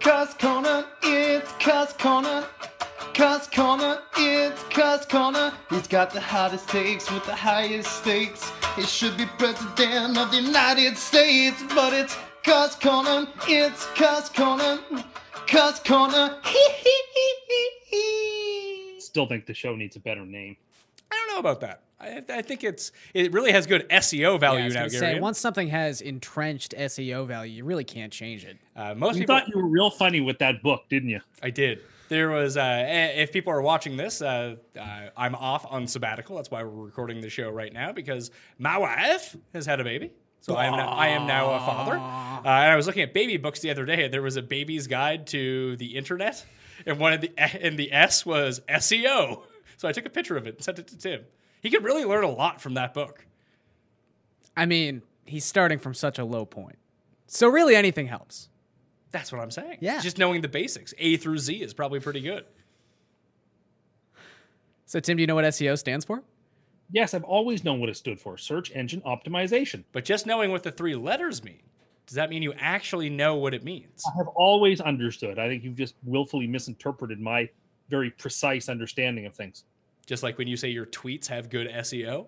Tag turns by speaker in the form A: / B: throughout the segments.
A: Cuss Corner, it's Cuss Corner. Cuss Corner, it's Cuss Corner. He's got the hottest takes with the highest stakes. He should be president of the United States, but it's Cuss Corner, it's Cuss Corner. Cuss Corner, hee hee hee hee hee.
B: Still think the show needs a better name.
C: I don't know about that. I, I think it's it really has good SEO
D: Yeah, I
C: value
D: was
C: now,
D: gonna
C: Oh, Gary.
D: say, once something has entrenched SEO value, you really can't change it.
C: uh, most
B: You
C: people,
B: thought you were real funny with that book, didn't you?
C: I did. There was, uh, eh, if people are watching this, uh, uh, I'm off on sabbatical. That's why we're recording the show right now because my wife has had a baby. So I am now, I am now a father. Uh, and I was looking at baby books the other day. and There was a baby's guide to the internet, and one of the and the S was SEO. So I took a picture of it and sent it to Tim. He could really learn a lot from that book.
D: I mean, he's starting from such a low point. So really anything helps.
C: That's what I'm saying.
D: Yeah.
C: Just knowing the basics, A through Z, is probably pretty good.
D: So Tim, do you know what SEO stands for?
B: Yes, I've always known what it stood for search engine optimization.
C: But just knowing what the three letters mean, does that mean you actually know what it means?
B: I have always understood. I think you've just willfully misinterpreted my very precise understanding of things.
C: Just like when you say your tweets have good E SEO.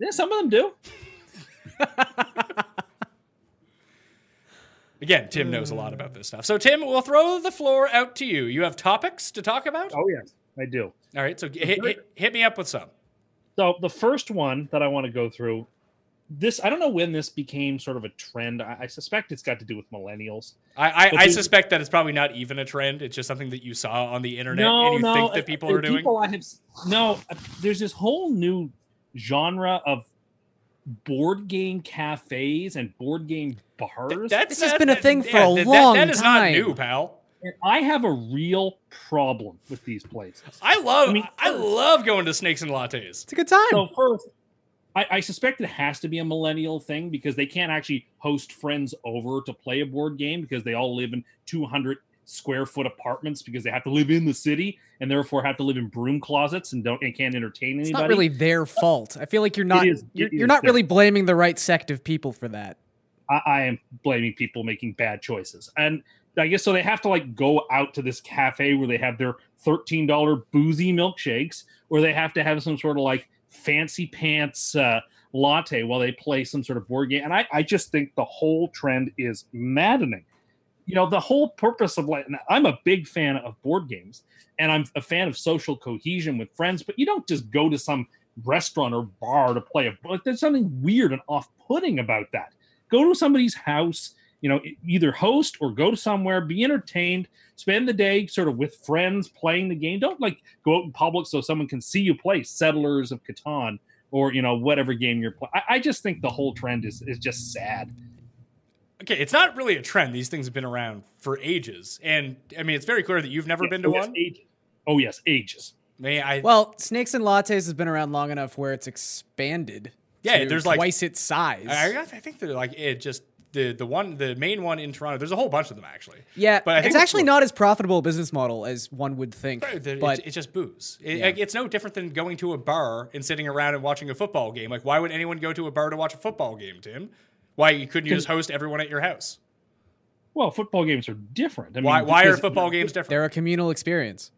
B: Yeah, some of them do.
C: Again, Tim knows a lot about this stuff. So, Tim, we'll throw the floor out to you. You have topics to talk about?
B: Oh, yes, I do.
C: All right, so hit, hit, hit me up with some.
B: So the first one that I want to go through, this I don't know when this became sort of a trend. I, I suspect it's got to do with millennials.
C: I, I,
B: But
C: I
B: the-
C: suspect that it's probably not even a trend. It's just something that you saw on the internet and you think that people
B: uh,
C: are doing.
B: people I have s- no. uh, There's this whole new genre of board game cafes and board game bars.
C: That's-
D: This has
C: that-
D: been a
C: that-
D: thing for a
C: that-
D: long
C: That is not
D: time.
C: new, pal.
B: And I have a real problem with these places.
C: I love
B: I mean,
C: I love going to snakes and lattes.
D: It's a good time.
B: So first, I, I suspect it has to be a millennial thing because they can't actually host friends over to play a board game because they all live in 200 square foot apartments because they have to live in the city and therefore have to live in broom closets and don't and can't entertain
D: it's
B: anybody.
D: not really their fault. I feel like you're not
B: is- it
D: you're,
B: is
D: you're not
B: their-
D: really blaming the right sect of people for that.
B: I, I am blaming people making bad choices. And I guess so they have to like go out to this cafe where they have their $13 boozy milkshakes, or they have to have some sort of like fancy pants uh, latte while they play some sort of board game. And I, I just think the whole trend is maddening. You know, the whole purpose of like, and I'm a big fan of board games and I'm a fan of social cohesion with friends, but you don't just go to some restaurant or bar to play a, like, there's something weird and off putting about that go to somebody's house you know e- either host or go to somewhere be entertained spend the day sort of with friends playing the game don't like go out in public so someone can see you play settlers of catan or you know whatever game you're playing i just think the whole trend is, is just sad
C: Okay, it's not really a trend. These things have been around for ages. And I mean, it's very clear that you've never
B: Yes,
C: been to
B: oh, yes,
C: one.
B: ages. oh yes ages
C: May I
D: Well, snakes and lattes has been around long enough where it's expanded.
C: Yeah,
D: to
C: there's like-
D: twice its size.
C: I, I I think they're like it just the the one the main one in Toronto. There's a whole bunch of them actually.
D: yeah,
C: but I think
D: it's
C: we're-
D: actually not as profitable a business model as one would think.
C: Right, the-
D: But
C: it's, it's just booze. It- like, it's no different than going to a bar and sitting around and watching a football game. Like why would anyone go to a bar to watch a football game, Tim? Why you couldn't you just host everyone at your house?
B: well football games are different I mean,
C: Why why are
B: because
C: football games different?
D: they're a communal experience.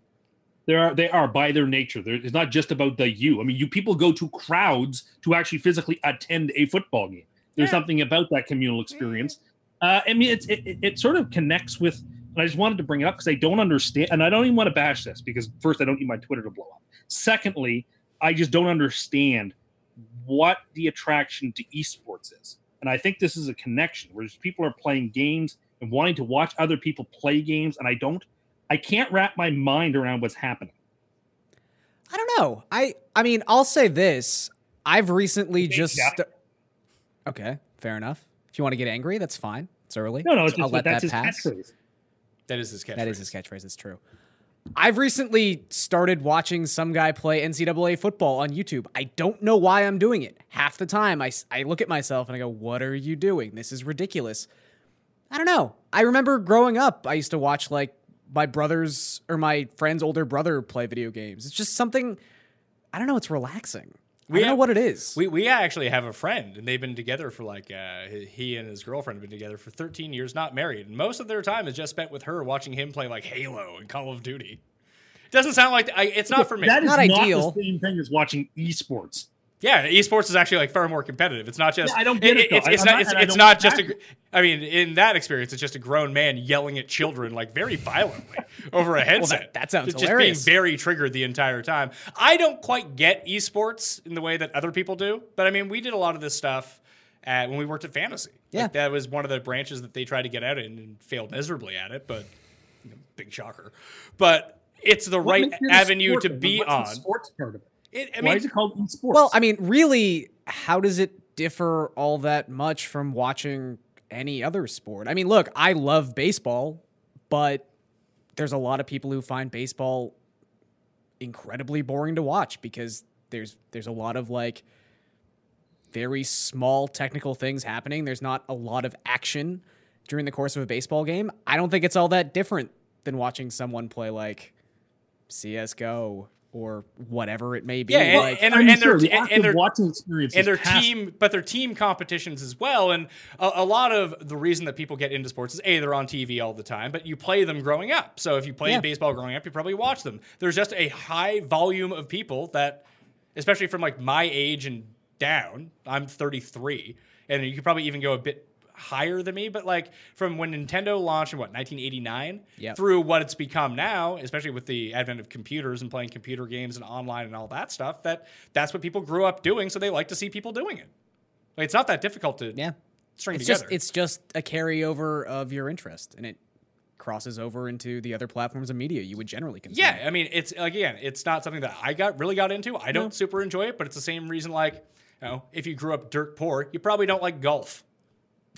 B: there are they are by their nature There- it's not just about the you i mean you people go to crowds to actually physically attend a football game there's something about that communal experience uh, i mean it's, it, it, it sort of connects with and i just wanted to bring it up because i don't understand and i don't even want to bash this because first i don't need my twitter to blow up secondly i just don't understand what the attraction to esports is and i think this is a connection where just people are playing games and wanting to watch other people play games and i don't I can't wrap my mind around what's happening.
D: I don't know. I I mean, I'll say this. I've recently just
B: yeah.
D: sta- Okay, fair enough. If you want to get angry, that's fine. It's early.
B: No, no, it's
D: I'll
B: just
D: let
B: that that's
D: that
B: his
D: pass.
B: catchphrase.
C: That is his catchphrase.
D: That is his catchphrase. It's true. I've recently started watching some guy play NCAA football on YouTube. I don't know why I'm doing it. Half the time, I, s- I look at myself and I go, What are you doing? This is ridiculous. I don't know. I remember growing up, I used to watch like my brother's or my friend's older brother play video games. It's just something, I don't know, it's relaxing. We
C: We
D: don't know
C: have-
D: what it is.
C: We we actually have a friend, and they've been together for like uh, he- he and his girlfriend have been together for 13 years, not married. And most of their time is just spent with her watching him play like Halo and Call of Duty. Doesn't sound like I, it's not for me.
B: That is
D: Not
B: not,
D: ideal.
B: the same thing as watching esports.
C: yeah, esports is actually like far more competitive. It's not just
B: Yeah, I don't get it, though.
C: it's, it's
B: I'm
C: not
B: not-
C: it's,
B: and I
C: it's
B: don't
C: not just a.
B: have
C: gr- I mean, in that experience, it's just a grown man yelling at children like very violently over a headset.
D: that sounds
C: just
D: hilarious.
C: Just being very triggered the entire time. I don't quite get esports in the way that other people do, but I mean, we did a lot of this stuff at, when we worked at Fantasy. Like,
D: Yeah.
C: that was one of the branches that they tried to get out in and failed miserably at it. But you know, big shocker. But it's the right
B: makes it a
C: avenue
B: sport,
C: to
B: then?
C: be
B: What's the
C: on.
B: sports part of it.
C: It, I
B: Why
C: mean,
B: is it called esports?
D: well, I mean, really, how does it differ all that much from watching any other sport? I mean, look, I love baseball, but there's a lot of people who find baseball incredibly boring to watch because there's there's a lot of like very small technical things happening. There's not a lot of action during the course of a baseball game. I don't think it's all that different than watching someone play like CS:GO or whatever it may be.
C: Yeah, and-
D: like,
C: and-
B: I mean,
C: and they're-
B: sure, the
C: and-
B: active
C: and they're-
B: watching experience
C: and
B: is
C: their
B: passive.
C: team, but their team competitions as well. And a, a lot of the reason that people get into sports is a they're on TV all the time, but you play them growing up. So if you played
D: Yeah.
C: baseball growing up, you probably watch them. There's just a high volume of people that, especially from like my age and down. I'm 33, and you could probably even go a bit higher than me. But like from when Nintendo launched in what 1989
D: Yep.
C: through what it's become now, especially with the advent of computers and playing computer games and online and all that stuff, that that's what people grew up doing. So they like to see people doing it. Like, it's not that difficult to
D: Yeah.
C: string
D: It's
C: together.
D: just it's just a carryover of your interest and it crosses over into the other platforms of media you would generally consume.
C: Yeah, I mean, it's again, it's not something that I got really got into. I don't super enjoy it, but it's the same reason. Like, you know, if you grew up dirt poor, you probably don't like golf.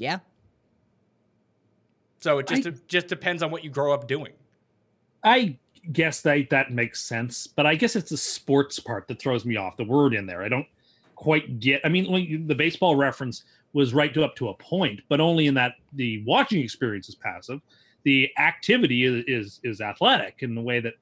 D: Yeah.
C: So it just
B: I-
C: just depends on what you grow up doing.
B: I guess that that makes sense, but I guess it's the sports part that throws me off. The word in there, I don't quite get. I mean, when you- the baseball reference was right to up to a point, but only in that the watching experience is passive. The activity is is, is athletic in the way that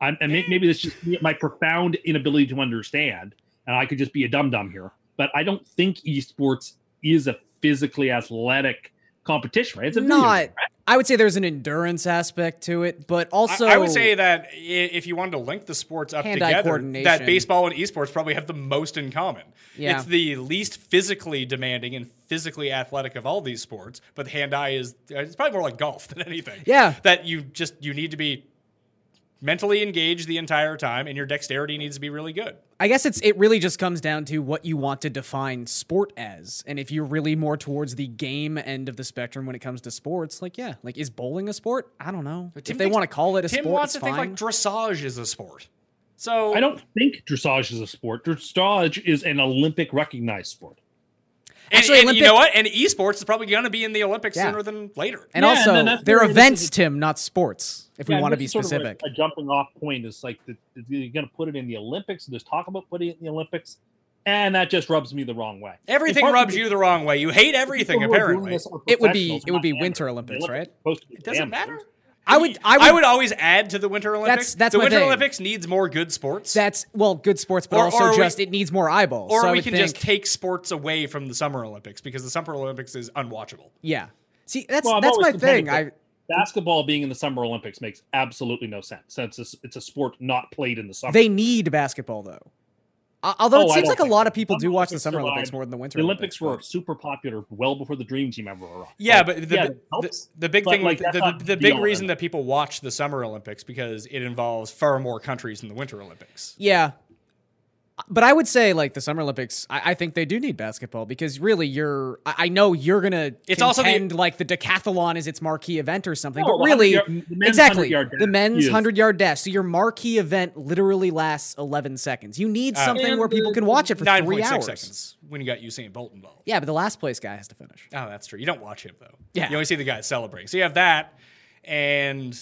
B: I'm, and may- maybe this is just my profound inability to understand, and I could just be a dum dum here. But I don't think esports is a physically athletic competition, right? It's a video
D: Not-
B: game, right?
D: I would say there's an endurance aspect to it, but
C: I-
D: also
C: I, would say that i- if you wanted to link the sports up
D: Hand-eye
C: together,
D: coordination.
C: that baseball and esports probably have the most in common.
D: Yeah.
C: It's the least physically demanding and physically athletic of all these sports, but hand-eye is uh, it's probably more like golf than anything.
D: Yeah.
C: That you just you need to be mentally engaged the entire time and your dexterity needs to be really good.
D: I guess it's it really just comes down to what you want to define sport as. And if you're really more towards the game end of the spectrum when it comes to sports, like yeah, like is bowling a sport? I don't know. if
C: Tim
D: they
C: thinks-
D: want to call it a
C: Tim
D: sport,
C: wants
D: it's
C: to
D: fine.
C: think like dressage is a sport. So
B: I don't think dressage is a sport. Dressage is an Olympic recognized sport.
C: and,
D: Actually,
C: and you know
D: Olympic-
C: what? And esports is probably going to be in the Olympics
D: Yeah.
C: sooner than later.
D: and
B: Yeah, and
D: also
B: then that's
D: they're
B: where this is
D: events,
B: a-
D: Tim, not sports, if we
B: Yeah,
D: want to
B: this
D: be
B: is sort of like
D: specific.
B: a jumping off point is like the, the- you're going to put it in the Olympics. There's talk about putting it in the Olympics, and that just rubs me the wrong way.
C: Everything
B: Apart from
C: rubs
B: the
C: you the wrong way. You hate
B: people
C: everything
B: who are doing
C: apparently.
B: this are
D: It would be-
B: professionals,
D: it would be
B: not
D: Winter
B: amateurs.
D: Olympics,
B: The
D: right?
B: supposed to be
C: It doesn't
B: amateurs.
C: matter.
D: I would I would,
C: I would always add to the Winter Olympics.
D: that's
C: the
D: my
C: Winter
D: thing.
C: Olympics needs more good sports,
D: that's well, good sports, but
C: Or-
D: also
C: or we-
D: just it needs more eyeballs.
C: or
D: so I
C: we
D: would
C: can
D: think,
C: just take sports away from the Summer Olympics because the Summer Olympics is unwatchable.
D: Yeah. See, that's
B: Well, I'm
D: that's
B: always
D: my thing. I
B: contending for basketball being in the Summer Olympics makes absolutely no sense. Since it's it's a sport not played in the summer.
D: they need basketball though. Uh,
B: Oh,
D: although it
B: I
D: seems
B: don't
D: like a
B: think
D: lot
B: so.
D: of people do
B: Summer
D: watch the
B: Olympics
D: Summer Olympics
B: survived.
D: more than the Winter
B: the Olympics were
D: but-
B: super popular well before the Dream Team ever arrived.
C: Yeah,
B: Like,
C: but the,
B: yeah,
C: the,
B: it helps,
C: the big
B: but,
C: thing,
B: like,
C: with
B: that's
C: the,
B: not
C: the, the
B: be
C: big
B: all
C: reason
B: and-
C: that people watch the Summer Olympics because it involves far more countries than the Winter Olympics.
D: Yeah. But I would say like the Summer Olympics, I, I think they do need basketball because really you're I, I know you're gonna
C: It's also the-
D: contend, like the decathlon is its marquee event or something,
B: No,
D: but
B: the 100
D: really
B: yard- the men's 100
D: exactly
B: yard
D: the
B: dash
D: men's
B: is-
D: hundred yard dash. So your marquee event literally lasts eleven seconds. You need something
B: Uh, And
D: where people
B: the-
D: can watch it for
C: Nine
D: three
C: point
D: hours.
C: six seconds when you got Usain Bolt involved.
D: Yeah, but the last place guy has to finish.
C: Oh, that's true. You don't watch him though.
D: Yeah.
C: you only see the guys celebrating. So you have that, and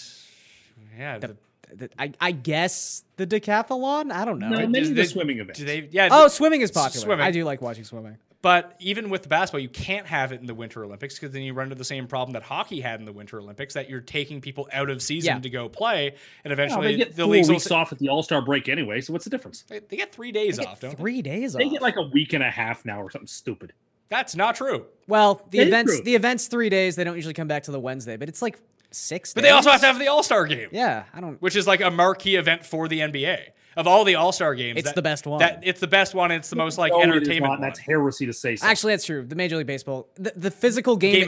C: yeah, the,
D: Th- I, I guess the decathlon. I don't know.
B: No,
C: Right,
B: maybe
C: does
B: the
C: they-
B: swimming event.
C: do they? Yeah.
D: Oh,
C: th-
D: swimming is popular.
C: swimming.
D: I do like watching swimming.
C: But even with the basketball, you can't have it in the Winter Olympics because then you run into the same problem that hockey had in the Winter Olympics that you're taking people out of season
D: Yeah.
C: to go play,
B: Yeah,
C: and eventually
B: they get
C: the
B: four
C: leagues will
B: weeks
C: say-
B: off at the All Star break anyway. So what's the difference?
C: they they get three days
D: They get
C: off, don't they?
D: three days
B: They
D: off.
B: get like a week and a half now or something stupid.
C: That's not true.
D: well, the
B: That is
D: events
B: true.
D: the events three days. They don't usually come back to the Wednesday, but it's like six.
C: But
D: days?
C: they also have to have the All Star game,
D: Yeah, I don't.
C: which is like a marquee event for the NBA. Of all the All Star games,
D: It's the best one.
C: That it's the best one. It's the most like
B: No, Oh, it is
C: entertainment.
B: not, and
C: one.
B: That's heresy to say. So.
D: Actually, that's true. The Major League Baseball, the, the physical game,
C: Game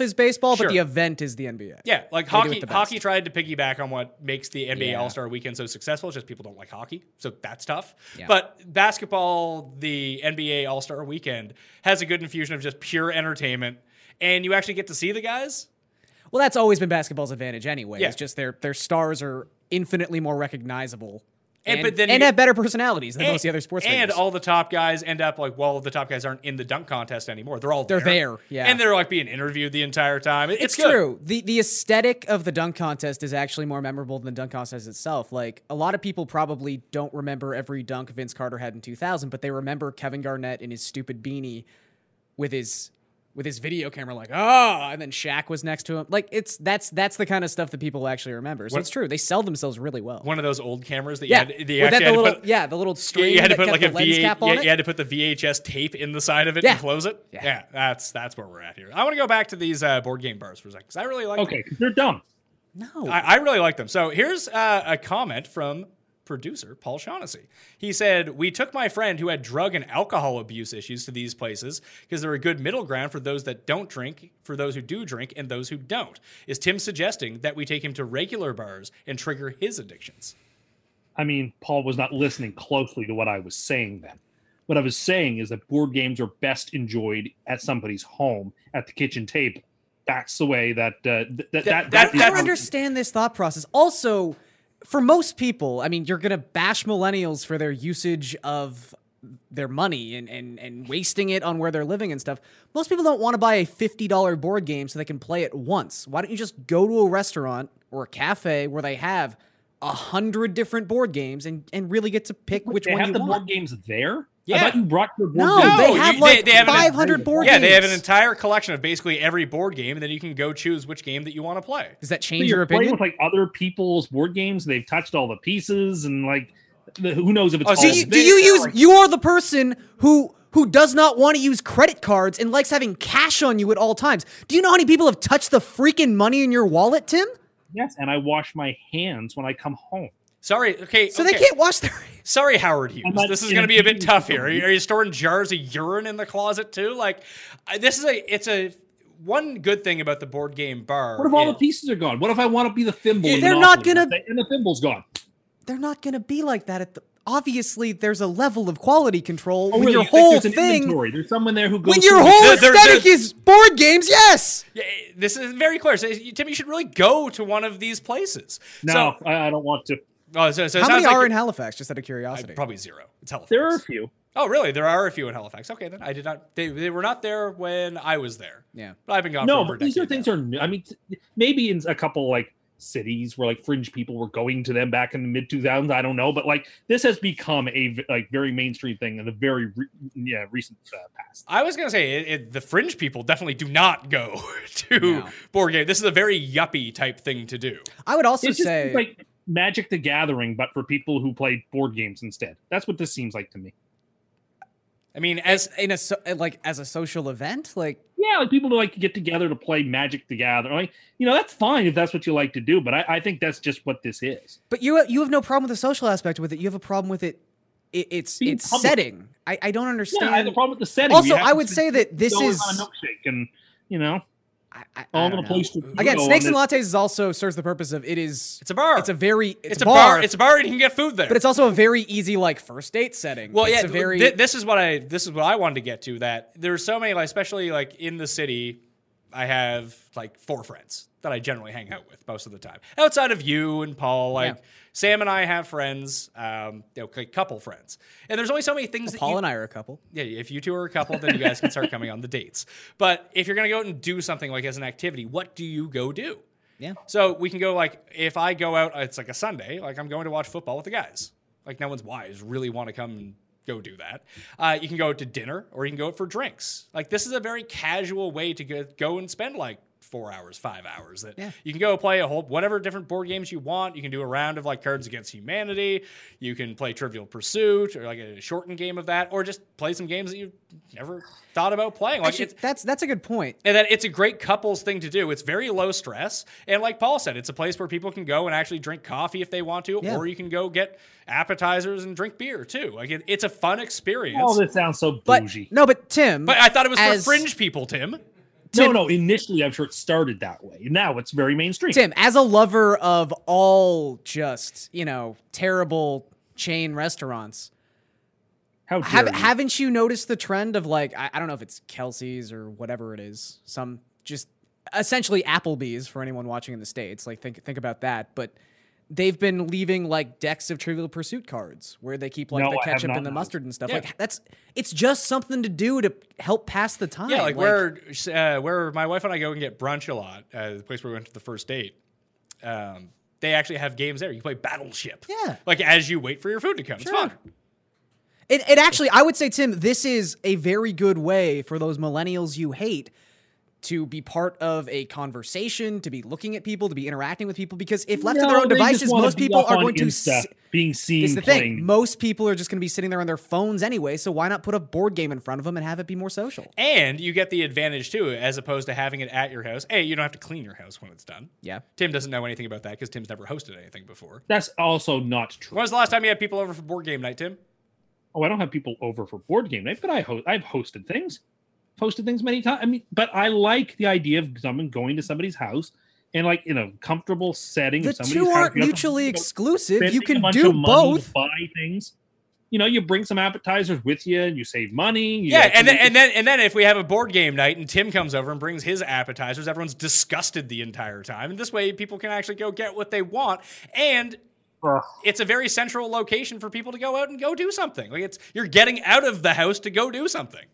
C: itself.
D: is baseball,
C: Sure.
D: but the event is the NBA.
C: Yeah, like
D: do it
C: hockey.
D: the best.
C: Hockey tried to piggyback on what makes the NBA
D: Yeah.
C: All Star Weekend so successful. It's just people don't like hockey, so that's tough.
D: Yeah.
C: But basketball, the NBA All Star Weekend has a good infusion of just pure entertainment, and you actually get to see the guys.
D: Well, that's always been basketball's advantage anyway.
C: Yeah.
D: It's just their their stars are infinitely more recognizable.
C: And- but then
D: and
C: you-
D: have better personalities than most of the other sports
C: and
D: figures.
C: all the top guys end up like, well, the top guys aren't in the dunk contest anymore. They're all
D: They're
C: there,
D: there, yeah.
C: and they're like being interviewed the entire time. It-
D: it's
C: good.
D: true. The the aesthetic of the dunk contest is actually more memorable than the dunk contest itself. Like a lot of people probably don't remember every dunk Vince Carter had in 2000, but they remember Kevin Garnett in his stupid beanie with his with his video camera like, "Oh," and then Shaq was next to him. Like it's that's that's the kind of stuff that people actually remember. So
C: What-
D: it's true. They sell thememselves really well.
C: One of those old cameras that you
D: yeah.
C: had, that you
D: With
C: actually
D: that the
C: had
D: little
C: to put,
D: yeah, the little
C: Yeah,
D: string
C: you had to
D: that
C: put
D: kept
C: like
D: the
C: a
D: lens
C: VH,
D: cap on
C: yeah,
D: it.
C: you had to put the VHS tape in the side of it
D: Yeah.
C: and close it. Yeah. that's that's where we're at here. I want to go back to these uh, board game bars for a second because I really like.
B: okay, 'cause they're dumb.
D: No.
C: them. I, I really like them. So here's uh, a comment from producer Paul Shaughnessy. He said, "We took my friend who had drug and alcohol abuse issues to these places because they're a good middle ground for those that don't drink, for those who do drink, and those who don't." Is Tim suggesting that we take him to regular bars and trigger his addictions?
B: I mean, Paul was not listening closely to what I was saying then. What I was saying is that board games are best enjoyed at somebody's home at the kitchen table. That's the way that uh, th- that, that,
C: that-
B: is
D: I don't
C: That's-
D: understand this thought process. Also, for most people, I mean, you're going to bash millennials for their usage of their money and, and, and wasting it on where they're living and stuff. Most people don't want to buy a $50 board game so they can play it once. Why don't you just go to a restaurant or a cafe where they have a hundred different board games and, and really get to pick which
B: they
D: one
B: have
D: you
B: the board
D: want?
B: games there.
C: Yeah.
B: I thought you brought your board
D: No,
B: game.
C: No,
D: they have
C: you- they-
D: like
C: they have an-
D: 500 board
C: yeah,
D: games.
C: they have an entire collection of basically every board game, and then you can go choose which game that you want to play.
D: Does that
B: So
D: change
B: you're
D: your
B: playing
D: opinion?
B: with like other people's board games. They've touched all the pieces, and like the, who knows if it's
C: Oh,
B: all
C: so
D: Do
C: Oh,
D: you,
B: there.
D: do you
B: Like,
D: use? You are the person who who does not want to use credit cards and likes having cash on you at all times. Do you know how many people have touched the freaking money in your wallet, Tim?
B: yes, and I wash my hands when I come home.
C: Sorry, okay,
D: So
C: okay.
D: they can't wash their.
C: Sorry, Howard Hughes.
B: I'm not
C: This is
B: gonna
C: going to be a bit
B: be-
C: tough here. Are you, are you storing jars of urine in the closet too? Like, I- this is a. It's a one good thing about the board game bar.
B: What if all the
C: is-
B: pieces are gone? What if I want to be the thimble?
D: Yeah,
B: in
D: they're not
B: Monopoly?
D: gonna-
B: and the thimble's gone.
D: They're not gonna be like that. At the, obviously, there's a level of quality control
B: Oh,
D: when
B: really?
D: your
B: You think
D: whole
B: there's an
D: thing.
B: Inventory. There's someone there who goes.
D: When your
B: through-
D: whole
C: There- there-
D: aesthetic
C: there-
D: is board games, yes.
C: Yeah, this is very clear. So, you- Tim, you should really go to one of these places.
B: No,
C: So,
B: I, I don't want to.
C: oh, so, so it
D: How
C: sounds
D: many
C: like
D: are
C: you-
D: in Halifax? Just out of curiosity.
C: Probably zero. It's Halifax.
B: There are a few.
C: Oh, really? There are a few in Halifax. Okay, then I did not. They, they were not there when I was there.
D: Yeah.
C: But I've been gone.
B: No,
C: for over a
B: but these are
C: decade
B: things
C: now.
B: are. New. I mean, t- maybe in a couple like cities where like fringe people were going to them back in the mid 2000s. I don't know, but like this has become a v- like very mainstream thing in the very re- yeah recent uh, past.
C: I was gonna say it, it, the fringe people definitely do not go to
D: No.
C: board game. This is a very yuppie type thing to do.
D: I would also
B: It's just
D: say
B: like Magic the Gathering, but for people who play board games instead. That's what this seems like to me.
C: I mean, as
D: in a so, like as a social event, like
B: Yeah, like people who like to get together to play Magic the Gathering. Like, you know, that's fine if that's what you like to do, but I, I think that's just what this is.
D: But you you have no problem with the social aspect with it. You have a problem with it. it it's
B: Being
D: it's
B: public.
D: setting. I, I don't understand.
B: Yeah, I have a problem with the setting. We
D: also,
B: have
D: I
B: to
D: would
B: sit
D: say that this
B: going
D: is
B: on a milkshake and you know
D: I, I,
B: all
D: I
B: over the
D: don't
B: place.
D: know.
B: to
D: Again,
B: go on
D: Snakes and
B: this-
D: Lattes is also serves the purpose of it is
C: it's a bar.
D: it's a very it's,
C: it's
D: a bar,
C: It's a bar, and you can get food there.
D: but it's also a very easy like first date setting.
C: well,
D: it's
C: yeah.
D: a very
C: thi- this is what I this is what I wanted to get to. That there's so many, like, especially like in the city, I have like four friends that I generally hang out with most of the time. Outside of you and Paul, like
D: Yeah.
C: Sam and I have friends, um, you know, a couple friends, and there's only so many things. that
D: Paul
C: you,
D: and I are a couple.
C: yeah, if you two are a couple, then you guys can start coming on the dates. But if you're gonna go out and do something like as an activity, what do you go do?
D: Yeah.
C: So we can go like if I go out, it's like a Sunday, like I'm going to watch football with the guys. Like no one's wives really want to come and go do that. Uh, you can go out to dinner or you can go out for drinks. Like this is a very casual way to go, go and spend like four hours, five hours. That you can go play a whole whatever different board games you want. You can do a round of like Cards Against Humanity. You can play Trivial Pursuit or like a shortened game of that, or just play some games that you never thought about playing. Like
D: Actually,
C: Oh, it's,
D: that's that's a good point.
C: and that it's a great couples thing to do. It's very low stress. And like Paul said, it's a place where people can go and actually drink coffee if they want to,
D: Yeah.
C: or you can go get appetizers and drink beer too. Like it, it's a fun experience.
B: All this sounds so
D: But
B: bougie.
D: no, but Tim,
C: but I thought it was
D: as-
C: for fringe people, Tim.
B: no,
D: Tim-
B: no. Initially, I'm sure it started that way. Now it's very mainstream.
D: Tim, as a lover of all just you know terrible chain restaurants,
B: How dare
D: have,
B: you.
D: haven't you noticed the trend of like I, I don't know if it's Kelsey's or whatever it is, some just essentially Applebee's for anyone watching in the states. Like think think about that, but. They've been leaving like decks of Trivial Pursuit cards where they keep like
B: No,
D: the
B: I have
D: ketchup
B: not
D: and the
B: noticed.
D: mustard and stuff.
C: Yeah.
D: Like that's it's just something to do to help pass the time.
C: Yeah, like, where uh, where my wife and I go and get brunch a lot, uh, the place where we went to the first date. Um, they actually have games there. You play Battleship.
D: Yeah.
C: Like as you wait for your food to come. It's fun.
D: It, it actually, I would say, Tim, this is a very good way for those millennials you hate to be part of a conversation, to be looking at people, to be interacting with people. Because if left to their
B: No,
D: own
B: they just
D: devices,
B: wanna
D: most
B: be
D: people
B: up
D: are
B: on
D: going to.
B: Insta,
D: si-
B: being seen
D: This is the
B: playing.
D: thing. Most people are just going to be sitting there on their phones anyway. So why not put a board game in front of them and have it be more social?
C: And you get the advantage too, as opposed to having it at your house. Hey, you don't have to clean your house when it's done.
D: Yeah.
C: Tim doesn't know anything about that because Tim's never hosted anything before.
B: That's also not true.
C: When was the last time you had people over for board game night, Tim?
B: Oh, I don't have people over for board game night, but I host. I've hosted things, hosted things many times. I mean, but I like the idea of someone going to somebody's house and like in a comfortable setting.
D: The
B: of somebody's
D: two
B: house,
D: aren't
B: you don't have to
D: mutually
B: think about
D: exclusive. You
B: spending a
D: can
B: bunch
D: do
B: of money to
D: both.
B: Buy things. You know, you bring some appetizers with you, and you save money. you
C: Yeah,
B: get
C: and
B: to
C: then,
B: meet
C: and then and then if we have a board game night and Tim comes over and brings his appetizers, everyone's disgusted the entire time. And this way, people can actually go get what they want, and
B: people.
C: it's a very central location for people to go out and go do something. Like it's you're getting out of the house to go do something.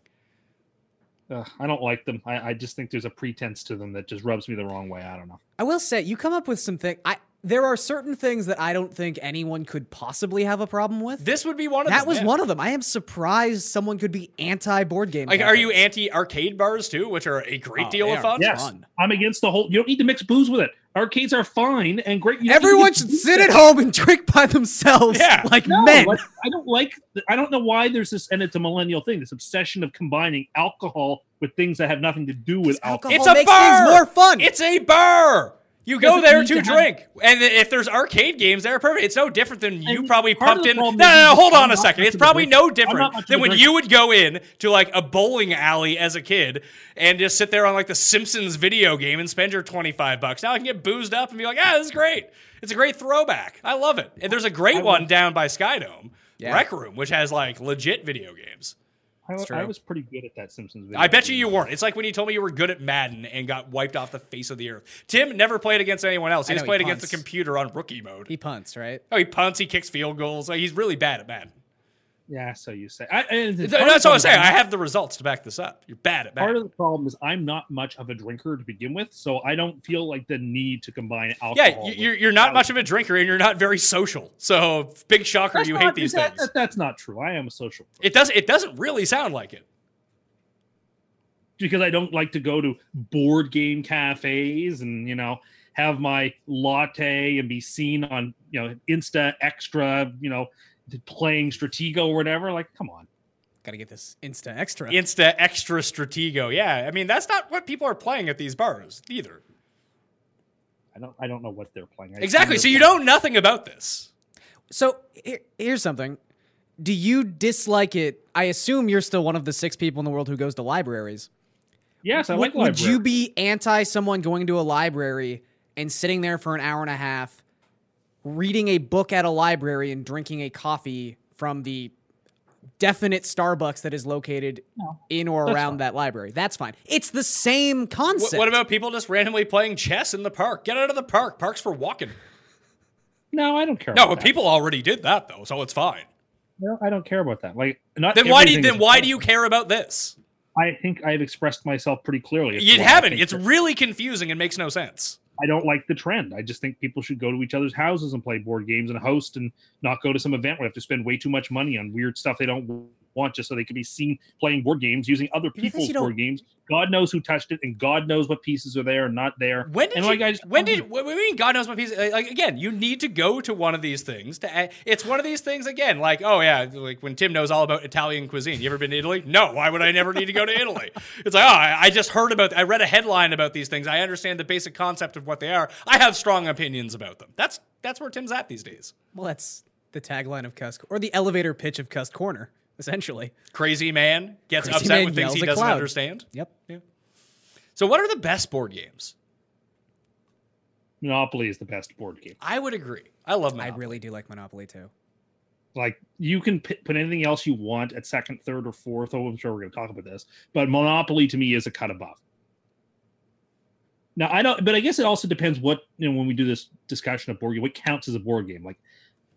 B: Ugh, I don't like them. I, I just think there's a pretense to them that just rubs me the wrong way. I don't know.
D: I will say you come up with some things. I there are certain things that I don't think anyone could possibly have a problem with.
C: This would be one of
D: That
C: them,
D: was
C: yeah.
D: one of them. I am surprised someone could be anti board game.
C: Like, are you
D: cafes.
C: anti arcade bars too, which are a great
D: Oh,
C: deal
D: they
C: of
D: are
C: fun?
B: Yes,
D: fun.
B: I'm against the whole. You don't need to mix booze with it. Arcades are fine and great. you don't need to
D: Everyone
B: get
D: should
B: booze
D: sit
B: with
D: at
B: it.
D: home and drink by themselves,
C: Yeah.
D: like
B: No,
D: men.
B: like, I don't like. I don't know why there's this, and it's a millennial thing. This obsession of combining alcohol with things that have nothing to do with alcohol.
D: alcohol
C: It's a
D: makes
C: bar.
D: things more fun.
C: It's a bar. You
B: Doesn't
C: go there
B: need
C: to
B: to have-
C: drink, and if there's arcade games there, perfect. It's no different than you
B: And
C: probably
B: part of
C: pumped
B: the
C: in. No, no,
B: problem is
C: no,
B: I'm
C: hold on a
B: not
C: second.
B: much
C: It's
B: of a
C: probably
B: drinker.
C: no
B: I'm not much
C: different
B: of
C: than
B: a
C: when
B: drinker.
C: you would go in to like a bowling alley as a kid and just sit there on like the Simpsons video game and spend your twenty five bucks. Now I can get boozed up and be like, ah, this is great. It's a great throwback. I love it. And there's a great one down by Skydome,
D: Yeah.
C: Rec Room, which has like legit video games.
B: I,
D: It's
B: I
D: true.
B: was pretty good at that Simpsons video.
C: I bet you
B: game.
C: you weren't. It's like when you told me you were good at Madden and got wiped off the face of the earth. Tim never played against anyone else. He
D: I
C: just
D: know, he
C: played against the
D: punts.
C: computer on rookie mode.
D: he punts, right?
C: oh, he punts. He kicks field goals. Like, he's really bad at Madden.
B: Yeah, so you say. I, and the part
C: That's
B: of
C: what I'm
B: the
C: saying.
B: problem-
C: I have the results to back this up. You're bad at
B: Part
C: Madden.
B: of the problem is I'm not much of a drinker to begin with, so I don't feel like the need to combine alcohol.
C: Yeah, you-
B: with-
C: you're, you're not much of a drinker and you're not very social. So big shocker,
B: That's
C: you
B: not-
C: hate these
B: that-
C: things.
B: that- that's not true. I am a social
C: It does. It doesn't really sound like it.
B: because I don't like to go to board game cafes and you know have my latte and be seen on you know Insta extra you know playing Stratego or whatever. Like, come on,
D: Gotta get this Insta extra.
C: Insta extra stratego. Yeah, I mean that's not what people are playing at these bars either.
B: I don't I don't know what they're playing. I just
C: Exactly.
B: know
C: So
B: they're
C: you
B: playing-
C: know nothing about this.
D: So here, here's something. Do you dislike it? I assume you're still one of the six people in the world who goes to libraries.
B: Yes, I like.
D: would, would you
B: library.
D: be anti someone going to a library and sitting there for an hour and a half reading a book at a library and drinking a coffee from the definite Starbucks that is located in or around that library? That's fine. It's the same
C: Wh-
D: concept.
C: What, about people just randomly playing chess in the park? Get out of the park. Park's for walking.
B: No, I don't care.
C: No,
B: about
C: but
B: that.
C: people already did that though, so it's fine.
B: No, I don't care about that. Like, not
C: Then why do you,
B: everything
C: then
B: is-
C: why do you care about this?
B: I think I've expressed myself pretty clearly. as to
C: You
B: why I
C: haven't.
B: think
C: It's
B: that-
C: really confusing and makes no sense.
B: I don't like the trend. I just think people should go to each other's houses and play board games and host and not go to some event where they have to spend way too much money on weird stuff they don't want just so they could be seen playing board games using other
D: Because you
B: people's
D: don't-
B: board games. God knows who touched it and God knows what pieces are there and not there.
C: When did
B: and
C: you,
B: like I just,
C: when did what do you mean God knows what piece like again you need to go to one of these things to a- it's one of these things again like oh yeah like when Tim knows all about Italian cuisine you ever been to Italy no why would I never need to go to Italy it's like oh I, I just heard about I read a headline about these things I understand the basic concept of what they are I have strong opinions about them that's that's where Tim's at these days
D: Well, that's the tagline of Cuss or the elevator pitch of Cuss Corner, essentially.
C: crazy man gets
D: Crazy
C: upset
D: man
C: with things
D: yells
C: he
D: at
C: doesn't
D: cloud.
C: understand
D: Yep.
C: so what are the best board games
B: Monopoly is the best board game.
C: I would agree I love
D: I
C: Monopoly.
D: really do like Monopoly too.
B: Like you can p- put anything else you want at second, third, or fourth. Oh, I'm sure we're going to talk about this, but Monopoly to me is a cut above. Now I don't, but I guess it also depends what you know when we do this discussion of board game, what counts as a board game. Like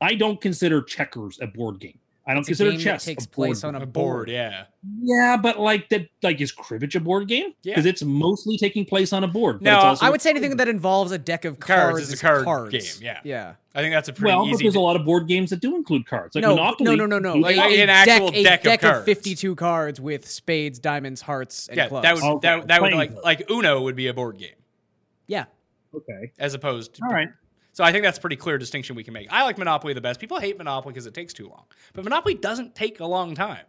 B: I don't consider checkers a board game. I don't
D: It's a
B: consider
D: game that
B: chess
D: takes
B: a board
D: place
B: game.
D: on a
C: a
D: board.
C: board yeah
B: Yeah, but like that, like is cribbage a board game?
C: Yeah.
B: because it's mostly taking place on a board. but
C: No,
B: it's also
D: I
B: a
D: would say
B: card
D: anything that involves a deck of cards,
C: Cards is a card
D: cards.
C: game, yeah.
D: Yeah.
C: I think that's a pretty
B: well, but
C: easy
B: there's a lot of board games that do include cards. Like
D: no,
B: Monopoly,
D: no, no, no, no.
B: includes-
C: Like
D: a
C: an actual
D: deck, a
C: deck of
D: deck
C: cards.
D: 52 cards with spades, diamonds, hearts, and
C: yeah,
D: clubs.
C: that would
B: Okay.
C: that, that would
B: Playing
C: like
B: board.
C: like Uno would be a board game
D: yeah.
B: okay,
C: as opposed to.
B: all right.
C: So I think that's a pretty clear distinction we can make. I like Monopoly the best. People hate Monopoly because it takes too long, but Monopoly doesn't take a long time.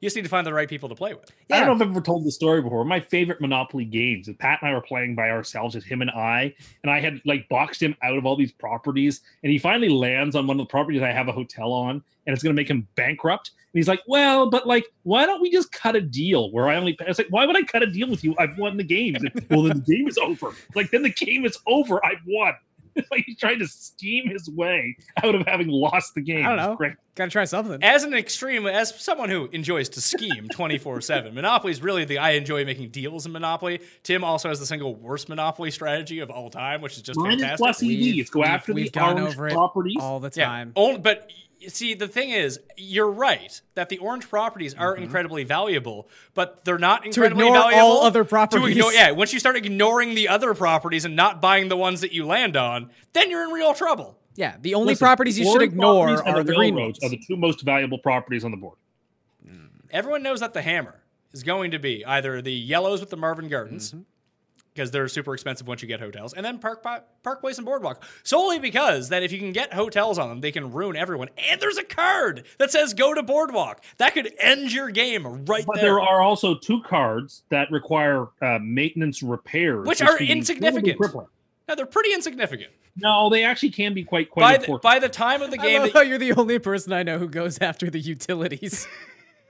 C: You just need to find the right people to play with.
B: I
D: Yeah.
B: don't know if I've ever told this story before. My favorite Monopoly games is Pat and I were playing by ourselves, just him and I, and I had like boxed him out of all these properties, and he finally lands on one of the properties I have a hotel on, and it's going to make him bankrupt. And he's like, "Well, but like, why don't we just cut a deal where I only?" Pay? I was like, "Why would I cut a deal with you? I've won the game." He's like, well, then the game is over. Like, then the game is over. I've won. It's like he's trying to steam his way out of having lost the game.
D: I don't
B: It's
D: know.
B: great.
D: Gotta try something.
C: As an extreme, as someone who enjoys to scheme 24 7, Monopoly is really the I enjoy making deals in Monopoly. Tim also has the single worst Monopoly strategy of all time, which is just
B: Mine is
C: fantastic.
B: plus EV.
D: We've-
B: It's go
D: we've-
B: after
D: we've
B: the
D: gone
B: orange
D: over it
B: properties.
D: All the
C: Yeah.
D: time.
C: Only, but y- see, the thing is, you're right that the orange properties are incredibly valuable, but they're not incredibly
D: Mm-hmm. ignore all
C: valuable
D: other
C: to
D: properties.
C: ignore- yeah, once you start ignoring the other properties and not buying the ones that you land on, then you're in real trouble.
D: Yeah, the only
B: Listen,
D: properties you should
B: foreign properties
D: ignore
B: and
D: are the green
B: railroads
D: ones.
B: Are the two most valuable properties on the board?
C: Everyone knows that the hammer is going to be either the yellows with the Marvin Gardens. Because they're super expensive once you get hotels, and then Park Pa- Park Place and Boardwalk, solely because that if you can get hotels on them, they can ruin everyone. And there's a card that says "Go to Boardwalk." That could end your game right
B: But
C: there.
B: there are also two cards that require uh, maintenance repairs,
C: Which are
B: can be
C: insignificant.
B: incredibly crippling.
C: No, they're pretty insignificant.
B: No, they actually can be quite quite
C: By the,
B: important.
C: by the time of the
D: I
C: game,
D: love
C: that,
D: how you're the only person I know who goes after the utilities.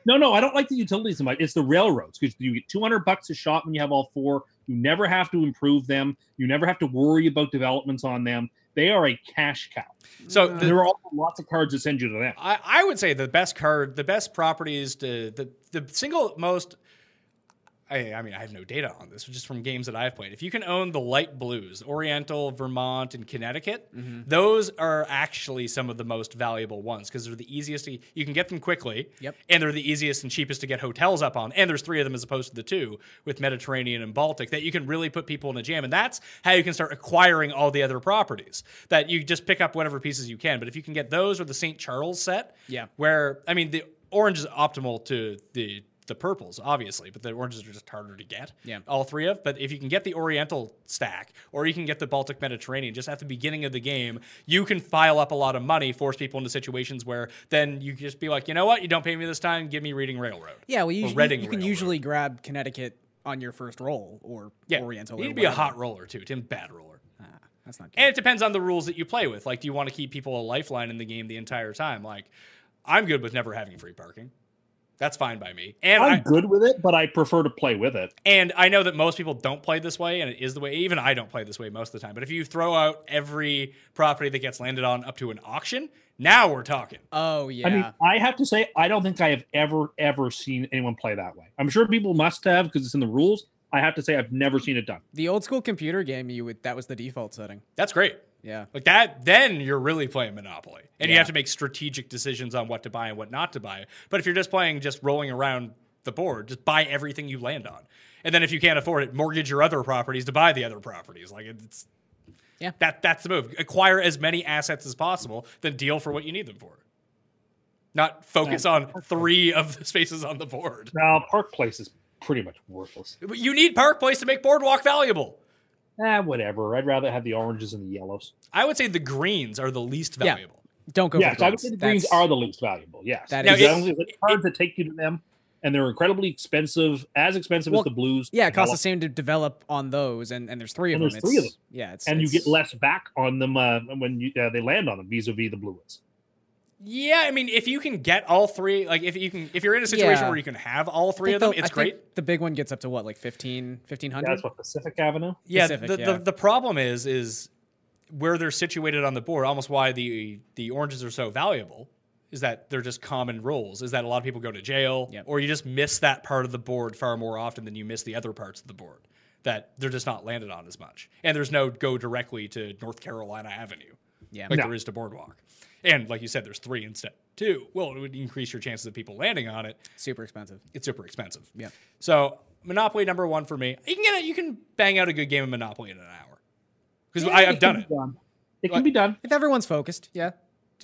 B: no, no, I don't like the utilities. in my- It's the railroads because you get two hundred bucks a shot when you have all four. You never have to improve them. You never have to worry about developments on them. They are a cash cow.
C: so
B: there
C: the,
B: are also lots of cards that send you to them.
C: I, I would say the best card, the best properties, the the, the single most. I, I mean, I have no data on this, just from games that I've played. If you can own the light blues, Oriental, Vermont, and Connecticut, those are actually some of the most valuable ones because they're the easiest. To, you can get them quickly,
D: Yep.
C: and they're the easiest and cheapest to get hotels up on. And there's three of them as opposed to the two with Mediterranean and Baltic that you can really put people in a jam. And that's how you can start acquiring all the other properties that you just pick up whatever pieces you can. But if you can get those or the St. Charles set,
D: Yeah.
C: where I mean the orange is optimal to the the purples, obviously, but the oranges are just harder to get.
D: Yeah.
C: All three of. But if you can get the Oriental stack or you can get the Baltic Mediterranean just at the beginning of the game, you can file up a lot of money, force people into situations where then you just be like, you know what, you don't pay me this time, give me Reading Railroad.
D: yeah, well, you,
C: Or
D: you,
C: Reading
D: you can
C: Railroad.
D: usually grab Connecticut on your first roll or
C: Yeah.
D: Oriental.
C: You
D: or
C: need to be a
D: whatever.
C: hot roller too, Tim. Bad roller.
D: Ah, that's not good.
C: And it depends on the rules that you play with. Like, do you want to keep people a lifeline in the game the entire time? Like, I'm good with never having free parking. That's fine by me. And I,
B: I'm good with it, but I prefer to play with it.
C: And I know that most people don't play this way, and it is the way. Even I don't play this way most of the time. But if you throw out every property that gets landed on up to an auction, now we're talking.
D: oh yeah.
B: I mean, I have to say, I don't think I have ever, ever seen anyone play that way. I'm sure people must have because it's in the rules. I have to say, I've never seen it done.
D: the old school computer game you would that was the default setting.
C: That's great.
D: Yeah.
C: Like that, then you're really playing Monopoly, and you
D: Yeah.
C: have to make strategic decisions on what to buy and what not to buy. But if you're just playing, just rolling around the board, just buy everything you land on, and then if you can't afford it, mortgage your other properties to buy the other properties. Like it's
D: Yeah.
C: That that's the move. Acquire as many assets as possible, then deal for what you need them for. Not focus on three of the spaces on the board.
B: Now, Park Place is pretty much worthless.
C: But You need Park Place to make Boardwalk valuable.
B: Ah, whatever. I'd rather have the oranges and the yellows.
C: I would say the greens are the least
D: Yeah.
C: valuable.
D: Don't go.
B: yes,
D: for
B: I would say the greens are the least valuable. Yes,
D: That
B: Now,
D: is-
B: it's, it's hard to take you to them, and they're incredibly expensive, as expensive
D: Well,
B: as the blues.
D: Yeah, it costs the
B: Develop-
D: same to develop on those, and, and there's three of
B: And
D: them.
B: there's three of
D: It's- Yeah, it's
B: and you get
D: it's-
B: less back on them uh, when you, uh, they land on them vis-a-vis the blue ones.
C: Yeah, I mean, if you can get all three, like if you can, if you're in a situation
D: Yeah.
C: where you can have all
D: I
C: three of
D: think
C: them,
D: the- I
C: it's
D: think
C: great.
D: The big one gets up to what, like 15, 1500?
B: Yeah, that's what Pacific Avenue.
C: Yeah,
D: Pacific,
C: the,
D: yeah.
C: the the problem is is where they're situated on the board. Almost why the the oranges are so valuable is that they're just common rules. Is that a lot of people go to jail,
D: Yep.
C: or you just miss that part of the board far more often than you miss the other parts of the board that they're just not landed on as much. And there's no go directly to North Carolina Avenue
D: yeah.
C: like
B: No.
C: there is to Boardwalk. And like you said, there's three instead of two. Well, it would increase your chances of people landing on it.
D: super expensive.
C: It's super expensive.
D: Yeah.
C: So Monopoly number one for me. You can get it. You can bang out a good game of Monopoly in an hour because I I've done it.
B: It can be done.
D: If everyone's focused, yeah.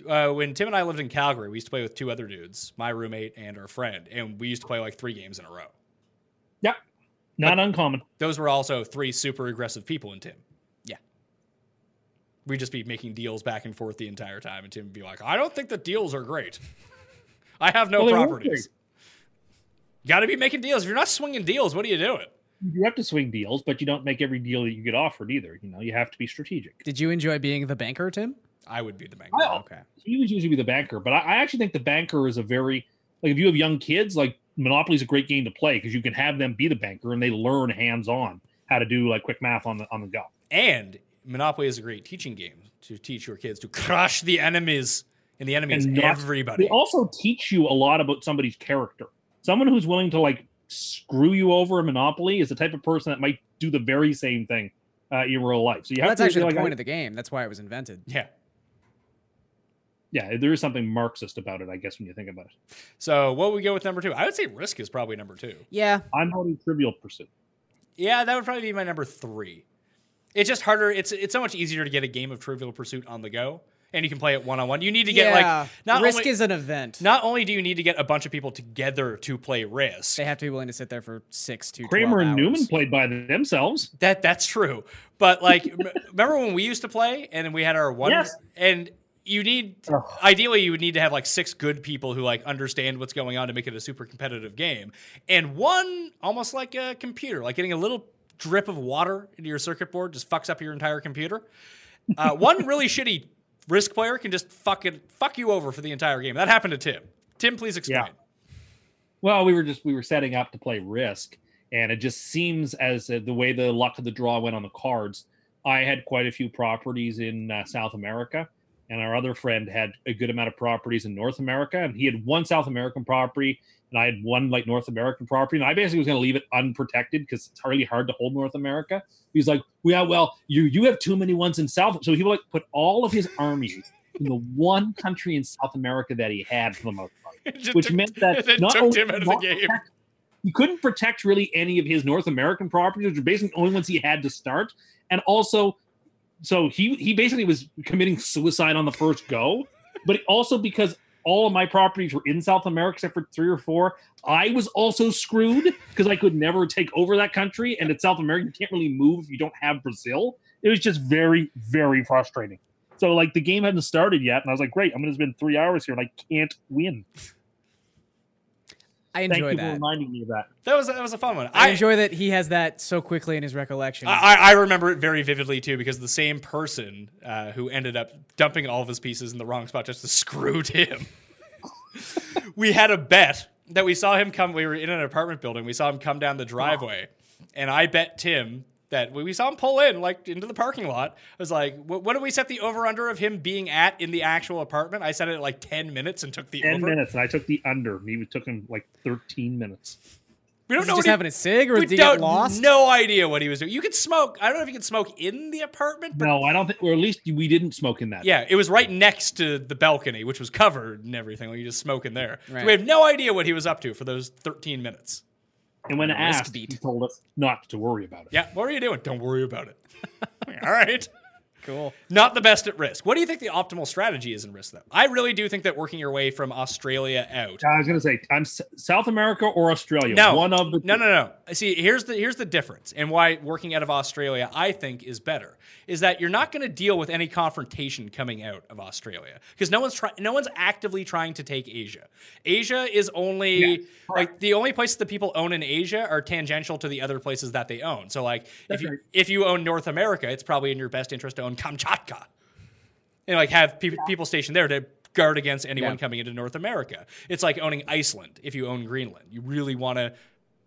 C: Uh, when Tim and I lived in Calgary, we used to play with two other dudes, my roommate and our friend, and we used to play like three games in a row.
B: Yeah, not uncommon.
C: Those were also three super aggressive people in Tim.
D: Yeah.
C: We'd just be making deals back and forth the entire time, and Tim would be like, "I don't think the deals are great. I have no
B: Well, they weren't
C: properties.
B: great.
C: Got to be making deals. If you're not swinging deals, what are you doing?"
B: You have to swing deals, but you don't make every deal that you get offered either. You know, you have to be strategic.
D: Did you enjoy being the banker, Tim?
C: I would be the bank.
B: I-
D: Okay.
B: He was usually be the banker, but I, I actually think the banker is a very like if you have young kids, like Monopoly is a great game to play because you can have them be the banker and they learn hands on how to do like quick math on the on the go.
C: And Monopoly is a great teaching game to teach your kids to crush the enemies, and the enemies
B: And not-
C: everybody.
B: They also teach you a lot about somebody's character. Someone who's willing to like screw you over in Monopoly is the type of person that might do the very same thing uh, in real life. So you
D: Well,
B: have
D: that's
B: to
D: actually
B: be
D: the
B: like,
D: point
B: I-
D: of the game. That's why it was invented.
C: yeah.
B: yeah, there is something Marxist about it, I guess, when you think about it.
C: So what would we go with number two? I would say Risk is probably number two.
D: Yeah.
B: I'm voting Trivial Pursuit.
C: Yeah, that would probably be my number three. It's just harder. It's it's so much easier to get a game of Trivial Pursuit on the go, and you can play it one on one. You need to get like not
D: risk
C: only,
D: is an event.
C: not only do you need to get a bunch of people together to play Risk.
D: They have to be willing to sit there for six to
B: Kramer
D: 12
B: and Newman
D: hours.
B: played by themselves.
C: That that's true. But like, m- remember when we used to play and then we had our one
B: Yes.
C: and. You need
B: Ugh.
C: ideally you would need to have like six good people who like understand what's going on to make it a super competitive game, and one almost like a computer, like getting a little drip of water into your circuit board just fucks up your entire computer. Uh, one really shitty risk player can just fucking fuck you over for the entire game. That happened to Tim. Tim, please explain.
B: Well, we were just we were setting up to play Risk, and it just seems as uh, the way the luck of the draw went on the cards. I had quite a few properties in uh, South America, and our other friend had a good amount of properties in North America, and he had one South American property, and I had one like North American property, and I basically was going to leave it unprotected because it's really hard to hold North America. He's like, "Yeah, well, you you have too many ones in South," so he would like put all of his armies in the one country in South America that he had for the most part
C: It just
B: which
C: took-
B: meant that
C: it
B: not
C: took
B: only
C: Tim out of the
B: not
C: game.
B: protect- he couldn't protect really any of his North American properties, which are basically the only ones he had to start. And also, so he he basically was committing suicide on the first go, but also because all of my properties were in South America except for three or four, I was also screwed because I could never take over that country. And it's South America, you can't really move if you don't have Brazil. It was just very, very frustrating. So like the game hadn't started yet, and I was like, "Great, I'm going to spend three hours here, and I can't win."
D: I
B: Thank
D: enjoy
B: you for
D: that.
B: reminding me of that.
C: That was that was a fun one.
D: I enjoy that he has that so quickly in his recollection.
C: I, I- I remember it very vividly too because the same person uh, who ended up dumping all of his pieces in the wrong spot just screwed him. we had a bet that we saw him come. We were in an apartment building. We saw him come down the driveway, and I bet Tim that we we saw him pull in like into the parking lot. I was like, "What, what did we set the over under of him being at in the actual apartment?" I set it at like ten minutes and took the
B: 10
C: over.
B: minutes, and I took the under. He took him like 13 minutes.
C: We don't
D: was he
C: know
D: just
C: what he-
D: having a cig or
C: we
D: did he
C: don't
D: get lost?
C: no idea what he was doing. You could smoke. I don't know if you could smoke in the apartment, but
B: No, I don't think, or at least we didn't smoke in that.
C: Yeah, it was right next to the balcony, which was covered and everything. Like you just smoke in there. So
D: Right.
C: we have no idea what he was up to for those 13 minutes.
B: And when
D: Risk
B: asked,
D: beat.
B: he told us not to worry about it.
C: Yeah, what are you doing? Don't worry about it. All right.
D: Cool.
C: Not the best at risk. What do you think the optimal strategy is in risk, though? I really do think that working your way from Australia out
B: I was gonna say I'm S- South America or Australia.
C: No,
B: one of the
C: no, no, no. See, here's the here's the difference, and why working out of Australia I think is better is that you're not going to deal with any confrontation coming out of Australia because no one's trying, no one's actively trying to take Asia. Asia is only
B: Yeah,
C: like the only places that people own in Asia are tangential to the other places that they own. So, like if
B: That's
C: you
B: right.
C: if you own North America, it's probably in your best interest to own Kamchatka and like have peop people stationed there to guard against anyone
D: Yeah.
C: coming into North America. It's like owning Iceland if you own Greenland. You really want to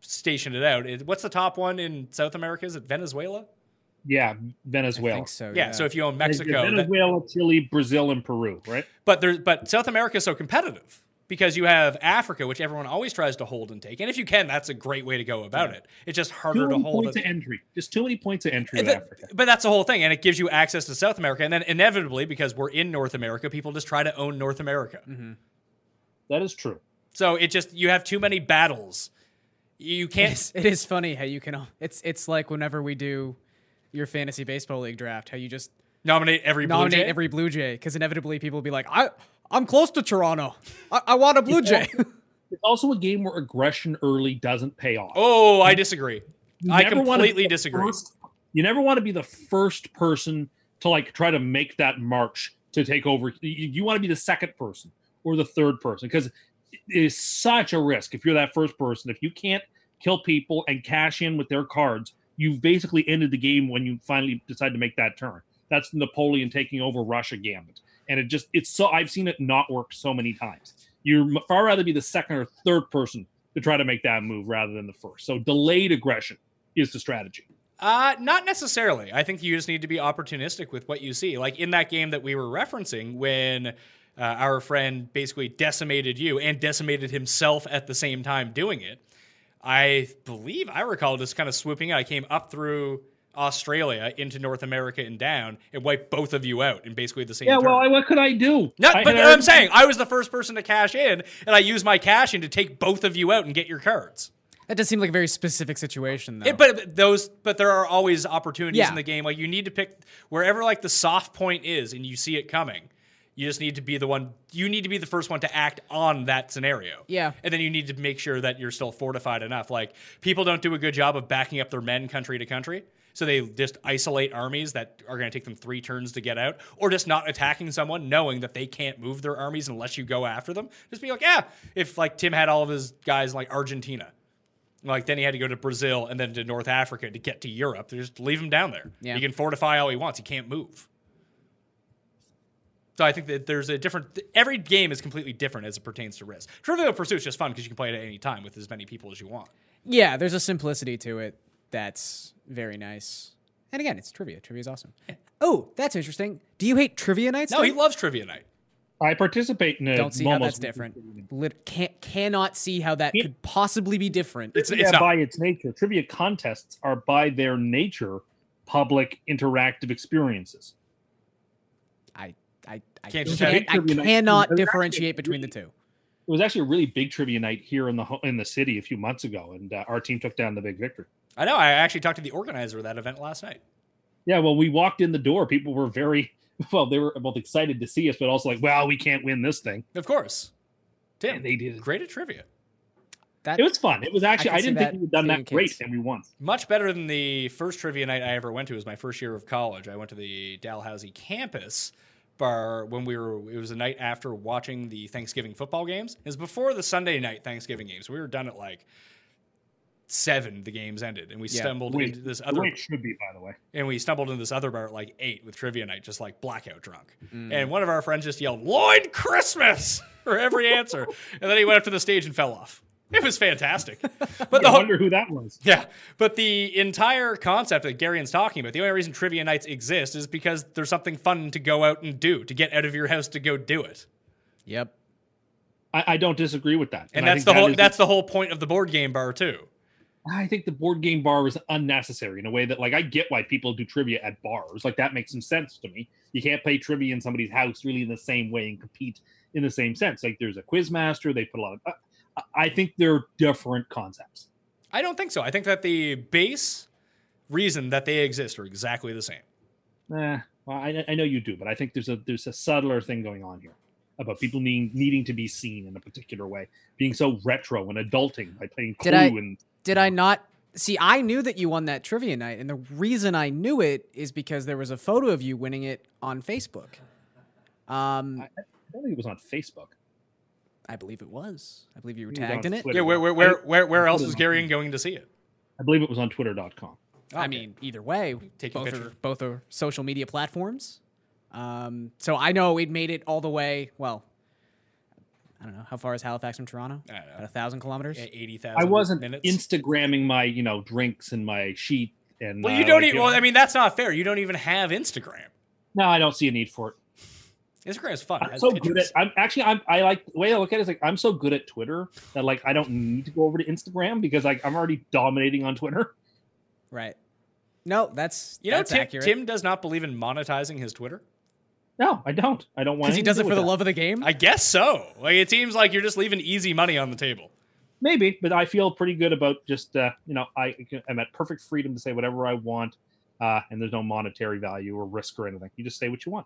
C: station it out. It- what's the top one in South America? Is it Venezuela?
B: Yeah,
D: I
B: Venezuela.
D: think so.
C: Yeah. So if you own
B: And it's
C: Mexico, that-
B: Venezuela, Chile, Brazil, and Peru, right?
C: but there's but South America is so competitive because you have Africa, which everyone always tries to hold and take. And if you can, that's a great way to go about it. It's just harder
B: Too
C: to
B: many
C: hold.
B: points
C: it.
B: of entry. Just too many points of entry with
C: Th-
B: Africa.
C: But that's the whole thing, and it gives you access to South America, and then inevitably, because we're in North America, people just try to own North America.
B: That is true.
C: So it just you have too many battles. You can't.
D: It's, it is funny how you can. al- It's it's like whenever we do your fantasy baseball league draft, how you just
C: nominate every Blue
D: nominate
C: Jay?
D: every Blue Jay because inevitably people will be like, I I'm close to Toronto. I, I want a Blue Jay.
B: It's also a game where aggression early doesn't pay off.
C: Oh, I disagree.
B: You
C: I
B: never wanna be
C: completely
B: the
C: disagree.
B: first- you never want to be the first person to like try to make that march to take over. You, want to be the second person or the third person because it is such a risk if you're that first person. If you can't kill people and cash in with their cards, you've basically ended the game when you finally decide to make that turn. That's Napoleon taking over Russia gambit, and it just it's so I've seen it not work so many times. You're far rather be the second or third person to try to make that move rather than the first. So delayed aggression is the strategy.
C: Uh, not necessarily. I think you just need to be opportunistic with what you see. Like in that game that we were referencing, when uh, our friend basically decimated you and decimated himself at the same time doing it. I believe I recall just kind of swooping. in. I came up through Australia into North America and down, and wiped both of you out in basically the same.
B: Yeah, well, I,
C: turn.
B: what could I do?
C: No,
B: I-
C: but
B: I-
C: I'm saying I was the first person to cash in, and I used my cash in to take both of you out and get your cards.
D: that does seem like a very specific situation, though.
C: It- but but those, but there are always opportunities
D: Yeah.
C: in the game. Like you need to pick wherever like the soft point is, and you see it coming. You just need to be the one. You need to be the first one to act on that scenario.
D: Yeah.
C: and then you need to make sure that you're still fortified enough. Like people don't do a good job of backing up their men country to country. So they just isolate armies that are going to take them three turns to get out, or just not attacking someone, knowing that they can't move their armies unless you go after them. Just be like, yeah, if like Tim had all of his guys in, like Argentina, like then he had to go to Brazil and then to North Africa to get to Europe. They just leave him down there.
D: Yeah.
C: He can fortify all he wants. He can't move. So I think that there's a different. Every game is completely different as it pertains to risk. Trivial Pursuit is just fun because you can play it at any time with as many people as you want.
D: yeah, there's a simplicity to it that's very nice. And again, it's trivia. Trivia is awesome. Oh, that's interesting. Do you hate trivia nights?
C: No, he
D: though?
C: loves Trivia Night.
B: I participate in it.
D: Don't see how that's different. Lit- can't, cannot see how that could possibly be different.
C: It's
B: Trivia
C: it's not.
B: by its nature. Trivia contests are by their nature public interactive experiences.
D: I, I, I
C: Can't
D: can't.
C: just
D: I,
B: have trivia nights.
D: cannot
B: There's
D: differentiate
B: actually-
D: between the two.
B: It was actually a really big trivia night here in the ho- in the city a few months ago, and uh, our team took down the big victory.
C: I know. I actually talked to the organizer of that event last night.
B: Yeah, well, we walked in the door. People were very well. They were both excited to see us, but also like, "Well, we can't win this thing."
C: Of course, Tim.
B: And they did.
C: great at trivia.
D: That
B: It was fun. It was actually.
D: can
B: I,
D: see
B: didn't
D: that
B: think we had done
D: being
B: that
D: the
B: great,
D: case.
B: and we won.
C: Much better than the first trivia night I ever went to. It was my first year of college. I went to the Dalhousie campus bar when we were. It was a night after watching the Thanksgiving football games. It was before the Sunday night Thanksgiving games. We were done at like seven. The games ended, and we
D: Yeah.
C: stumbled
B: Wait,
C: into this
B: The
C: other
B: way it should be, by the way.
C: and we stumbled into this other bar at like eight with trivia night, just like blackout drunk.
B: Mm.
C: And one of our friends just yelled "Lloyd Christmas" for every answer, and then he went up to the stage and fell off. It was fantastic, but the
B: I
C: whole,
B: wonder who that was.
C: yeah, but the entire concept that Garion's talking about, the only reason trivia nights exist is because there's something fun to go out and do, to get out of your house to go do it.
D: Yep.
B: I, I don't disagree with that.
C: And,
B: I think
C: that's the
B: that
C: whole
B: is-
C: that's the whole point of the board game bar too.
B: I think the board game bar was unnecessary in a way that, like, I get why people do trivia at bars. Like, that makes some sense to me. You can't play trivia in somebody's house really in the same way and compete in the same sense. Like, there's a quiz master. They put a lot of. I- I think they're different concepts.
C: I don't think so. I think that the base reason that they exist are exactly the same.
B: Eh, Well, I, I know you do, but I think there's a there's a subtler thing going on here about people needing needing to be seen in a particular way, being so retro and adulting by playing Clue
D: Did I-
B: and
D: Did I not see? I knew that you won that trivia night, and the reason I knew it is because there was a photo of you winning it on Facebook. Um,
B: I- I don't think it was on Facebook.
D: I believe it was. I believe you were
B: It was
D: tagged
B: on
D: in it.
B: Twitter.
C: Yeah, where where where where, where else
B: Put it
C: is
B: on.
C: Gary and going to see it?
B: I believe it was on Twitter.com.
D: I
C: Okay.
D: mean, either way,
C: Take a
D: both
C: picture.
D: are both are social media platforms. Um, so I know it made it all the way. Well, I don't know how far is Halifax from Toronto.
C: I don't know.
D: About a thousand kilometers.
C: eighty thousand.
B: I wasn't
C: minutes.
B: Instagramming my you know drinks and my sheet and.
C: well,
B: uh,
C: you don't
B: like,
C: even. Well, I mean, that's not fair. You don't even have Instagram.
B: no, I don't see a need for it.
C: Instagram is fun. It
B: I'm
C: has
B: so
C: pictures.
B: good at. I'm actually. I'm. I like the way I look at it is like I'm so good at Twitter that like I don't need to go over to Instagram because like I'm already dominating on Twitter.
D: Right. No, that's
C: You know,
D: that's
C: Tim,
D: accurate.
C: Tim does not believe in monetizing his Twitter.
B: No, I don't. I don't want.
D: because he
B: anything
D: does
B: to
D: it
B: do
D: for the
B: with that.
D: love of the game.
C: I guess so. Like it seems like you're just leaving easy money on the table.
B: Maybe, but I feel pretty good about just uh, you know I am at perfect freedom to say whatever I want, uh, and there's no monetary value or risk or anything. You just say what you want.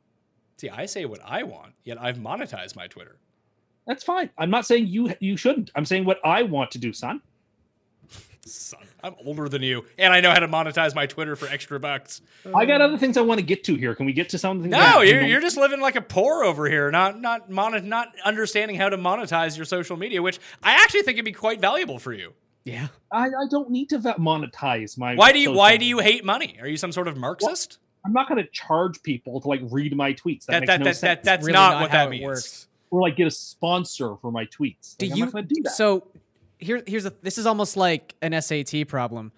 C: See, I say what I want, yet I've monetized my Twitter.
B: That's fine. I'm not saying you you shouldn't. I'm saying what I want to do, son.
C: Son, I'm older than you, and I know how to monetize my Twitter for extra bucks.
B: I got other things I want to get to here. Can we get to something?
C: No, you're, you're just living like a poor over here, not not monet, not understanding how to monetize your social media, which I actually think would be quite valuable for you.
D: yeah.
B: I, I don't need to va- monetize my.
C: Why do you
B: social-
C: Why do you hate money? Are you some sort of Marxist?
B: I'm not going to charge people to like read my tweets. That, makes
C: that, that,
B: no
C: that,
B: sense.
C: that that's
D: Really
C: not,
D: not
C: what
D: how
C: that
D: it
C: means.
D: works.
B: or like get a sponsor for my tweets.
D: Do
B: Like,
D: you
B: I'm not going to do that.
D: So here here's a, this is almost like an SAT problem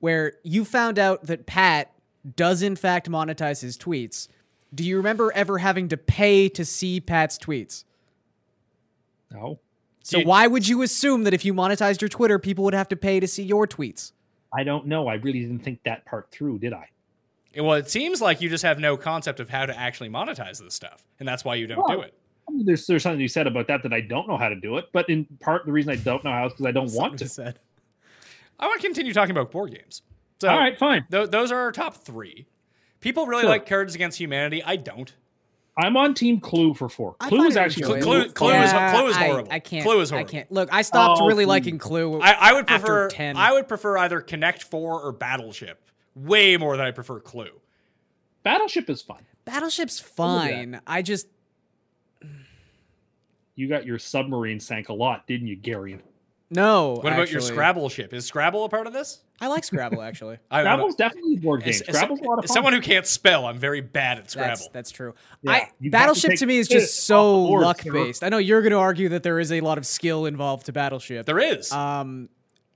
D: where you found out that Pat does in fact monetize his tweets. Do you remember ever having to pay to see Pat's tweets?
B: no,
D: So
C: Dude.
D: why would you assume that if you monetized your Twitter, people would have to pay to see your tweets?
B: I don't know. I really didn't think that part through, did I?
C: Well, it seems like you just have no concept of how to actually monetize this stuff, and that's why you don't do
B: Well,
C: it.
B: I mean, there's there's something you said about that that I don't know how to do it. But in part, the reason I don't know how is because I don't want to.
D: said.
C: I want to continue talking about board games. So,
B: All right, fine.
C: tho- those are our top three. People really
B: Sure.
C: like Cards Against Humanity. I don't.
B: I'm on Team Clue for four.
D: I
B: Clue
D: find
B: is
D: it
B: actually a
D: enjoyable.
B: little
C: Clue- Clue is-
D: Yeah,
C: Clue is
D: I-
C: horrible.
D: I, can't.
C: Clue is
D: I
C: horrible.
D: can't. Look, I stopped
B: Oh,
D: really
B: Clue.
D: liking Clue.
C: I, I would
D: after
C: prefer
D: 10.
C: I would prefer either Connect Four or Battleship way more than I prefer Clue.
B: Battleship is fun.
D: Battleship's fine. I just
B: You got your submarine sank a lot, didn't you, Gary?
D: no.
C: What about your
D: actually.
C: Scrabble ship? Is Scrabble a part of this?
D: I like Scrabble actually.
C: I, I'm a-
B: Scrabble's definitely a board game.
C: as- as-
B: Scrabble's a lot of
C: as
B: fun.
C: someone who can't spell, I'm very bad at Scrabble.
D: That's, that's true.
B: Yeah,
D: I
B: you have to
D: Battleship
B: take
D: to me is
B: shit
D: just
B: off
D: so
B: the board,
D: luck
B: sir.
D: based. I know you're going to argue that there is a lot of skill involved to Battleship.
C: there is.
B: Uh,
D: Um,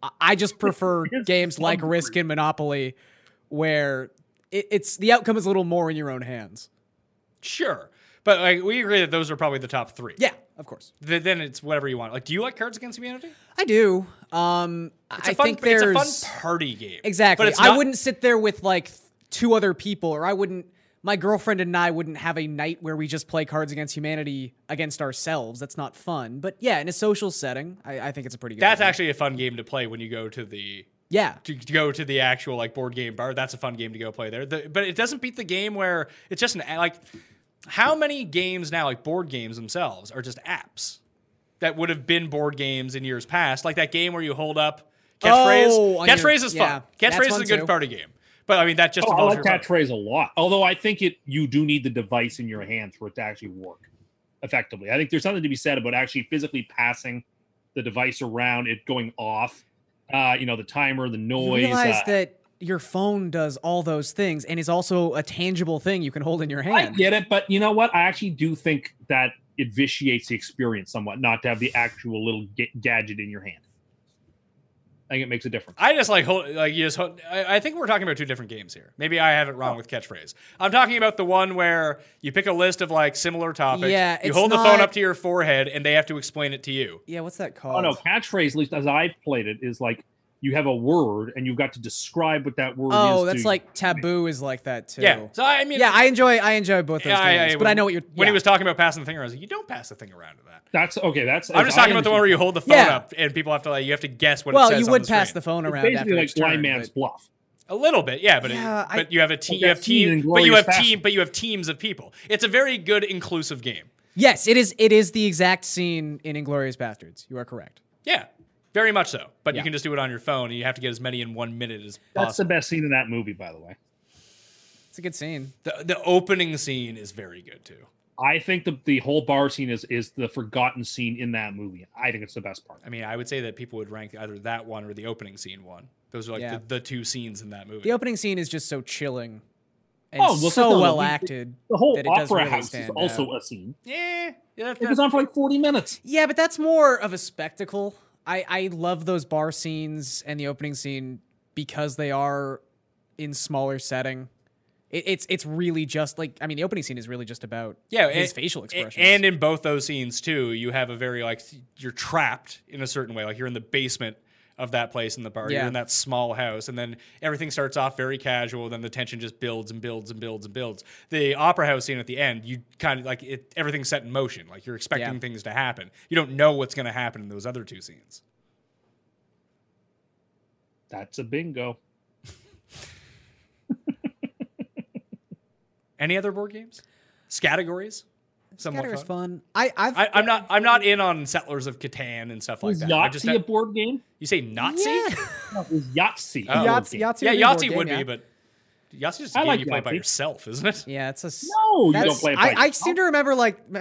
D: I- I just prefer
B: It is
D: games like
B: lumber.
D: Risk and Monopoly, where it, it's the outcome is a little more in your own hands.
C: sure. But like, we agree that those are probably the top three.
D: Yeah, of course,
C: Th- then it's whatever you want. Like, do you like Cards Against Humanity?
D: I do. Um,
C: It's a
D: I
C: fun,
D: think there's
C: it's a fun party game.
D: exactly.
C: But it's
D: I
C: not-
D: wouldn't sit there with like th- two other people, or I wouldn't. My girlfriend and I wouldn't have a night where we just play Cards Against Humanity against ourselves. That's not fun. But yeah, in a social setting, I, I think it's a pretty good.
C: That's
D: idea.
C: actually a fun game to play when you go to the
D: yeah.
C: to, to go to the actual like board game bar. That's a fun game to go play there. The, but it doesn't beat the game where it's just an a- like how many games now like board games themselves are just apps that would have been board games in years past. Like that game where you hold up catchphrase.
D: Oh, on your-
C: catchphrase is
D: yeah,
C: fun.
D: that's
C: Catchphrase
D: fun
C: is a good
D: too.
C: party game. But I mean that just
B: Oh, I
C: involves
B: like
C: your Oh. phone.
B: catchphrase a lot. Although I think it you do need the device in your hands for it to actually work effectively. I think there's something to be said about actually physically passing the device around, it going off. Uh, you know, the timer, the
D: You
B: noise.
D: realize
B: uh,
D: that your phone does all those things and is also a tangible thing you can hold in your
B: I
D: hand.
B: get it, but you know what? I actually do think that it vitiates the experience somewhat not to have the actual little ga- gadget in your hand. I think it makes a difference.
C: I just like hold, like you just. Hold, I, I think we're talking about two different games here. Maybe I have it
D: Oh.
C: wrong with catchphrase. I'm talking about the one where you pick a list of like similar topics.
D: Yeah,
C: you
D: it's
C: hold the phone
D: not-
C: up to your forehead and they have to explain it to you.
D: Yeah, what's that
B: Oh
D: called?
B: no, catchphrase, at least as I've played it, is like you have a word and you've got to describe what that word is.
D: Oh,
B: to-
D: that's like taboo is like that too.
C: Yeah. So I mean,
D: yeah, I enjoy I enjoy both those
C: yeah, I- I-
D: games, but I know what you're.
C: When he
D: yeah.
C: was talking about passing the thing around, I was like, you don't pass the thing around to that.
B: That's okay. That's
C: I'm just
B: I
C: talking about the one where you hold the phone
D: Yeah.
C: up and people have to like you have to guess what. it
D: well,
C: says
D: you
C: on
D: would
C: the
D: pass the
C: screen.
D: phone
B: understand.
D: around
B: It's
D: after
B: basically
D: each
B: like blind
D: turn,
B: man's
D: but-
B: bluff.
C: A little bit, yeah, but it-
D: Yeah, I-
C: but you have a team,
B: Like
C: you
B: that
C: have
B: scene in
C: team, but you have
B: Glorious
C: team, but you have teams of people. It's a very good inclusive game.
D: Yes, it is. It is the exact scene in Inglorious Bastards. You are correct.
C: Yeah, very much so. But
D: Yeah.
C: you can just do it on your phone, and you have to get as many in one minute as
B: That's the
C: possible.
B: best scene in that movie, by the way.
D: It's a good scene.
C: the, the opening scene is very good too.
B: I think the, the whole bar scene is is the forgotten scene in that movie. I think it's the best part.
C: I mean, I would say that people would rank either that one or the opening scene one. Those are like
D: Yeah.
C: the, the two scenes in that movie.
D: The opening scene is just so chilling and
B: Oh, look at
D: so
B: the-
D: well
B: the-
D: acted.
B: The whole
D: that it does
B: opera
D: really
B: house is
D: stand
B: also
D: out.
B: a scene.
C: yeah, yeah, that-
B: It goes on for like forty minutes.
D: Yeah, but that's more of a spectacle. I, I love those bar scenes and the opening scene because they are in smaller setting. It, it's it's really just like I mean the opening scene is really just about
C: yeah,
D: his
C: and-
D: facial
C: a-
D: expressions
C: And in both those scenes too, you have a very like th- you're trapped in a certain way. Like you're in the basement of that place in the bar. You're
D: Yeah.
C: in that small house, and then everything starts off very casual. Then the tension just builds and builds and builds and builds. The opera house scene at the end, you kind of like it. Everything's set in motion. Like you're expecting
D: Yeah.
C: things to happen. You don't know what's going to happen in those other two scenes.
B: That's a bingo.
C: Any other board games? Scategories? Somewhat
D: Scatter's
C: fun.
D: fun. I I've,
C: I, I'm not. I'm not in on Settlers of Catan and stuff like
B: is
C: that. I just
B: Yahtzee a board game?
C: you say Nazi?
D: Yeah.
B: No, is Yahtzee. a
C: Oh.
B: board
D: Yahtzee,
B: game?
D: Yahtzee
C: Yeah,
D: would be a board
C: Yahtzee
D: game,
C: would
D: yeah.
C: be, but Yahtzee's just a
B: I
C: game
B: like
C: you play by
B: Yahtzee.
C: yourself, isn't it?
D: Yeah, it's a s-
B: No, you don't
D: That's-
B: play. it
D: I,
B: by
D: I
B: yourself.
D: seem to remember like me-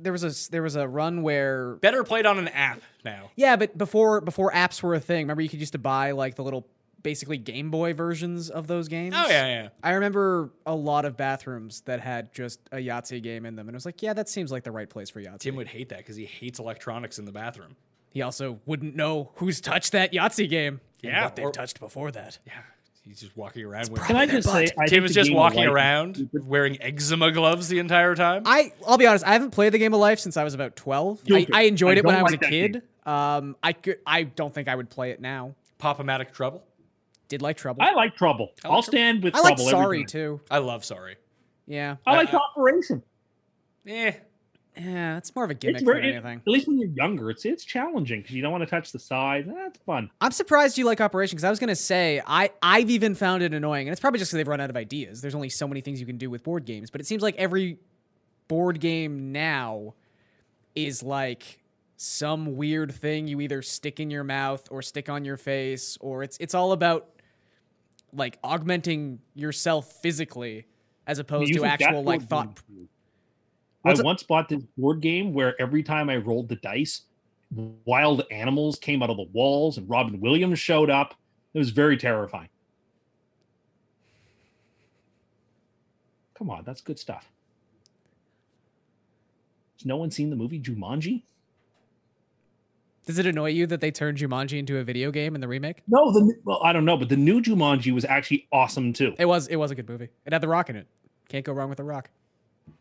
D: there was a s- there was a run where
C: Better played on an app now.
D: yeah, but before before apps were a thing, remember you could used to buy like the little basically Game Boy versions of those games.
C: Oh yeah, yeah.
D: I remember a lot of bathrooms that had just a Yahtzee game in them, and I was like, yeah, that seems like the right place for Yahtzee.
C: Tim would hate that because he hates electronics in the bathroom.
D: He also wouldn't know who's touched that Yahtzee game. and
C: Yeah,
D: what they've
C: or-
D: touched before that.
C: Yeah, he's just walking around.
B: Can
C: With
B: I just say, I
C: Tim
B: think
C: is
B: the
C: just
B: game
C: walking
B: of life-
C: around wearing eczema gloves the entire time.
D: I I'll be honest, I haven't played the game of life since I was about twelve. I,
B: Guilty.
D: I enjoyed
B: I
D: it when
B: don't
D: I was
B: like
D: a
B: that game.
D: kid. Um, I could I don't think I would play it now.
C: Pop-O-Matic trouble.
D: Did like Trouble.
B: I like Trouble.
C: I
B: I'll
C: like
B: stand with
D: I like
B: Trouble. every
D: Sorry
B: time.
D: too.
C: I love sorry.
D: Yeah.
B: I like
C: I-
B: Operation.
C: Eh.
D: Yeah, that's more of a
B: It's
D: gimmick than
B: very, it-
D: anything.
B: at least when you're younger, it's it's challenging because you don't want to touch the sides. That's fun.
D: I'm surprised you like Operation because I was gonna say I I've even found it annoying, and it's probably just because they've run out of ideas. There's only so many things you can do with board games, but it seems like every board game now is like some weird thing you either stick in your mouth or stick on your face, or it's it's all about like augmenting yourself physically as opposed
B: You
D: to
B: forgot
D: actual
B: board
D: like thought.
B: games. I
D: What's it-
B: once bought this board game where every time I rolled the dice, wild animals came out of the walls and Robin Williams showed up. It was very terrifying. Come on, that's good stuff. Has no one seen the movie Jumanji?
D: Does it annoy you that they turned Jumanji into a video game in the remake?
B: No, the well, I don't know, but the new Jumanji was actually awesome too.
D: It was it was a good movie. It had the Rock in it. Can't go wrong with the Rock.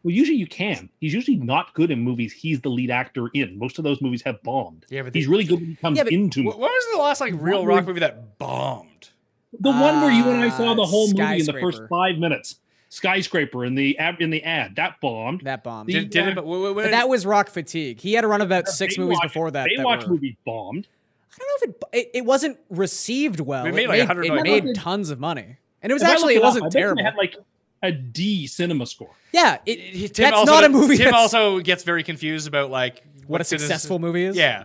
B: Well, usually you can. He's usually not good in movies he's the lead actor in. Most of those movies have bombed.
C: Yeah, but
B: He's
C: they-
B: really good when he comes
D: Yeah, but
B: into
C: Wh- When was the last like real
B: What
C: rock
B: were-
C: movie that bombed?
B: The one where you and I saw
D: Ah,
B: the whole movie in the first
D: Skyscraper.
B: five minutes. Skyscraper in the ad, in the ad that bombed.
D: That bomb.
B: The-
C: Did, did
B: Yeah.
C: it? But, wh- wh- when
D: uh, But that was rock fatigue. He had a run of about six movies
B: Baywatch-
D: before that. that
B: Baywatch
D: were-
B: movie bombed.
D: I don't know if it, it. It wasn't received well.
C: It
D: It
C: made like
D: made,
C: 100
D: it
C: million
D: made
B: dollars.
D: tons of money, and it was
B: If I
D: actually
B: look
D: it
B: up,
D: wasn't
B: I bet they
D: terrible.
B: had like a D cinema score.
D: yeah, it,
C: It- it-
D: that's not a movie.
C: Tim
D: that's
C: also gets very confused about like
D: what a
C: what's it as-
D: successful movie is.
C: Yeah,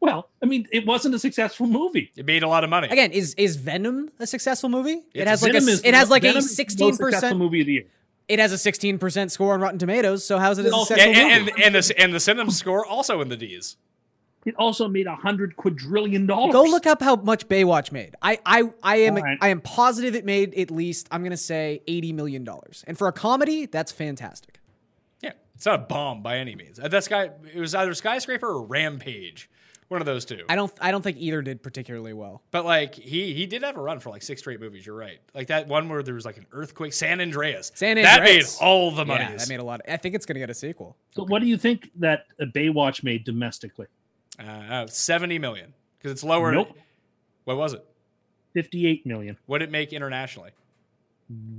B: Well, I mean, it wasn't a successful movie.
C: it made a lot of money.
D: Again, is is Venom a successful movie? It
C: It's-
D: has like a,
B: Venom
D: s-
B: is-
D: it has like
B: Venom
D: a
B: is the most
D: sixteen
B: successful
D: percent.
B: movie of the year.
D: It has a sixteen percent score on Rotten Tomatoes. So how's it a
B: Well,
C: and,
D: successful movie?
C: and, and, and the s- and the cinema score also in the D's.
B: It also made a hundred quadrillion dollars.
D: Go look up how much Baywatch made. I I I am
B: All right.
D: I am positive it made at least I'm gonna say eighty million dollars, and for a comedy, that's fantastic.
C: Yeah, it's not a bomb by any means. Uh, That sky, it was either skyscraper or rampage, one of those two.
D: I don't I don't think either did particularly well.
C: But like he he did have a run for like six straight movies. You're right. Like that one where there was like an earthquake, San Andreas.
D: San
C: that made
D: Andreas.
C: all the money.
D: Yeah, that made a lot. Of, I think it's gonna get a sequel.
B: So what do you think that uh, Baywatch made domestically?
C: uh, uh, seventy million because it's lower.
B: Nope.
C: What was it?
B: Fifty-eight million.
C: What did it make internationally?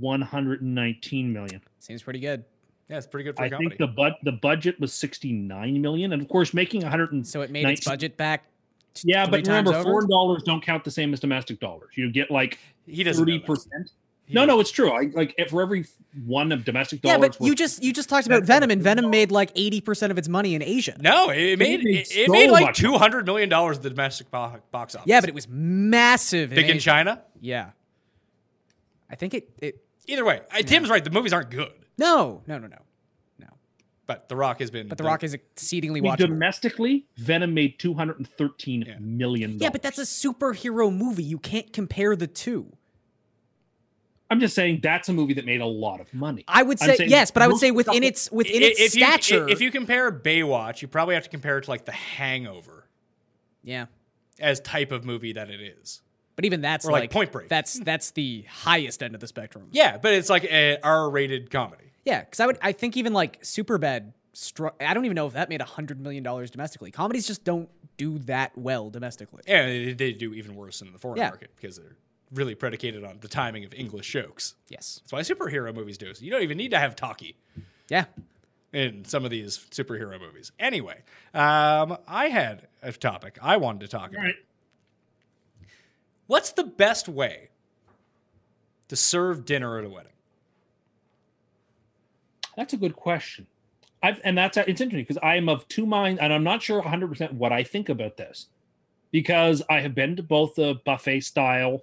B: One hundred and nineteen million.
D: Seems pretty good.
C: Yeah, it's pretty good for a
B: I
C: comedy.
B: think the bud the budget was sixty-nine million, and of course, making one hundred and
D: So it made its
B: Nineteen-
D: budget back
B: Yeah,
D: three
B: but
D: times
B: remember,
D: over?
B: foreign dollars don't count the same as domestic dollars. You get like
C: He doesn't. know
B: thirty
C: that.
B: percent.
C: He
B: No,
C: doesn't.
B: no, it's true. I like if for every one of domestic
D: Yeah,
B: dollars.
D: but you
B: worth-
D: just you just talked about Venom, and Venom made like eighty percent of its money in Asia.
C: No, it made
B: made
C: it, it
B: so
C: made like
B: much
C: two hundred million dollars at the domestic bo- box office.
D: Yeah, but it was massive.
C: big in
D: Asia.
C: China.
D: Yeah, I think it. It
C: Either way, I, Tim's right. The movies aren't good,
D: no, no, no, no.
C: but The Rock has been.
D: But The Rock is exceedingly
B: I mean,
D: watchable.
B: domestically, Venom made two hundred and thirteen
C: Yeah.
B: million. dollars.
D: yeah, but that's a superhero movie. You can't compare the two.
B: I'm just saying that's a movie that made a lot of money.
D: I would
B: I'm
D: say
B: saying
D: yes, but I would
B: most
D: say within
B: couple-
D: its within
C: I-
D: its
C: if
D: stature.
C: You, i- if you compare Baywatch, you probably have to compare it to like The Hangover
D: yeah,
C: as type of movie that it is.
D: but even that's
C: Or, like, Point Break.
D: That's that's the highest end of the spectrum.
C: Yeah, but it's like a R-rated comedy.
D: Yeah, because I would I think even like Superbad. Stru- I don't even know if that made a hundred million dollars domestically. Comedies just don't do that well domestically.
C: Yeah, they, they do even worse in the foreign
D: Yeah.
C: market because they're really predicated on the timing of English jokes.
D: Yes.
C: That's why superhero movies do. So you don't even need to have talkie.
D: Yeah.
C: in some of these superhero movies. Anyway, um, I had a topic I wanted to talk
B: All
C: about.
B: right.
C: What's the best way to serve dinner at a wedding?
B: That's a good question. I've and that's it's interesting because I am of two minds, and I'm not sure 100 percent what I think about this because I have been to both the buffet style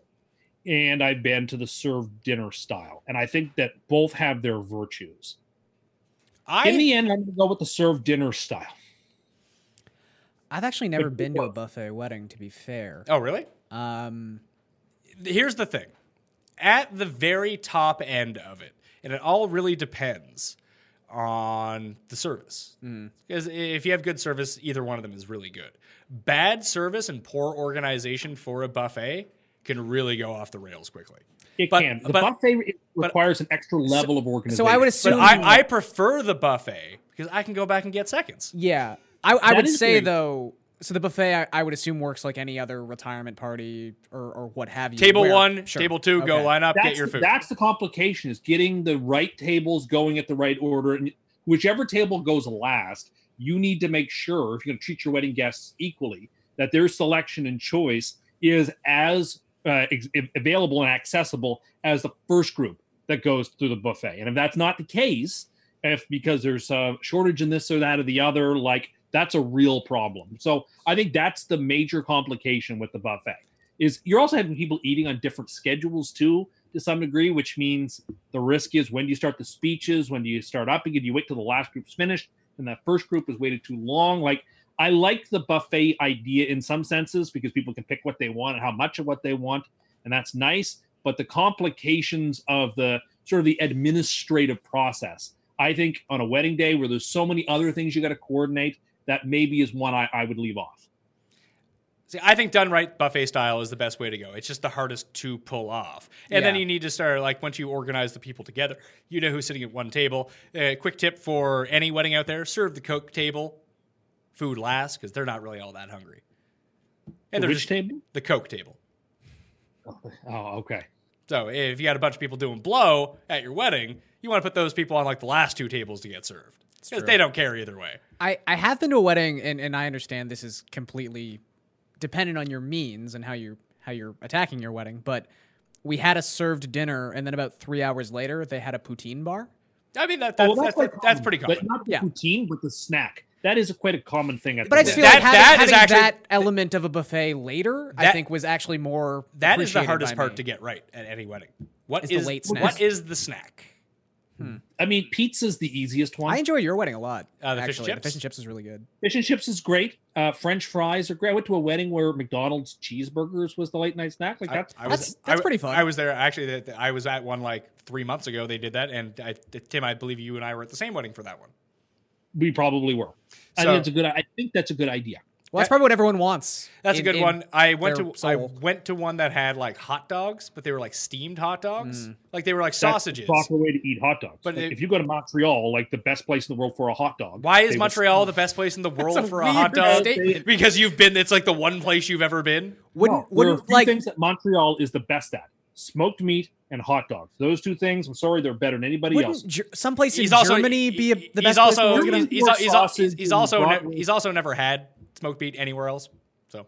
B: and I've been to the served dinner style, and I think that both have their virtues.
C: I
B: In the end, I'm going to go with the served dinner style.
D: I've actually never
B: Like,
D: been to a
B: what?
D: buffet wedding, to be fair.
C: oh really?
D: Um,
C: Here's the thing: at the very top end of it, and it all really depends on the service.
D: Mm.
C: Because if you have good service, either one of them is really good. Bad service and poor organization for a buffet can really go off the rails quickly.
B: It
C: But-
B: can the
C: but-
B: buffet it requires an extra level of organization.
D: so I would
C: But
D: assume.
C: I, I prefer the buffet because I can go back and get seconds.
D: yeah, I, I
B: That
D: would
B: is
D: say
B: weird.
D: though. So the buffet, I, I would assume, works like any other retirement party or, or what have you.
C: Table
D: where-
C: one,
D: sure,
C: table two, go
D: okay.
C: line up,
B: that's
C: get your
B: the-
C: food.
B: That's the complication is getting the right tables going at the right order. And whichever table goes last, you need to make sure if you're going to treat your wedding guests equally, that their selection and choice is as uh, ex- av- available and accessible as the first group that goes through the buffet. And if that's not the case, if because there's a shortage in this or that or the other, like that's a real problem. So I think that's the major complication with the buffet is you're also having people eating on different schedules too to some degree, which means the risk is when do you start the speeches? When do you start up again? Do you wait till the last group's finished and that first group has waited too long? Like, I like the buffet idea in some senses because people can pick what they want and how much of what they want, and that's nice. But the complications of the sort of the administrative process, I think on a wedding day where there's so many other things you got to coordinate, that maybe is one I, I would leave off.
C: See, I think done right, buffet style is the best way to go. It's just the hardest to pull off. And then
D: Yeah.
C: you need to start, like, once you organize the people together, you know who's sitting at one table. Uh, quick tip for any wedding out there serve the Coke table food last because they're not really all that hungry. And
B: The
C: they're
B: which
C: just
B: table?
C: the Coke table.
B: Oh, okay.
C: So if you got a bunch of people doing blow at your wedding, you want to put those people on like the last two tables to get served because
D: true.
C: they don't care either way.
D: I, I have been to a wedding and, and I understand this is completely dependent on your means and how you how you're attacking your wedding, but we had a served dinner and then about three hours later they had a poutine bar.
C: I mean that,
B: Oh,
C: that's,
B: well,
C: that's,
B: quite
C: that's,
B: common,
C: pretty
B: But
C: common.
B: not the
D: Yeah.
B: poutine, but the snack. That is quite a common thing. At
D: But
B: the
D: I just
B: wedding.
D: feel
C: That-
D: like having,
C: that is
D: having
C: actually-
D: that element of a buffet later, I
C: That-
D: think was actually more
C: That is the
D: appreciated
C: hardest
D: by
C: part
D: me.
C: to get right at any wedding. What is,
D: Is the late snack.
C: what is the snack?
B: I mean, pizza's the easiest one.
D: I enjoy your wedding a lot.
C: Uh, the fish and
D: actually, the
C: chips?
D: fish and chips is really good.
B: Fish and chips is great. Uh, French fries are great. I went to a wedding where McDonald's cheeseburgers was the late night snack. Like
C: I-
B: that's
C: I
D: That's- that's
C: I-
D: pretty fun.
C: I was there actually. That that- I was at one like three months ago. They did that, and I, Tim, I believe you and I were at the same wedding for that one.
B: we probably were. I
C: So-
B: think it's a good. I think that's a good idea.
D: Well, that's
C: That-
D: probably what everyone wants.
C: That's
D: in-
C: a good
D: in-
C: one. I went
D: their
C: to I
D: soul.
C: went to one that had like hot dogs, but they were like steamed hot
D: Mm.
C: dogs, like they were like
B: That's
C: sausages.
B: the proper way to eat hot dogs.
C: But
B: Like,
C: it-
B: if you go to Montreal, like the best place in the world for a hot dog.
C: Why is
B: they will-
C: Montreal the best place in the world
D: a
C: for a hot
D: weird
C: dog?
D: statement.
C: Because you've been, it's like the one place you've ever been.
D: Wouldn't
B: No, "Oh, there are a
D: wouldn't
B: few
D: like
B: things that Montreal is the best at: smoked meat and hot dogs. Those two things. I'm sorry, they're better than anybody else.
D: wouldn't Ger- someplace
C: He's
D: in
C: also
D: Germany
C: he-
D: be a,
C: he-
D: the
C: he's
D: best
C: also
D: place in the world?
B: Germany?
C: he's, he's, he's,
B: Sausage
C: he's, he's also
B: and
C: ne-
B: bratwurst.
C: he's also never had smoked meat anywhere else. So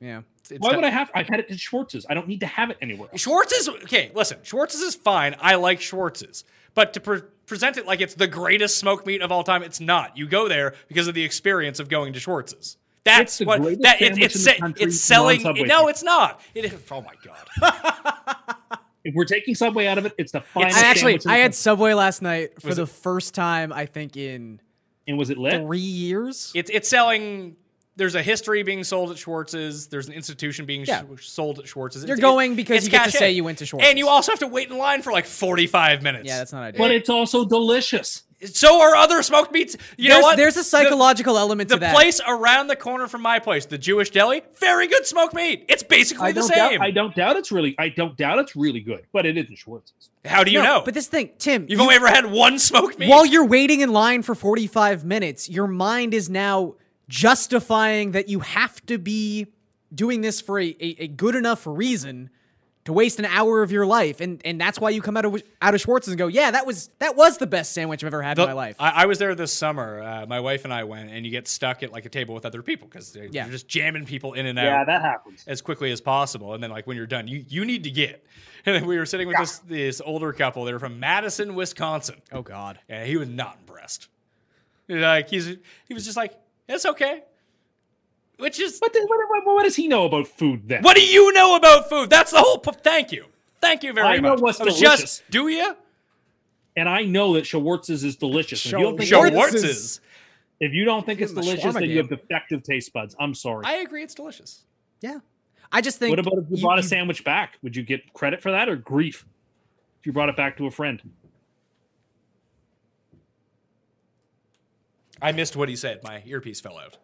D: Yeah.
C: It's, it's
B: Why
C: not-
B: would I have? I've had it at Schwartz's. I don't need to have it anywhere. else.
C: Schwartz is okay. Listen, Schwartz's is fine. I like Schwartz's, but to pre- present it like it's the greatest smoked meat of all time, it's not. You go there because of the experience of going to Schwartz's.
B: It's
C: That's
B: the
C: what
B: greatest
C: that it,
B: sandwich
C: it's
B: in the
C: sa-
B: country
C: it's selling.
B: non-Subway
C: no,
B: sandwich.
C: it's not. It, oh my god!
B: If we're taking Subway out of it, it's the finest.
D: I actually
B: sandwich in the
D: I had
B: country.
D: Subway last night for
C: Was
D: the
C: it-
D: first time I think in
B: and was it lit?
D: three years.
C: It's it's selling. There's a history being sold at Schwartz's. There's an institution being
D: Yeah.
C: sh- sold at Schwartz's.
D: You're
C: It's-
D: going because
C: it's
D: you get to
C: cachet.
D: say you went to
C: and you
D: Schwartz's.
C: also have to wait in line for like 45 minutes.
D: yeah, that's not ideal.
B: But it's also delicious.
C: so are other smoked meats. You
D: there's,
C: know what?
D: there's a
C: The-
D: psychological element to
C: The
D: that.
C: place around the corner from my place, the Jewish deli, very good smoked meat. It's basically
B: I
C: the
B: don't
C: same.
B: doubt. I don't doubt it's really. I don't doubt it's really good. But it isn't Schwartz's.
C: How do you
D: No,
C: know?
D: But this thing, Tim,
C: You've only ever had one smoked meat.
D: while you're waiting in line for 45 minutes, your mind is now justifying that you have to be doing this for a, a, a good enough reason to waste an hour of your life. And and that's why you come out of out of Schwartz's and go, yeah, that was that was the best sandwich I've ever had
C: The-
D: in my life.
C: I, I was there this summer. Uh, my wife and I went, and you get stuck at like a table with other people because
D: Yeah.
C: you're just jamming people in and out.
B: Yeah, that happens.
C: as quickly as possible. And then like when you're done, you you need to get. And then we were sitting with this this older couple. They were from Madison, Wisconsin.
D: oh God.
C: And he was not impressed. Like he's he was just like, it's okay. Which is
B: What, the, what, what, what does he know about food then?
C: what do you know about food? That's the whole p- thank you. Thank you very
B: I
C: much.
B: know what's
C: It was
B: delicious.
C: Just, do you?
B: And I know that Schwartz's is delicious. And If you don't think,
D: Schwartz-
C: Schwartz's.
B: if you don't think it's
D: Give him a
B: delicious,
D: shawarma
B: then you
D: game.
B: have defective taste buds. I'm sorry.
C: I agree it's delicious.
D: Yeah. I just think
B: what about if you,
D: you-
B: brought a
D: you-
B: sandwich back? Would you get credit for that or grief if you brought it back to a friend?
C: I missed what he said. My earpiece fell out.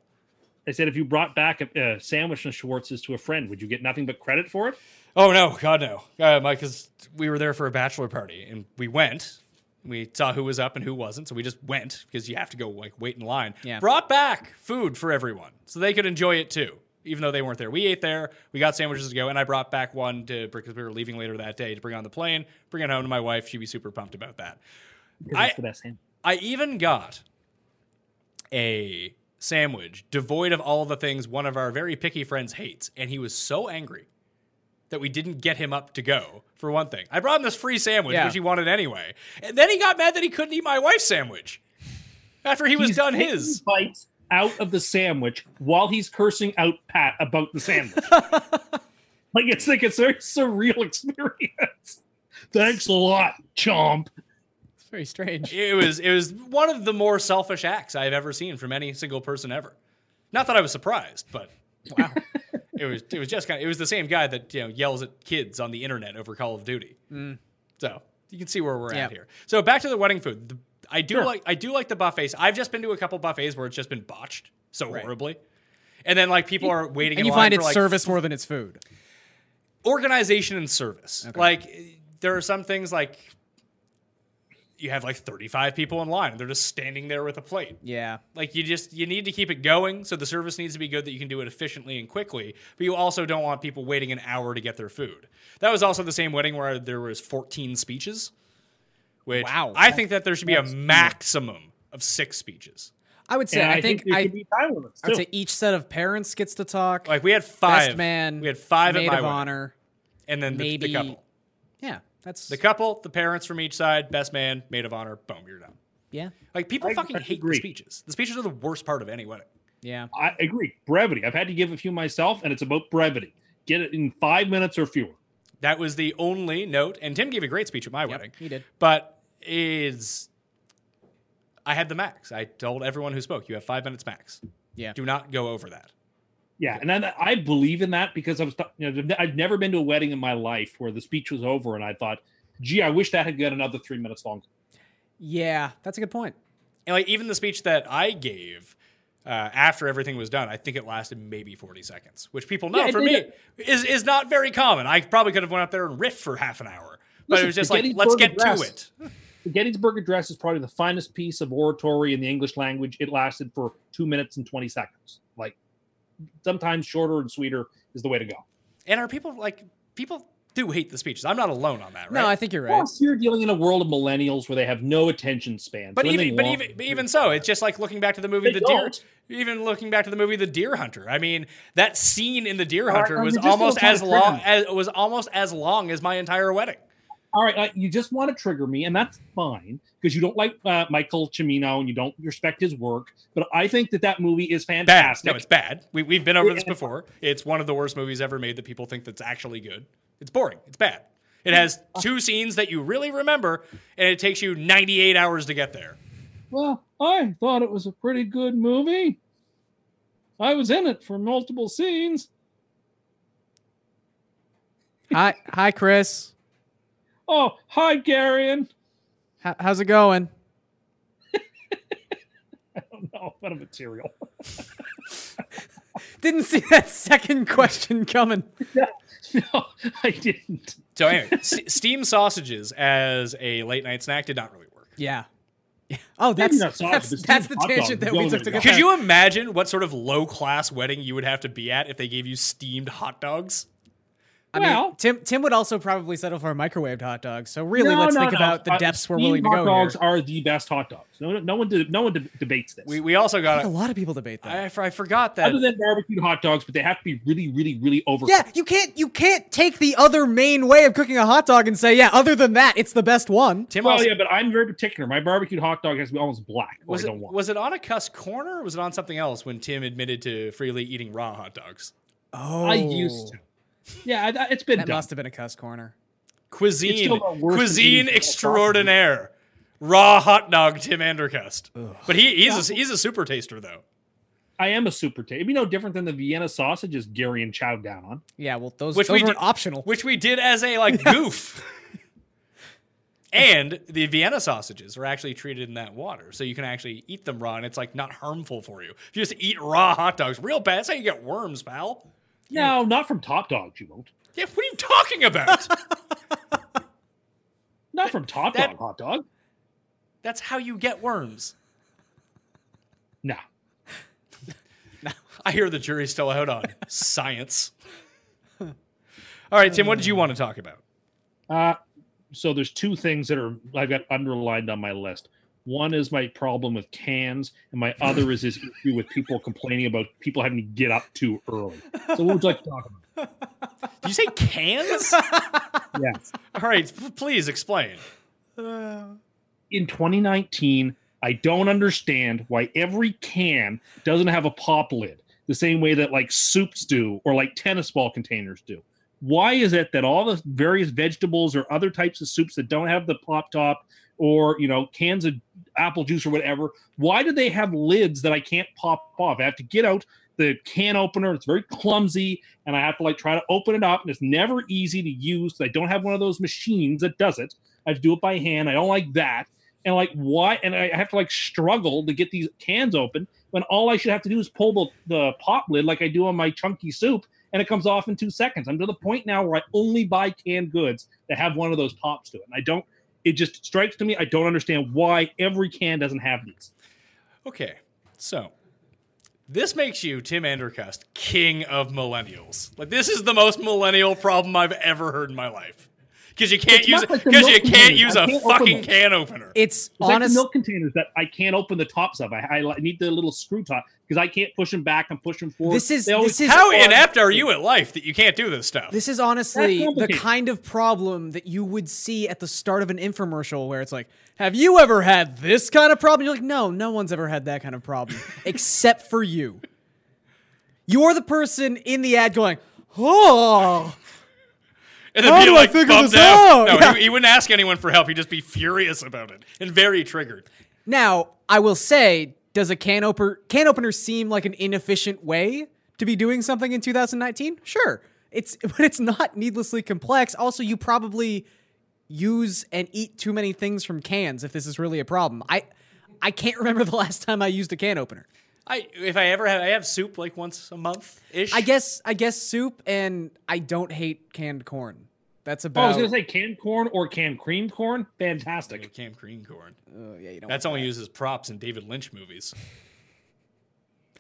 B: I said, if you brought back a, a sandwich from Schwartz's to a friend, would you get nothing but credit for it?
C: Oh no, God no, uh, Mike. Because we were there for a bachelor party, and we went. We saw who was up and who wasn't, so we just went because you have to go like wait in line.
D: Yeah.
C: Brought back food for everyone, so they could enjoy it too, even though they weren't there. We ate there. We got sandwiches to go, and I brought back one to because we were leaving later that day to bring on the plane, bring it home to my wife. She'd be super pumped about that.
B: Because
C: I-
B: it's the best sandwich.
C: I even got a sandwich devoid of all the things one of our very picky friends hates, and he was so angry that we didn't get him up to go. For one thing, I brought him this free sandwich,
D: Yeah.
C: which he wanted anyway, and then he got mad that he couldn't eat my wife's sandwich after he was done
B: taking
C: his.
B: bites out of the sandwich while he's cursing out Pat about the sandwich. like it's like it's a very surreal experience. Thanks a lot, Chomp.
D: It's very strange.
C: It was it was one of the more selfish acts I've ever seen from any single person ever. Not that I was surprised, but wow. it was it was just kind of, it was the same guy that you know yells at kids on the internet over Call of Duty. So you can see where we're
D: Mm. Yeah.
C: at here. So back to the wedding food. The, I do
B: Sure.
C: like I do like the buffets. I've just been to a couple buffets where it's just been botched so horribly. And then like people are waiting in
D: And you
C: line
D: find
C: for,
D: it's
C: like,
D: service more than it's food.
C: organization and service. Like there are some things like you have like 35 people in line. They're just standing there with a plate.
D: Yeah.
C: Like you just you need to keep it going. So the service needs to be good that you can do it efficiently and quickly. But you also don't want people waiting an hour to get their food. That was also the same wedding where there was 14 speeches. Which
D: Wow.
C: I think that there should be a maximum of six speeches.
D: I would say
B: And
D: I, think,
B: there
D: I,
B: should be time limits
D: I would
B: too.
D: say each set of parents gets to talk.
C: Like we had five.
D: best man,
C: We had five
D: maid
C: at my
D: of
C: wedding.
D: honor.
C: and then the,
D: maybe-
C: the couple.
D: Yeah, that's
C: The couple, the parents from each side, best man, maid of honor, boom, you're done.
D: yeah,
C: Like people
B: I-
C: fucking
B: I
C: hate
B: agree.
C: the speeches. The speeches are the worst part of any wedding.
D: yeah.
B: I agree. Brevity. I've had to give a few myself, and it's about brevity. Get it in five minutes or fewer.
C: That was the only note. And Tim gave a great speech at my wedding.
D: he did.
C: But is I had the max. I told everyone who spoke, you have five minutes max.
D: Yeah.
C: Do not go over that.
B: Yeah, and I, I believe in that because I was, you know, I've never been to a wedding in my life where the speech was over and I thought, "Gee, I wish that had got another three minutes longer."
D: Yeah, that's a good point.
C: And like even the speech that I gave uh, after everything was done, I think it lasted maybe 40 seconds, which people know
B: Yeah, it
C: for me
B: did.
C: is, is not very common. I probably could have went up there and riffed for half an hour, but
B: Listen,
C: it was just like,
B: spaghetti
C: let's
B: burger
C: get to
B: dress.
C: it.
B: The Gettysburg Address is probably the finest piece of oratory in the English language. It lasted for two minutes and 20 seconds. Like, sometimes shorter and sweeter is the way to go.
C: And are people like people do hate the speeches. I'm not alone on that, right?
D: No, I think you're right.
B: Plus, you're dealing in a world of millennials where they have no attention span. so
C: But
B: when
C: even,
B: they
C: but
B: launch-
C: even, but even so, it's just like looking back to the movie
B: They
C: The Deer.
B: don't.
C: Even looking back to the movie The Deer Hunter. I mean, that scene in The Deer
B: right,
C: Hunter
B: I'm
C: was
B: just gonna
C: almost
B: try to
C: as long
B: figure
C: as was almost as long as my entire wedding.
B: all right, uh, you just want to trigger me, and that's fine because you don't like uh, Michael Cimino and you don't respect his work. But I think that that movie is
C: Bad.
B: fantastic.
C: No, it's bad. We, we've been over this before. It's one of the worst movies ever made that people think that's actually good. It's boring. It's bad. It has two scenes that you really remember, and it takes you 98 hours to get there.
B: well, I thought it was a pretty good movie. I was in it for multiple scenes.
D: hi, hi, Chris.
B: Oh, hi, Garion.
D: H- how's it going?
B: Oh, what a material.
D: Didn't see that second question coming.
B: no, I didn't.
C: So anyway, s- steamed sausages as a late night snack did not really work.
D: Yeah. Oh, that's
B: not sausage,
D: that's,
B: but steamed
D: that's the
B: hot dog
D: tangent
B: is
D: that
B: the
D: we
B: only way
D: took to
B: to
D: get
B: go.
C: Could
D: there.
C: you imagine what sort of low class wedding you would have to be at if they gave you steamed hot dogs?
D: I mean,
B: Well-
D: Tim Tim would also probably settle for a microwaved hot dog. So really,
B: No,
D: let's
B: no,
D: think
B: no.
D: about the
B: Uh,
D: depths we're
B: steamed
D: willing to
B: hot
D: go
B: dogs
D: here.
B: are the best hot dogs. No, no one, de- no one de- debates this.
C: We, we also
D: I think
C: got.
D: a lot of people debate that.
C: I, I forgot that.
B: Other than barbecued hot dogs, but they have to be really, really, really overcooked.
D: yeah, you can't you can't take the other main way of cooking a hot dog and say yeah. Other than that, it's the best one.
C: Tim
B: Well,
C: also-
B: yeah, but I'm very particular. My barbecued hot dog has to be almost black. or
C: was
B: I
C: it
B: don't want.
C: was it on a cuss corner or was it on something else when Tim admitted to freely eating raw hot dogs?
D: Oh,
B: I used to. Yeah, I, I- it's been
D: That
B: done.
D: must have been a cuss corner.
C: Cuisine,
B: still not worse than eating
C: cuisine
B: raw
C: extraordinaire, raw hot dog Tim Andercust. But he, he's a, he's a super taster though.
B: I am a super taste. It'd be no different than the Vienna sausages Gary and chowed down on.
D: Yeah, well, those,
C: Which
D: those
C: we
D: weren't
C: did-
D: optional.
C: which we did as a like goof. and the Vienna sausages are actually treated in that water, so you can actually eat them raw, and it's like not harmful for you. If you just eat raw hot dogs, real bad. That's how you get worms, pal.
B: No, not from Top Dogs. You won't.
C: Yeah, what are you talking about?
B: Not from Top
C: that-
B: Dog hot dog.
C: That's how you get worms.
B: No.
C: I hear the jury's still out on science. All right, Tim, what did you want to talk about?
B: Uh, so there's two things that are I've got underlined on my list. One is my problem with cans, and my other is this issue with people complaining about people having to get up too early. So what would you like to talk about?
C: Did you say cans?
B: Yes.
C: All right, p- please explain.
B: in 2019, I don't understand why every can doesn't have a pop lid the same way that like soups do or like tennis ball containers do. Why is it that all the various vegetables or other types of soups that don't have the pop top or, you know, cans of apple juice or whatever, why do they have lids that I can't pop off? I have to get out the can opener. It's very clumsy and I have to like try to open it up and it's never easy to use. I don't have one of those machines that does it. I have to do it by hand. I don't like that and like why and i have to like struggle to get these cans open when all i should have to do is pull the, the pot lid like i do on my chunky soup and it comes off in two seconds i'm to the point now where i only buy canned goods that have one of those tops to it and i don't it just strikes to me i don't understand why every can doesn't have these
C: Okay, so this makes you Tim Andercust, king of millennials. Like this is the most millennial problem I've ever heard in my life. Because you can't
B: It's
C: use
B: not like the
C: because
B: milk
C: you can't
B: containers.
C: use
B: I
C: a
B: can't open
C: fucking
B: them.
C: can opener.
D: It's,
B: it's like the
D: honest.
B: milk containers that i can't open the tops of i, I li- need the little screw top because i can't push them back and push them forward
D: This is-
B: They always-
D: this is-
C: How
B: Well,
C: inept are you at life that you can't do this stuff?
D: This is honestly the
B: complicated.
D: kind of problem that you would see at the start of an infomercial where it's like, Have you ever had this kind of problem? You're like, No, no one's ever had that kind of problem except for you. You're the person in the ad going, Oh,
C: and then
D: how
C: be,
D: do I
C: like,
D: figure
C: bummed
D: this
C: out.
D: out?
C: No,
D: Yeah.
C: he, he wouldn't ask anyone for help. He'd just be furious about it and very triggered.
D: Now, I will say, does a can opener can opener seem like an inefficient way to be doing something in 2019? Sure. It's but it's not needlessly complex. Also, you probably use and eat too many things from cans if this is really a problem. I I can't remember the last time I used a can opener.
C: I if I ever have I have soup like once a month ish.
D: I guess I guess soup and I don't hate canned corn. That's
B: Oh,
D: about
B: i was gonna say canned corn or canned cream corn fantastic
C: Cam Green corn.
D: Oh, yeah, you don't
C: That's only used as props in David Lynch movies.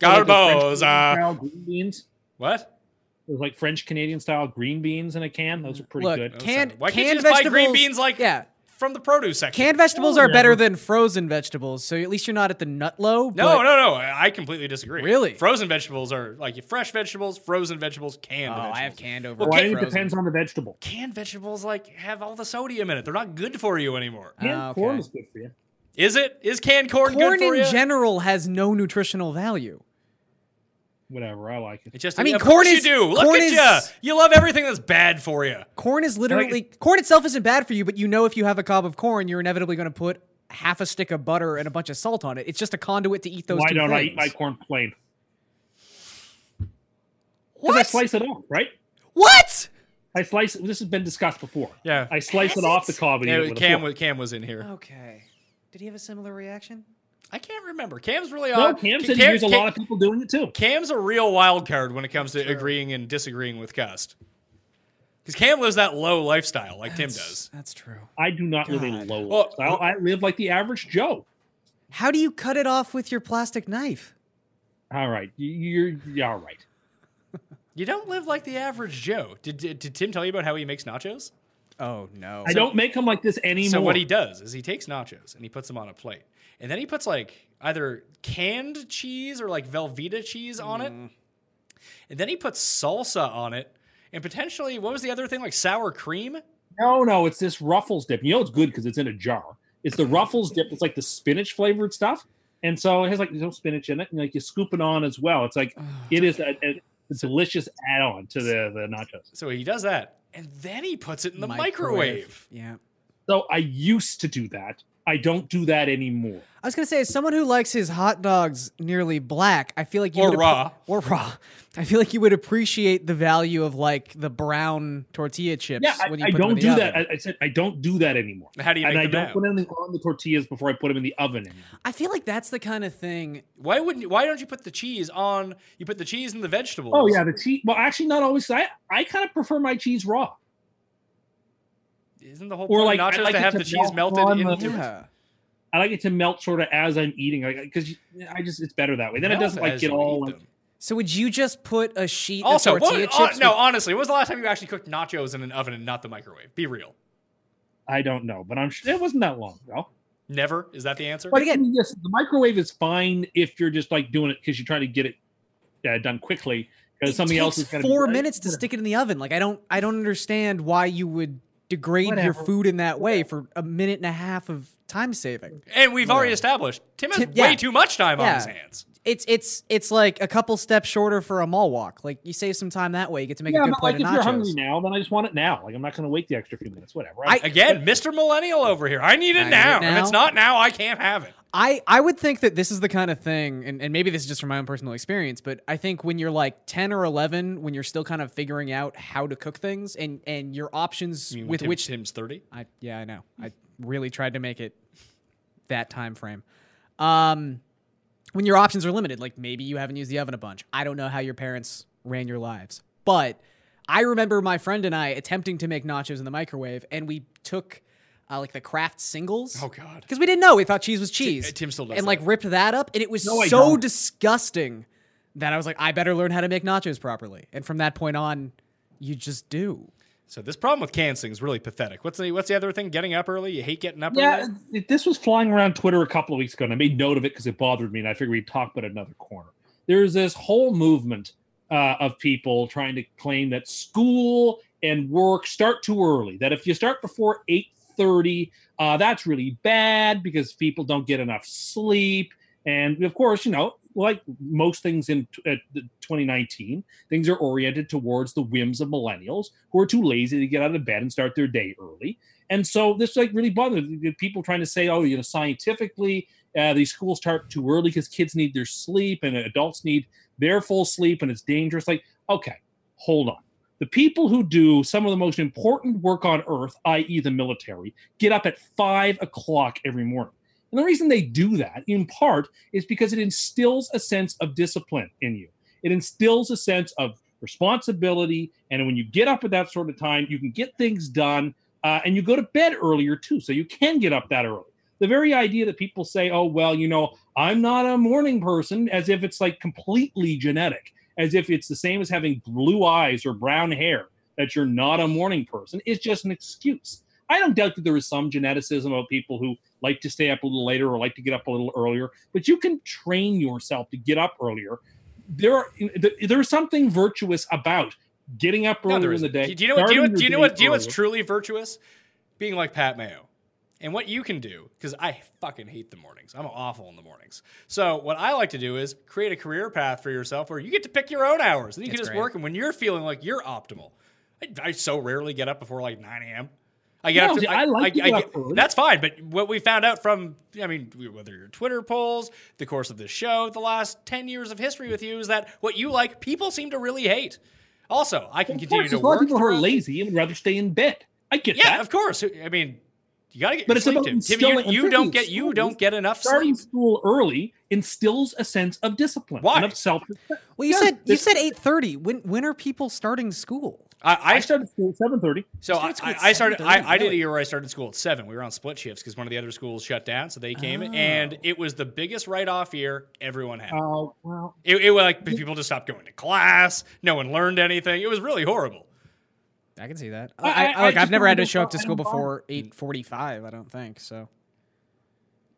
B: I like the French
C: Garbo's,
B: beans
C: uh,
B: now, green beans
C: what?
B: It was like French Canadian style green beans in a can. Those are pretty
D: Look,
B: good.
D: canned
C: Why can't you
D: canned
C: just buy
D: vegetables.
C: green beans like-
D: yeah.
C: from the produce section.
D: Canned vegetables are better
B: Oh, yeah.
D: than frozen vegetables, so at least you're not at the nut low. Oh,
C: no, no, no. I I completely disagree.
D: Really?
C: Frozen vegetables are like fresh vegetables, frozen vegetables, canned.
D: Oh,
C: vegetables.
D: I have canned over.
B: Well, I
D: frozen.
B: think it depends on the vegetable.
C: Canned vegetables like have all the sodium in it. They're not good for you anymore.
B: Canned
D: Ah, okay.
B: corn is good for you.
C: Is it? Is canned corn,
D: Corn
C: good for
D: in
C: you?
D: general has no nutritional value.
B: Whatever, I like it.
C: It's just
D: I mean,
C: of
D: corn
C: course
D: is-
C: you do. Look
D: corn
C: at
D: is-
C: ya. you. You love everything that's bad for you.
D: Corn is literally corn itself isn't bad for you, but you know if you have a cob of corn, you're inevitably going to put half a stick of butter and a bunch of salt on it. It's just a conduit to eat those.
B: Why
D: two
B: don't I
D: things.
B: eat my corn plain? Because I
D: What?
B: slice it off, right?
D: what?
B: I slice. This has been discussed before.
C: Yeah.
B: I slice
D: Has
B: it off
D: it?
B: the cob and eat
C: Yeah,
B: it with a
C: Cam,
B: fork.
C: was, Cam was in here.
D: Oh. Okay. Did he have a similar reaction?
C: I can't remember. Cam's really
B: No,
C: odd.
B: Cam
C: uh, Ca-
B: said he
C: Cam-
B: hears a
C: Ca-
B: lot of people doing it too.
C: Cam's a real wild card when it comes to agreeing and disagreeing with Cust. Because Cam lives that low lifestyle like Tim does.
D: That's true.
B: I do not live a
D: God.
B: low
C: Well,
B: lifestyle. I live like the average Joe.
D: How do you cut it off with your plastic knife?
B: All right, you- you're, you're all right.
C: You don't live like the average Joe. Did, did, did Tim tell you about how he makes nachos?
D: Oh no.
B: I don't make them like this anymore.
C: So what he does is he takes nachos and he puts them on a plate, and then he puts like either canned cheese or like Velveeta cheese on it,
B: Mm.
C: and then he puts salsa on it, and potentially what was the other thing like sour cream?
B: no, no, it's this Ruffles dip. You know it's good because it's in a jar. It's the Ruffles dip. It's like the spinach flavored stuff, and so it has like no spinach in it, and like you scoop it on as well. It's like it is a, a delicious add on to the the nachos.
C: So he does that, and then he puts it in the microwave.
D: Yeah.
B: So I used to do that. I don't do that anymore.
D: I was gonna say, as someone who likes his hot dogs nearly black, I feel like you
C: Or
D: would appre-
C: raw.
D: or raw. I feel like you would appreciate the value of like the brown tortilla chips.
B: Yeah, I,
D: when you
B: I
D: put them
B: don't
D: in the
B: do that.
D: oven.
B: I, I said I don't do that anymore.
C: How do you
B: and
C: make
B: I
C: them
B: don't
C: now?
B: put anything on the tortillas before I put them in the oven. Anymore.
D: I feel like that's the kind of thing.
C: Why wouldn't? you- Why don't you put the cheese on? You put the cheese in the vegetables.
B: Oh yeah, the cheese. Well, actually, not always. I I kind of prefer my cheese raw.
C: Isn't the whole
B: Or,
C: point
B: like,
C: of
B: I'd
C: nachos
B: like
C: to
B: it
C: have
B: to
C: the cheese
B: melt
C: melted
B: on the-
C: into it?
D: Yeah.
B: I like it to melt sort of as I'm eating, like because I just it's better that way. Then it
C: Melt
B: doesn't like
C: as
B: get
C: you
B: all.
C: eat
B: Like,
C: them.
D: So would you just put a sheet
C: Also,
D: of
C: what-
D: tortilla
B: uh,
C: hon-
D: chips?
C: no,
D: with-
C: honestly, when was the last time you actually cooked nachos in an oven and not the microwave? Be real.
B: I don't know, but I'm sure it wasn't that long ago.
C: Never is that the answer?
B: But again, yes, the microwave is fine if you're just like doing it because you try to get it uh, done quickly because
D: It
B: something else is going
D: takes four minutes to stick it in the oven. Like I don't, I don't understand why you would degrade your
B: Whatever.
D: food in that way for a minute and a half of time saving.
C: and we've already established Tim has
D: Tim- yeah.
C: way too much time on
D: Yeah.
C: his hands.
D: It's it's it's like a couple steps shorter for a mall walk. Like you save some time that way. You get to make
B: Yeah,
D: a good
B: but
D: plate
B: like if
D: of nachos.
B: you're hungry now, then I just want it now. Like I'm not going to wait the extra few minutes. Whatever.
D: I-
C: Again, Mr. Millennial over here. I need it,
D: I need it
C: now. If it's
D: now.
C: not now, I can't have it.
D: I, I would think that this is the kind of thing, and, and maybe this is just from my own personal experience, but I think when you're like 10 or 11, when you're still kind of figuring out how to cook things and, and your options
C: You mean
D: with
C: Tim-
D: which.
C: Tim's thirty.
D: I, yeah, I know. I really tried to make it that time frame. Um, when your options are limited, like maybe you haven't used the oven a bunch. I don't know how your parents ran your lives, but I remember my friend and I attempting to make nachos in the microwave, and we took uh, like the Kraft singles.
C: Oh God.
D: Because we didn't know. We thought cheese was cheese.
C: uh, Tim still does
D: And like
C: that.
D: ripped that up, and it was
B: No, I
D: so
B: don't.
D: disgusting that I was like, I better learn how to make nachos properly. And from that point on, you just do.
C: So this problem with canceling is really pathetic. What's the what's the other thing? Getting up early. You hate getting up
B: Yeah,
C: early.
B: it- this was flying around Twitter a couple of weeks ago, and I made note of it because it bothered me, and I figured we'd talk about it another corner. There's this whole movement uh, of people trying to claim that school and work start too early. That if you start before eight thirty, uh, that's really bad because people don't get enough sleep. And of course, you know, like most things in t- uh, the 2019, things are oriented towards the whims of millennials who are too lazy to get out of bed and start their day early. And so this like really bothered me. The people trying to say, oh, you know, scientifically, uh, these schools start too early because kids need their sleep and adults need their full sleep and it's dangerous. Like, okay, hold on. The people who do some of the most important work on earth, i.e., the military, get up at five o'clock every morning. And the reason they do that, in part, is because it instills a sense of discipline in you. It instills a sense of responsibility. And when you get up at that sort of time, you can get things done uh, and you go to bed earlier too, so you can get up that early. The very idea that people say, "Oh well, you know, I'm not a morning person," as if it's like completely genetic, as if it's the same as having blue eyes or brown hair that you're not a morning person is just an excuse. I don't doubt that there is some geneticism about people who like to stay up a little later or like to get up a little earlier, but you can train yourself to get up earlier. There are there's something virtuous about getting up
C: No,
B: earlier
C: there
B: in the
C: isn't.
B: day.
C: Do, do you know what? Do you, know
B: starting
C: what- do you know
B: your
C: what?
B: day
C: Do you know what's
B: earlier.
C: truly virtuous? Being like Pat Mayo, and what you can do because I fucking hate the mornings. I'm awful in the mornings. So what I like to do is create a career path for yourself where you get to pick your own hours and you can
D: That's
C: just
D: great.
C: work them when you're feeling like you're optimal. I, I so rarely get up before like 9 a.m. I get
B: No,
C: up. To,
B: see, I like to get up early.
C: That's fine, but what we found out from, I mean, whether your Twitter polls, the course of this show, the last 10 years of history with you is that what you like, people seem to really hate. Also, I can
B: Of
C: continue
B: course,
C: to
B: there's a lot
C: work.
B: of people who are
C: throughout-
B: lazy and would rather stay in bed. I get
C: Yeah,
B: that.
C: of course. I mean, you gotta get
B: But
C: your
B: it's
C: sleep,
B: about
C: Tim. Tim,
B: instilling-
C: you,
B: I'm
C: you
B: pretty
C: don't get you
B: sure
C: don't
B: it's
C: get enough
B: Starting
C: sleep.
B: school early instills a sense of discipline
C: Why?
B: and of self.
D: Well, you
B: Yeah,
D: said you
B: this-
D: said eight thirty. When when are people starting school?
C: I,
B: I
C: I
B: started school at seven thirty.
C: So I,
D: started school
C: I
D: at
C: I started.
D: 7:30,
C: I, I did a
D: really?
C: year where I started school at seven. We were on split shifts because one of the other schools shut down, so they came, and it was the biggest write-off year everyone had.
B: Oh well,
C: it, it was like
B: Uh,
C: people just stopped going to class. No one learned anything. It was really horrible.
D: I can see that.
B: I-
D: I, I,
B: I- I
D: like, I've
B: just
D: never had to
B: don't
D: show up to
B: know. I
D: school
B: don't bother.
D: before eight forty-five. I don't think so.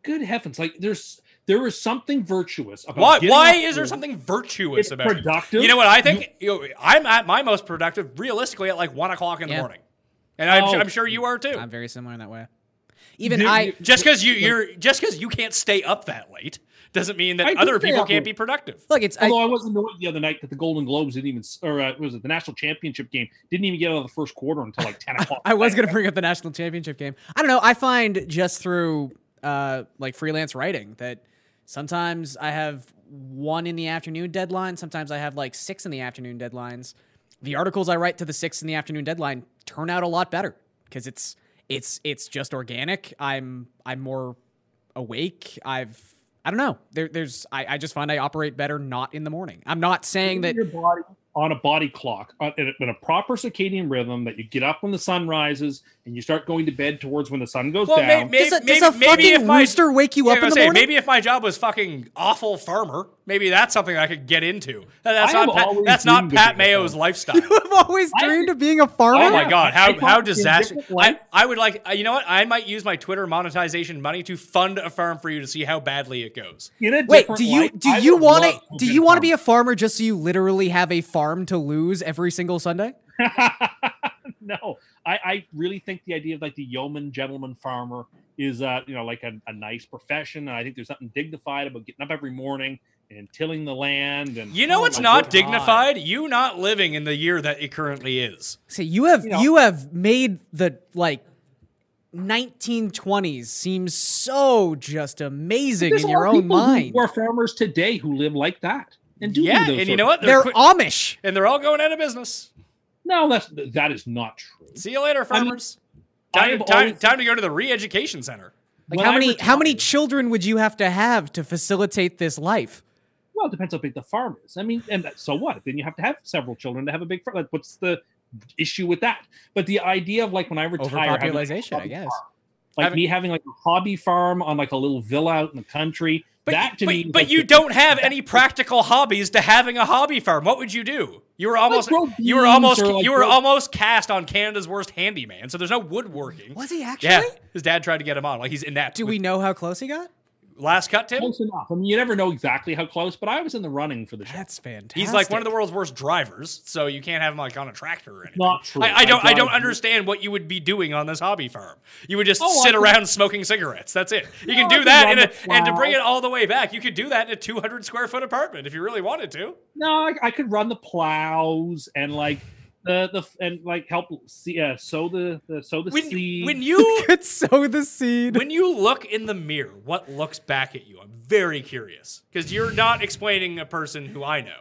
B: good heavens! Like there's there is something virtuous about
C: Why?
B: Oh, getting
C: Why
B: up
C: is there
B: early.
C: something virtuous
B: It's
C: about it?
B: productive.
C: You know what I think? You know, I'm at my most productive, realistically, at like one o'clock in the
D: Yeah.
C: morning, and I'm,
B: Oh.
C: I'm sure you are too.
D: I'm very similar in that way. Even
B: Dude,
D: I,
B: you-
C: just because you you're just because you can't stay up that late doesn't mean that
B: I do
C: other
B: stay
C: people
B: up
C: can't
B: late.
C: be productive.
D: look, it's I,
B: Although I, was annoyed the other night that the Golden Globes didn't even, or uh, what was it the national championship game didn't even get out of the first quarter until like ten o'clock.
D: I was going to bring up the national championship game. I don't know. I find just through uh, like freelance writing that sometimes I have one in the afternoon deadline. Sometimes I have like six in the afternoon deadlines. The articles I write to the six in the afternoon deadline turn out a lot better because it's it's it's just organic. I'm I'm more awake. I've I don't know. There, there's I, I just find I operate better not in the morning. I'm not saying that
B: your body on a body clock on, in, a, in a proper circadian rhythm that you get up when the sun rises and you start going to bed towards when the sun goes
C: Well, may-
B: down.
C: may-
D: does a, does a
C: maybe- maybe if
D: fucking
C: my-
D: rooster wake you
C: Yeah,
D: up
C: I
D: in
C: was
D: the
C: gonna say,
D: morning?
C: Maybe if my job was fucking awful farmer, maybe that's something I could get into. That- That's
B: I have
C: not Pat,
B: always
C: that's not
B: dreamed of
C: Pat
B: being a
C: Mayo's
B: farmer.
C: lifestyle.
D: I've always
B: I-
D: dreamed of being a farmer.
C: Oh my god!
B: I
C: How
B: thought
C: how
B: in
C: disastrous!
B: different
C: I,
B: life-
C: I would like uh, you know what? I might use my Twitter monetization money to fund a farm for you to see how badly it goes.
B: In a
D: Wait,
B: different
D: do you
B: life,
D: do
B: I
D: you
B: would
D: want
B: love
D: to do
B: have
D: you
B: been
D: want
B: farmer.
D: to be a farmer just so you literally have a farm to lose every single Sunday?
B: no, I, I really think the idea of like the yeoman gentleman farmer is uh you know like a, a nice profession, and I think there's something dignified about getting up every morning and tilling the land. And
C: You know
B: Oh
C: it's
B: my
C: not
B: God.
C: dignified. You not living in the year that it currently is.
D: So you have you,
B: You know-
D: have made the like 1920s seem so just amazing
B: There's
D: in
B: a
D: your
B: lot of
D: own
B: people who
D: mind.
B: Who are farmers today who live like that and do
C: Yeah,
B: do those sort
C: and you
B: of
C: know what?
D: They're
C: quit-
D: Amish.
C: and they're all going out of business.
B: No, that's that is not true.
C: See you later,
B: mean,
C: farmers.
B: I
C: Time,
B: have
C: time,
B: always-
C: time to go to the re-education center.
D: Like
B: When
D: how
B: I
D: many how many
B: retired-
D: children would you have to have to facilitate this life?
B: Well, it depends how big the farm is. I mean, and that- so what? Then you have to have several children to have a big farm. Like, what's the issue with that? But the idea of like when I retire, having, like, a
D: Overpopulation, I
B: hobby
D: guess.
B: farm. Like
C: Having-
B: me having like a hobby farm on like a little villa out in the country.
C: But,
B: that to
C: but,
B: me, is,
C: but
B: like,
C: you
B: the-
C: don't have any practical hobbies to having a hobby farm. What would you do? You were almost
B: grow
C: you were
B: beans
C: almost
B: or, like,
C: you were
B: grow-
C: almost cast on Canada's worst handyman. So there's no woodworking.
D: Was he actually?
C: Yeah, his dad tried to get him on. Like he's inept.
D: Do we know how close he got?
C: last cut Tim?
B: close enough. I mean, you never know exactly how close. But I was in the running for the show.
D: That's fantastic.
C: He's like one of the world's worst drivers, so you can't have him like on a tractor or anything.
B: Not true.
C: I, I don't. I,
B: I
C: don't
B: drive-
C: understand what you would be doing on this hobby farm. You would just
B: Oh, I
C: sit
B: could-
C: around smoking cigarettes. That's it. You can
B: No, I
C: do
B: could
C: that, in
B: run
C: a,
B: the
C: and to bring it
B: plow.
C: all the way back, you could do that in a 200 square foot apartment if you really wanted to.
B: No, I, I could run the plows and like the the and like help see, uh, sow the, the sow the
C: When,
B: seed.
C: when you
D: could sow the seed.
C: when you look in the mirror, what looks back at you? I'm very curious because you're not explaining a person who I know.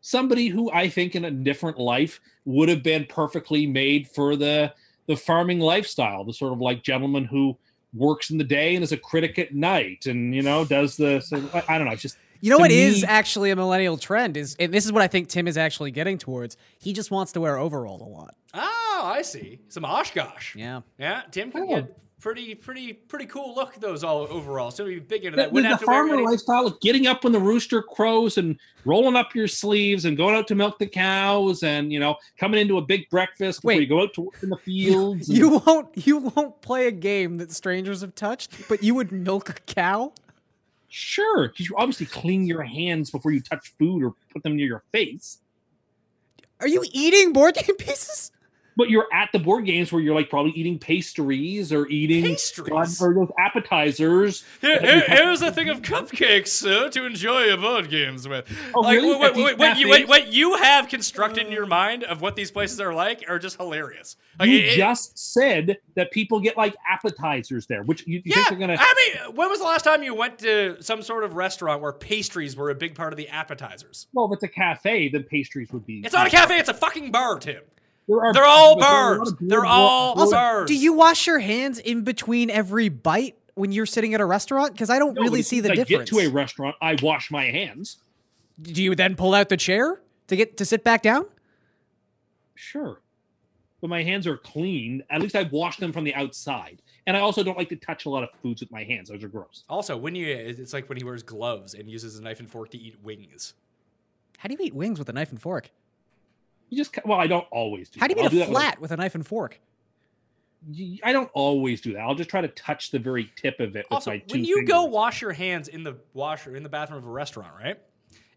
B: somebody who I think in a different life would have been perfectly made for the the farming lifestyle, the sort of like gentleman who works in the day and is a critic at night, and you know does the so, I, I don't know, it's just
D: You know
B: to
D: what is
B: me-
D: actually a millennial trend is, and this is what I think Tim is actually getting towards. He just wants to wear overalls a lot.
C: Oh, I Ah, see. Some Oshkosh.
D: Yeah,
C: Yeah, Tim can
B: Oh.
C: get pretty, pretty, pretty cool look. Those all overall. So we big into
B: The,
C: that. Wouldn't
B: the
C: have to wear
B: farmer
C: any-
B: lifestyle of getting up when the rooster crows and rolling up your sleeves and going out to milk the cows and you know coming into a big breakfast before
D: Wait.
B: you go out to work in the fields. and-
D: You won't you won't play a game that strangers have touched, but you would milk a cow?
B: sure, 'cause you obviously clean your hands before you touch food or put them near your face.
D: Are you eating board game pieces?
B: But you're at the board games where you're like probably eating pastries or eating
C: Pastries?
B: or those appetizers.
C: Here,
B: that you
C: here-
B: have-
C: here's a thing of cupcakes, sir, to enjoy your board games with.
B: Oh,
C: like,
B: really?
C: what,
B: At these
C: what, what, you,
B: cafes?
C: what, what you have constructed in your mind of what these places are like are just hilarious. Like,
B: you
C: it- it-
B: just said that people get like appetizers there, which you, you
C: yeah,
B: think they're gonna.
C: I mean, when was the last time you went to some sort of restaurant where pastries were a big part of the appetizers?
B: Well, if it's a cafe, then pastries would be.
C: It's not a cafe; it's a fucking bar, Tim.
B: There are-
C: They're all
B: there are a lot
C: bars.
B: of beer
C: They're
B: bar-
C: all
B: beer-
D: Also,
C: bars.
D: do you wash your hands in between every bite when you're sitting at a restaurant? Because I don't
B: No, but
D: really
B: as
D: see
B: soon
D: the
B: as I
D: difference.
B: Get to a restaurant, I wash my hands.
D: do you then pull out the chair to get to sit back down?
B: Sure, but my hands are clean. At least I wash them from the outside, and I also don't like to touch a lot of foods with my hands. Those are gross.
C: Also, when you, it's like when he wears gloves and uses a knife and fork to eat wings.
D: How do you eat wings with a knife and fork?
B: You just ca- well, I don't always do.
D: How do
B: that.
D: you
B: I'll
D: eat a
B: that when I-
D: flat with a knife and fork?
B: Y- I don't always do that. I'll just try to touch the very tip of it with
C: Also,
B: my
C: when
B: two
C: you go
B: fingers.
C: wash your hands in the washer in the bathroom of a restaurant, right?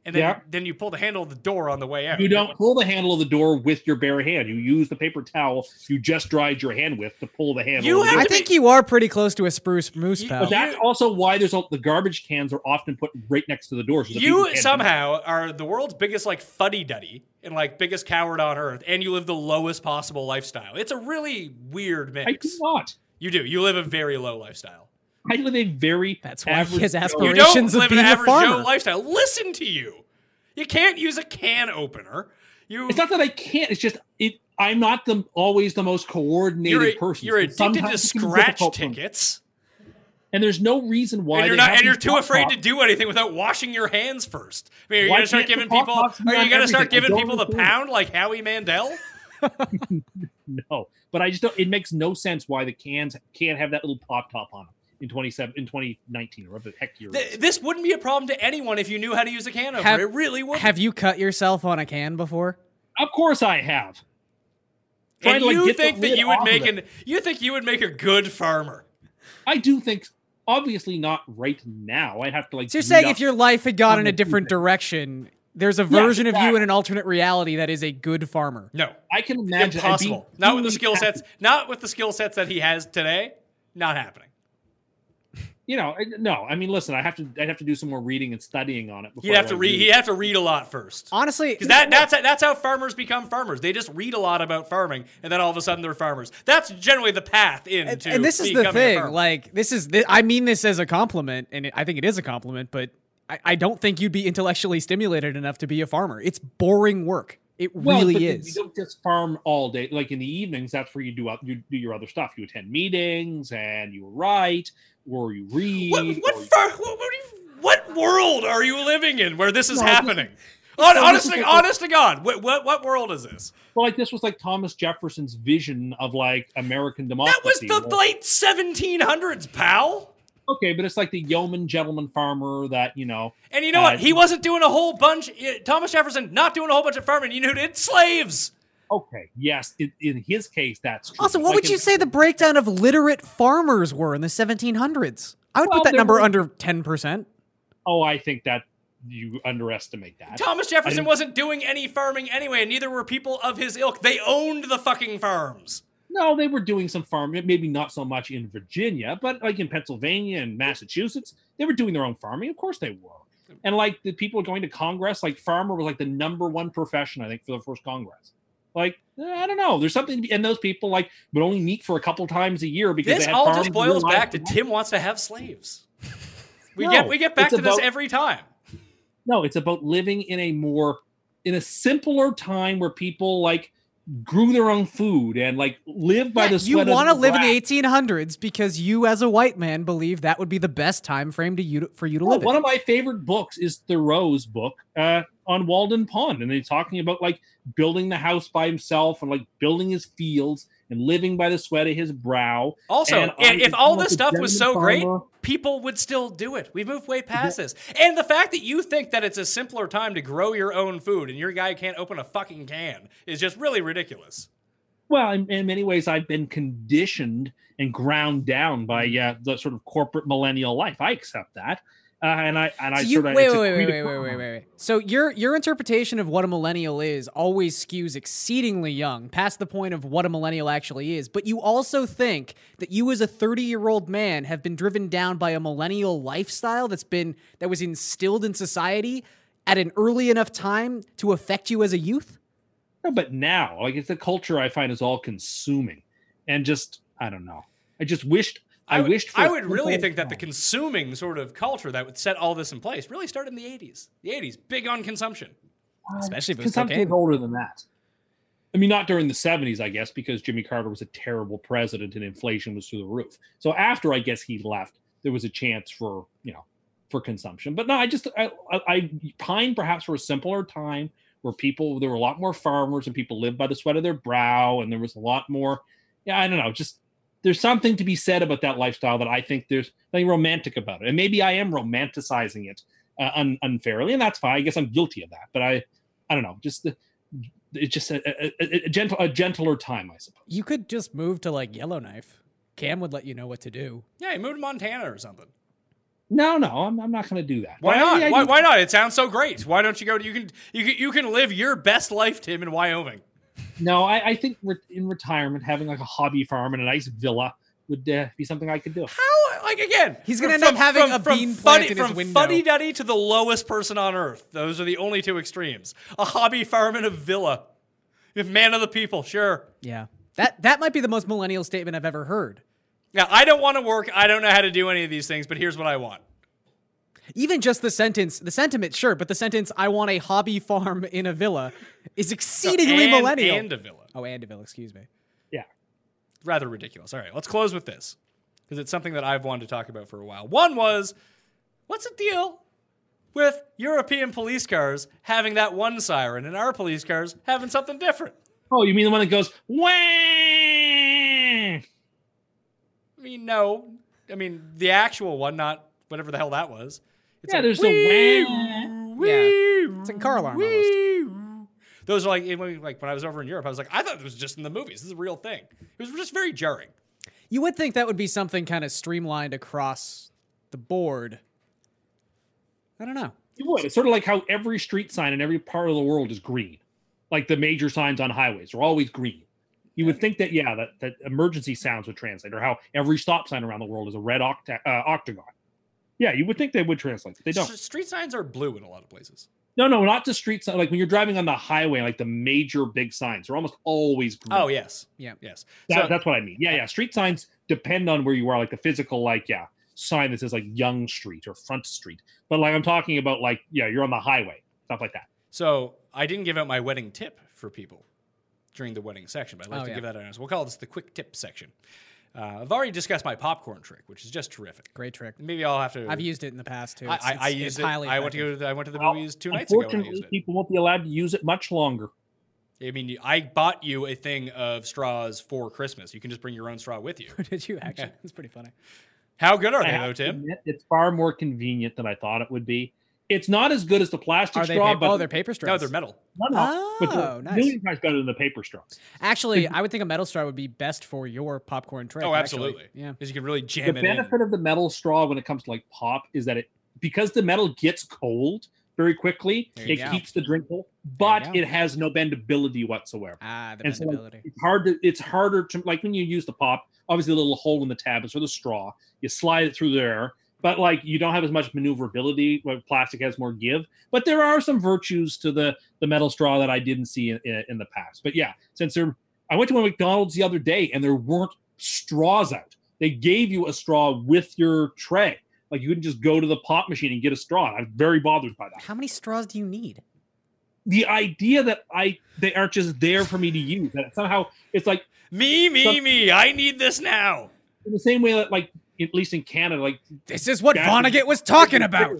C: And then
B: Yeah.
C: then you pull the handle of the door on the way out.
B: You don't pull the handle of the door with your bare hand. You use the paper towel you just dried your hand with to pull the handle.
C: You
B: of the
C: have
B: door.
D: I
C: to
D: think
C: be-
D: you are pretty close to a spruce moose
C: You-
D: pal.
B: But that's also why there's all, the garbage cans are often put right next to the door. So that people
C: You
B: can't-
C: somehow are the world's biggest like fuddy duddy and like biggest coward on earth, and you live the lowest possible lifestyle. It's a really weird
B: I do
C: mix.
B: not.
C: You do. You live a very low lifestyle.
B: I live a very.
D: That's why
B: average
D: he has
B: Joe.
C: You
D: aspirations.
C: don't
D: Rations of
C: live an
D: being a
C: average Joe
D: farmer.
C: lifestyle. Listen to you. You can't use a can opener. You
B: It's not that I can't. It's just it. I'm not the always the most coordinated
C: you're, a-
B: person.
C: you're
B: So
C: addicted to
B: sometimes it can be
C: scratch
B: difficult for me.
C: tickets.
B: and there's no reason why
C: and you're
B: they
C: not,
B: have
C: and you're
B: these
C: too
B: pop
C: afraid to
B: pops.
C: do anything without washing your hands first. I mean, are you
B: Why
C: gonna start
B: can't the
C: giving people?
B: pop-ups be
C: Are
B: on
C: you gonna start
B: everything? I
C: giving
B: don't
C: people the
B: understand.
C: pound like Howie Mandel?
B: No, but I just don't. It makes no sense why the cans can't have that little pop top on them in 27 in 2019 or whatever the heck year. it
C: Th-
B: is.
C: this wouldn't be a problem to anyone if you knew how to use a can opener.
D: Have-
C: it really would.
D: Have you cut yourself on a can before?
B: Of course, I have. Trying
C: and
B: to, like,
C: you
B: get the
C: think that
B: lid
C: you would
B: off of
C: make
B: it.
C: an you think you would make a good farmer?
B: I do think, obviously, not right now. I'd have to like.
D: So you're
B: read
D: saying
B: up-
D: if your life had gone
B: on
D: in a
B: the
D: different
B: season.
D: direction, there's a
B: Yeah,
D: version of you
B: exactly.
D: in an alternate reality that is a good farmer.
C: No,
B: I can imagine I'd be
C: impossible. Not with the
B: really
C: skill
B: happy.
C: sets. Not with the skill sets that he has today. Not happening.
B: You know, I- no. I mean, listen, I have to. I'd have to do some more reading and studying on it. Before
C: He'd have
B: I
C: to
B: would
C: read.
B: do
C: He'd have to read a lot first.
D: Honestly,
C: Because that, that's that's how farmers become farmers. They just read a lot about farming, and then all of a sudden they're farmers. That's generally the path into.
D: and, and this is
C: becoming
D: the
C: a
D: thing.
C: farmer.
D: Like this is thi- I mean this as a compliment, and it, I think it is a compliment, but I, I don't think you'd be intellectually stimulated enough to be a farmer. It's boring work. It
B: Well, but
D: really
B: you-
D: is.
B: You don't just farm all day. Like in the evenings, that's where you do out- you do your other stuff. You attend meetings and you write, or you read.
C: what what,
B: or you-
C: far, what, what, do you- what world are you living in where this is
B: No, I just-
C: happening? Hon-
B: so
C: honest,
B: this
C: to,
B: is-
C: honest to God, what, what what world is this?
B: well, like this was like Thomas Jefferson's vision of like American democracy.
C: That was the
B: where-
C: late 1700s, pal.
B: okay, but it's like the yeoman gentleman farmer that you know.
C: And you know
B: Uh,
C: what? He wasn't doing a whole bunch. eh, Thomas Jefferson not doing a whole bunch of farming. You know who did? Slaves.
B: Okay, yes, in, in his case, that's true.
D: Also, what
B: Like
D: would
B: in-
D: you say the breakdown of literate farmers were in the 1700s? I would
B: Well,
D: put that
B: there
D: number
B: were-
D: under 10%.
B: Oh, I think that you underestimate that.
C: Thomas
B: I
C: Jefferson
B: didn't-
C: wasn't doing any farming anyway, and neither were people of his ilk. They owned the fucking farms.
B: No, they were doing some farming, maybe not so much in Virginia, but like in Pennsylvania and Massachusetts, they were doing their own farming. Of course they were. And like the people going to Congress, like farmer was like the number one profession, I think, for the first Congress. Like, I don't know. There's something, and those people like would only meet for a couple times a year because
C: This
B: they had
C: all
B: farms
C: just
B: and
C: boils
B: realized-
C: back to Tim wants to have slaves. We
B: No,
C: get we get back
B: it's
C: to this
B: about-
C: every time.
B: No, it's about living in a more in a simpler time where people like grew their own food and like lived by
D: Yeah,
B: the
D: you
B: sweat.
D: want to
B: of their
D: live in
B: brow.
D: the 1800s because you, as a white man, believe that would be the best time frame to you to, for you to
B: No,
D: live
B: one
D: in.
B: of my favorite books is Thoreau's book uh, on Walden Pond, and they're talking about like building the house by himself and like building his fields and living by the sweat of his brow.
C: Also,
B: And
C: i-
B: I
C: if all
B: became
C: this
B: a
C: stuff was so
B: gentleman
C: great,
B: farmer.
C: people would still do it. We've moved way past this. And the fact that you think that it's a simpler time to grow your own food and your guy can't open a fucking can is just really ridiculous.
B: Well, in, in many ways, I've been conditioned and ground down by uh, the sort of corporate millennial life. I accept that, uh, and I and I
D: So you,
B: sort of
D: wait, wait, wait, wait, wait, wait, wait, wait, wait. So your your interpretation of what a millennial is always skews exceedingly young, past the point of what a millennial actually is. But you also think that you, as a thirty year old man, have been driven down by a millennial lifestyle that's been that was instilled in society at an early enough time to affect you as a youth.
B: No, but now, like it's a culture I find is all consuming, and just I don't know. I just wished I,
C: would,
B: wished. For
C: I
B: a
C: would really
B: simple-
C: think that the consuming sort of culture that would set all this in place really started in the 80s. The 80s, big on consumption.
D: Especially if it was
B: consumption is
D: cocaine.
B: older than that. I mean, not during the '70s, I guess, because Jimmy Carter was a terrible president and inflation was through the roof. So after I guess he left, there was a chance for you know for consumption. But no, I just I, I, I pine perhaps for a simpler time where people there were a lot more farmers and people lived by the sweat of their brow and there was a lot more. Yeah, I don't know, just. There's something to be said about that lifestyle that I think there's nothing romantic about it, and maybe I am romanticizing it uh, un- unfairly, and that's fine. I guess I'm guilty of that, but I, I don't know, just the, it's just a, a, a- a gentle, a gentler time, I suppose.
D: You could just move to like Yellowknife. Cam would let you know what to do.
C: Yeah, he moved to Montana or something.
B: No, no, I'm, I'm not going to do that.
C: Why
B: But I- I-
C: not? Why, why not? It sounds so great. Why don't you go to you can you can, you can live your best life, Tim, in Wyoming.
B: No, I, I think re- in retirement, having like a hobby farm and a nice villa would uh, be something I could do.
C: How like again?
D: He's gonna end up having a bean plant in his window.
C: fuddy duddy to the lowest person on earth. Those are the only two extremes. A hobby farm and a villa. If man of the people, sure.
D: Yeah, that that might be the most millennial statement I've ever heard.
C: Now I don't want to work. I don't know how to do any of these things, but here's what I want.
D: even just the sentence, the sentiment, sure, but the sentence, I want a hobby farm in a villa, is exceedingly
C: and,
D: millennial.
C: and a villa.
D: oh, and a villa, excuse me.
B: Yeah.
C: rather ridiculous. All right, let's close with this because it's something that I've wanted to talk about for a while. One was what's the deal with European police cars having that one siren and our police cars having something different?
B: Oh, you mean the one that goes wah?
C: I mean, no. I mean, the actual one, not whatever the hell that was. It's
B: Yeah,
C: a
B: there's the
C: wee-
B: wah.
C: wee-
D: It's a car alarm
C: wee- Those are like, it was like when I was over in Europe, I was like, I thought it was just in the movies. This is a real thing. It was just very jarring.
D: You would think that would be something kind of streamlined across the board. I don't know.
B: You would. It's sort of like how every street sign in every part of the world is green. Like the major signs on highways are always green. You would think that, yeah, that, that emergency sounds would translate, or how every stop sign around the world is a red octa- uh, octagon. Yeah, you would think they would translate. They don't.
C: S- Street signs are blue in a lot of places.
B: No, no, not the street sign. Like when you're driving on the highway, like the major big signs are almost always green.
C: Oh, yes.
D: Yeah.
C: Yes.
B: That-
C: So-
B: that's what I mean. Yeah, yeah. Street signs depend on where you are, like the physical, like yeah, sign that says like Young Street or Front Street. But like I'm talking about, like yeah, you're on the highway, stuff like that.
C: So I didn't give out my wedding tip for people during the wedding section, but I'd like
D: Oh,
C: to
D: yeah.
C: give that out. We'll call this the quick tip section. Uh, I've already discussed my popcorn trick, which is just terrific.
D: Great trick.
C: Maybe I'll have to.
D: I've used it in the past too.
C: I, I, I used it. I went to go. To the, I went to the movies two nights ago. And I
B: Unfortunately,
C: used it.
B: people won't be allowed to use it much longer.
C: I mean, you- I bought you a thing of straws for Christmas. You can just bring your own straw with you.
D: go. Did you actually? It's pretty funny.
C: How good are
B: I
C: they,
B: have
C: though,
B: to
C: Tim?
B: admit, it's far more convenient than I thought it would be. It's not as good as the plastic
D: Are they?
B: straw,
D: Paper,
B: but
D: oh, they're paper straws.
C: No, they're metal.
B: no, no, but they're
D: Oh, nice.
B: million times better than the paper straws.
D: Actually, I would think a metal straw would be best for your popcorn trick.
C: Oh,
D: actually.
C: absolutely.
D: Yeah.
C: because you can really jam
B: the
C: it in.
B: benefit of the metal straw when it comes to like pop is that it because the metal gets cold very quickly
D: There you
B: it
D: go.
B: keeps the drink cold
D: go.
B: but it has no bendability whatsoever
D: Ah, the
B: And so-
D: bendability.
B: it's hard to it's harder to like when you use the pop obviously the little hole in the tab is for the straw you slide it through there but like you don't have as much maneuverability where plastic has more give but there are some virtues to the the metal straw that i didn't see in, in, in the past but yeah since there i went to a mcdonald's the other day and there weren't straws out they gave you a straw with your tray like you couldn't just go to the pop machine and get a straw and i'm very bothered by that
D: How many straws do you need?
B: the idea that i they aren't just there for me to use that somehow it's like
C: Me, me,
B: But-
C: me. I need this now.
B: in the same way that like at least in Canada, like
D: This is what
B: That's-
D: Vonnegut was talking about.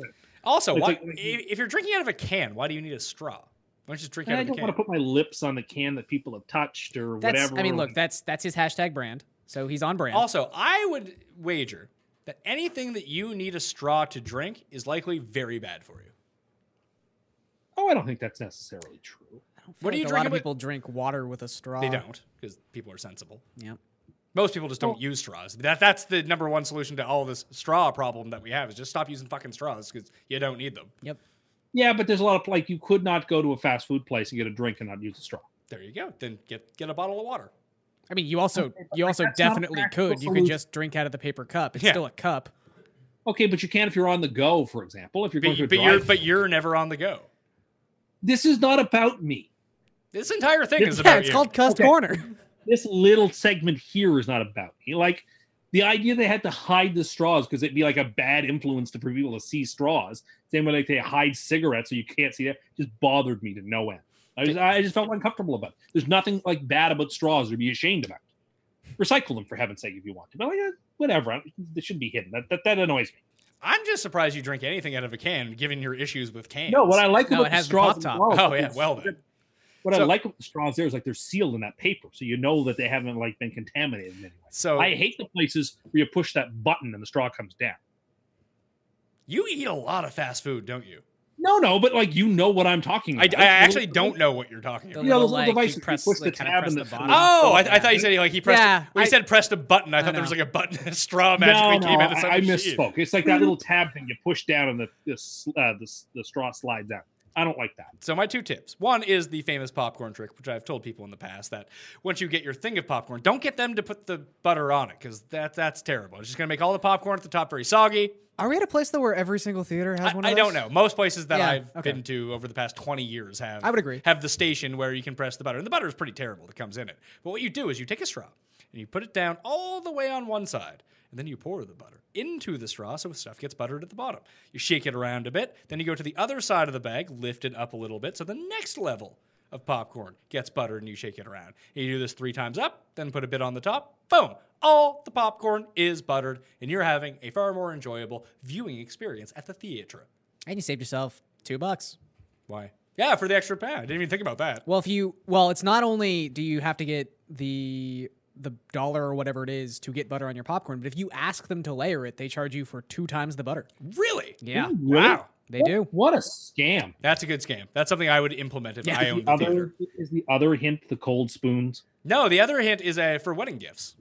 C: Also,
B: It's
C: why,
B: like- it's
C: also, why,
B: like-
C: if if you're drinking out of a can, why do you need a straw? Why don't you just drink
B: And
C: out
B: I
C: of the
B: don't
C: can?
B: want to put my lips on the can that people have touched or
D: That's
B: whatever.
D: I mean, look, that's that's his hashtag brand. So he's on brand.
C: also, I would wager that anything that you need a straw to drink is likely very bad for you.
B: oh, I don't think that's necessarily true.
C: What
D: I
C: are you
D: feel like a lot
C: drinking?
D: of
C: with-
D: people drink water with a straw.
C: They don't because people are sensible.
D: Yeah.
C: Most people just don't use straws. That that's the number one solution to all this straw problem that we have is just stop using fucking straws because you don't need them.
D: Yep.
B: Yeah, but there's a lot of like you could not go to a fast food place and get a drink and not use a straw.
C: There you go. Then get get a bottle of water.
D: I mean, you also you also
B: that's not a
D: definitely
B: practical
D: could. You could
B: solution.
D: just drink out of the paper cup. It's
C: Yeah.
D: still a cup.
B: Okay, but you can if you're on the go, for example. If you're going
C: But,
B: to a
C: but you're
B: drive,
C: but you're never on the go.
B: this is not about me.
C: This entire thing is
B: Yeah,
C: about
D: Yeah, it's
C: you.
D: called Cuss
B: Okay.
D: Corner.
B: This little segment here is not about me. Like the idea they had to hide the straws because it'd be like a bad influence to for people to see straws. Same way like they hide cigarettes so you can't see that. Just bothered me to no end. I just, I just felt uncomfortable about it. There's nothing like bad about straws to be ashamed about. Recycle them for heaven's sake if you want to. But like eh, whatever, I- they should be hidden. That that, that annoys me.
C: I'm just surprised you drink anything out of a can, given your issues with cans.
B: No, what I like
D: No, it
B: about the
D: has the
B: straws.
D: pop
B: and
D: top.
B: bottles
C: Oh
B: is
C: yeah, well then.
B: What I
C: So-
B: like with the straws there is like they're sealed in that paper, so you know that they haven't like been contaminated in any way.
C: So
B: I hate the places where you push that button and the straw comes down.
C: you eat a lot of fast food, don't you?
B: No, no, but like you know what I'm talking
C: I,
B: about.
C: I actually don't know what you're talking
D: Mm. The
C: about.
B: Yeah,
D: little,
B: those little
D: like,
B: devices,
D: you
B: you
D: press,
B: push the
D: like, kinda
B: tab
D: press
B: and
D: the
B: the-
D: bottom.
C: Oh, I,
D: Yeah.
C: I thought you said he, like he pressed.
D: Yeah,
C: when you
D: I-
C: said pressed a button, I thought there
D: know.
C: was like a button, a straw
B: No,
C: magically
B: no,
C: came out of some
B: I, I
C: machine.
B: misspoke. It's like that little tab thing you push down and the the, s- uh, the s- the straw slides out. I don't like that.
C: So my two tips. One is the famous popcorn trick, which I've told people in the past that once you get your thing of popcorn, don't get them to put the butter on it because that that's terrible. It's just gonna make all the popcorn at the top very soggy.
D: Are we at a place though where every single theater has
C: I,
D: one? Of
C: I
D: those?
C: don't know. Most places that
D: Yeah,
C: I've
D: okay.
C: been to over the past 20 years have
D: I would agree.
C: have the station where you can press the butter. And the butter is pretty terrible that comes in it. But what you do is you take a straw and you put it down all the way on one side. And then you pour the butter into the straw so stuff gets buttered at the bottom. You shake it around a bit. Then you go to the other side of the bag, lift it up a little bit so the next level of popcorn gets buttered and you shake it around. And you do this three times up, then put a bit on the top. Boom! All the popcorn is buttered, and you're having a far more enjoyable viewing experience at the theater.
D: And you saved yourself two bucks.
C: Why? Yeah, for the extra pad. I didn't even think about that.
D: Well, if you well, it's not only do you have to get the the dollar or whatever it is to get butter on your popcorn, but if you ask them to layer it, they charge you for two times the butter.
C: Really?
D: Yeah,
B: Really?
C: Wow.
D: they do.
B: What a scam!
C: That's a good scam. That's something I would implement if
D: Yeah,
C: I
B: Is
C: owned
B: the
C: the theater.
B: other is the other hint the cold spoons.
C: No, the other hint is uh, for wedding gifts.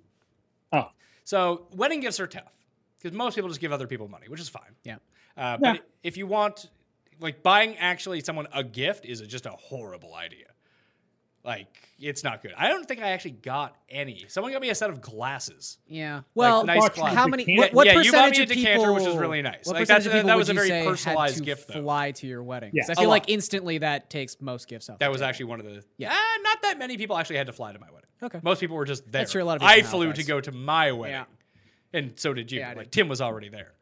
B: Oh,
C: So wedding gifts are tough because most people just give other people money, which is fine.
D: Yeah.
B: Yeah.
C: Uh, But i- if you want, like, buying actually someone a gift is just a horrible idea. Like, it's not good. I don't think I actually got any. Someone got me a set of glasses.
D: Yeah. Well,
C: nice clock.
D: how many?
B: Yeah,
D: What, what
C: yeah, you bought
D: percentage
C: me a
D: of
C: decanter,
D: people?
C: which was really nice.
D: What
C: Like,
D: percentage
C: that's-
D: of people
C: that
D: would
C: was a
D: you
C: very
D: say had
C: personalized
D: to
C: gift, though?
D: Fly to your wedding. 'Cause
B: Yeah,
D: I
B: a
D: feel like
C: lot.
D: instantly that takes most gifts off.
C: That
D: the
C: was
D: table.
C: actually one of the.
D: Yeah.
C: Yeah. not that many people actually had to fly to my wedding.
D: Okay.
C: Most people were just there.
D: That's true, a lot of people
C: I
D: now,
C: flew to
D: guys.
C: go to my wedding, and so did you.
D: Yeah, I
C: like
D: did.
C: Tim was already there.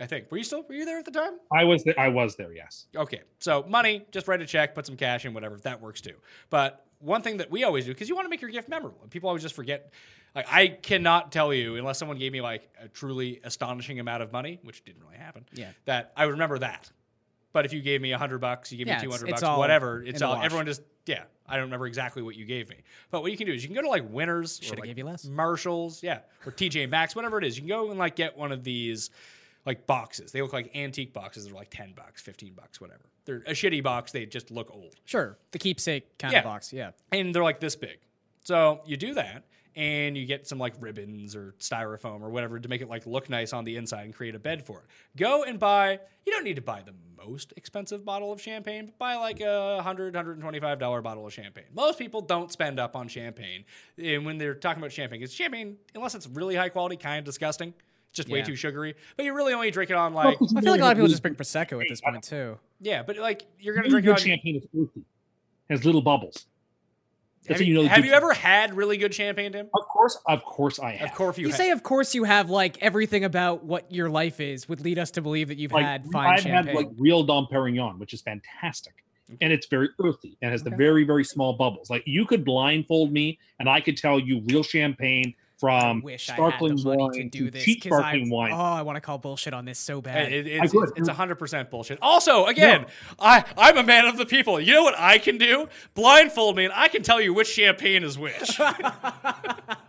C: I think. Were you still? Were you there at the time?
B: I was there. I was there. Yes.
C: Okay. So money, just write a check, put some cash in, whatever. That works too. But one thing that we always do, because you want to make your gift memorable, and people always just forget. Like I cannot tell you unless someone gave me like a truly astonishing amount of money, which didn't really happen.
D: Yeah.
C: That I remember that. But if you gave me a hundred bucks, you gave
D: Yeah,
C: me two
D: it's-
C: hundred
D: it's
C: bucks,
D: all
C: whatever.
D: in
C: It's
D: the
C: all
D: wash.
C: everyone just yeah. I don't remember exactly what you gave me. But what you can do is you can go to like Winners, or,
D: Shoulda
C: like
D: gave you less.
C: Marshalls, yeah, or TJ Maxx, whatever it is. You can go and like get one of these like boxes. They look like antique boxes. They're like 10 bucks, 15 bucks, whatever. They're a shitty box. They just look old.
D: sure the keepsake kind
C: Yeah.
D: of box. Yeah.
C: And they're like this big. So you do that and you get some like ribbons or styrofoam or whatever to make it like look nice on the inside and create a bed for it. Go and buy, you don't need to buy the most expensive bottle of champagne, but buy like a 100 $125 bottle of champagne. Most people don't spend up on champagne. And when they're talking about champagne, it's champagne, unless it's really high quality, kind of disgusting. It's just way
D: Yeah.
C: too sugary. But you really only drink it on like
D: I feel like a lot of people just bring prosecco at this point too.
C: Yeah, but like you're gonna
B: Really
C: drink it.
B: good
C: on-
B: champagne is earthy. Has little bubbles. That's
C: Have,
B: how
C: you,
B: know the
C: have
B: good
C: you ever had really good champagne, Tim?
B: Of course, of course, I have.
C: Of course you,
D: You
C: have.
D: say, of course, you have like everything about what your life is would lead us to believe that you've had fine
B: I've had
D: champagne. Mm-hmm.
B: like real Dom Perignon, which is fantastic, and it's very earthy and has
D: Okay.
B: the very very small bubbles. Like you could blindfold me, and I could tell you real champagne from
D: wish I had
B: sparkling
D: the money to
B: wine to,
D: do this
B: cheap
D: 'cause I-
B: sparkling wine.
D: Oh, I want to call bullshit on this so bad.
C: It- it's,
B: I would.
C: it's 100% bullshit. Also, again, I, I'm a man of the people. You know what I can do? Blindfold me and I can tell you which champagne is which.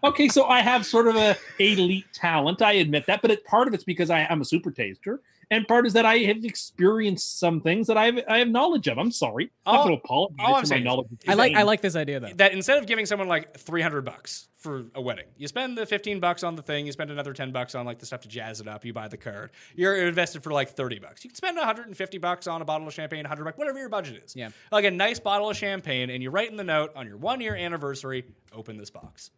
B: Okay, so I have sort of a elite talent. I admit that, but it, part of it's because I, I'm a super taster, and part is that I have experienced some things that I have, I have knowledge of. I'm sorry, I'm
C: All-
B: not going to apologize
C: all I'm
B: for my
C: saying is-
B: knowledge. of
D: I like I
B: things.
D: like this idea though.
C: that instead of giving someone like 300 bucks for a wedding, you spend the 15 bucks on the thing, you spend another 10 bucks on like the stuff to jazz it up, you buy the card. You're invested for like 30 bucks. You can spend 150 bucks on a bottle of champagne, 100 bucks, whatever your budget is.
D: Yeah.
C: Like a nice bottle of champagne and you write in the note on your 1 year anniversary, open this box.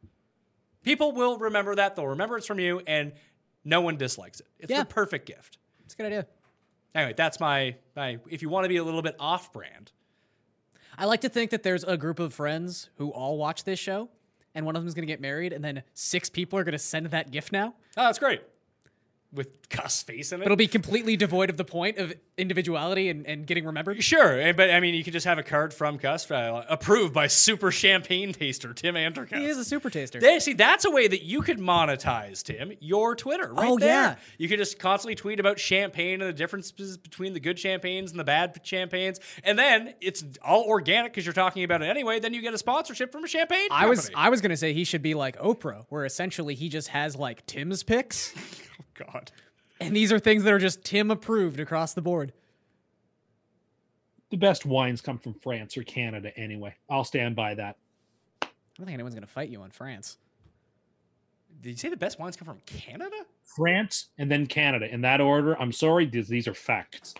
C: People will remember that, they'll remember it's from you and no one dislikes it. It's
D: Yeah.
C: the perfect gift.
D: It's a good idea.
C: Anyway, that's my my if you want to be a little bit off brand.
D: I like to think that there's a group of friends who all watch this show, and one of them's gonna get married, and then six people are gonna send that gift now.
C: Oh, that's great. With Gus face in it.
D: But it'll be completely devoid of the point of individuality and, and getting remembered.
C: Sure, eh, but I mean, you could just have a card from Gus, uh, approved by super champagne taster Tim Andercus.
D: He is a super taster.
C: They- see, that's a way that you could monetize, Tim, your Twitter right
D: Oh,
C: there.
D: yeah.
C: You could just constantly tweet about champagne and the differences between the good champagnes and the bad champagnes. And then it's all organic because you're talking about it anyway. Then you get a sponsorship from a champagne
D: I was
C: company.
D: I was gonna say he should be like Oprah, where essentially he just has like Tim's picks,
C: Oh, God.
D: and these are things that are just Tim approved across the board.
B: the best wines come from France or Canada anyway. I'll stand by that.
D: I don't think anyone's gonna fight you on France.
C: Did you say the best wines come from Canada?
B: France and then Canada in that order. I'm sorry, these, these are facts.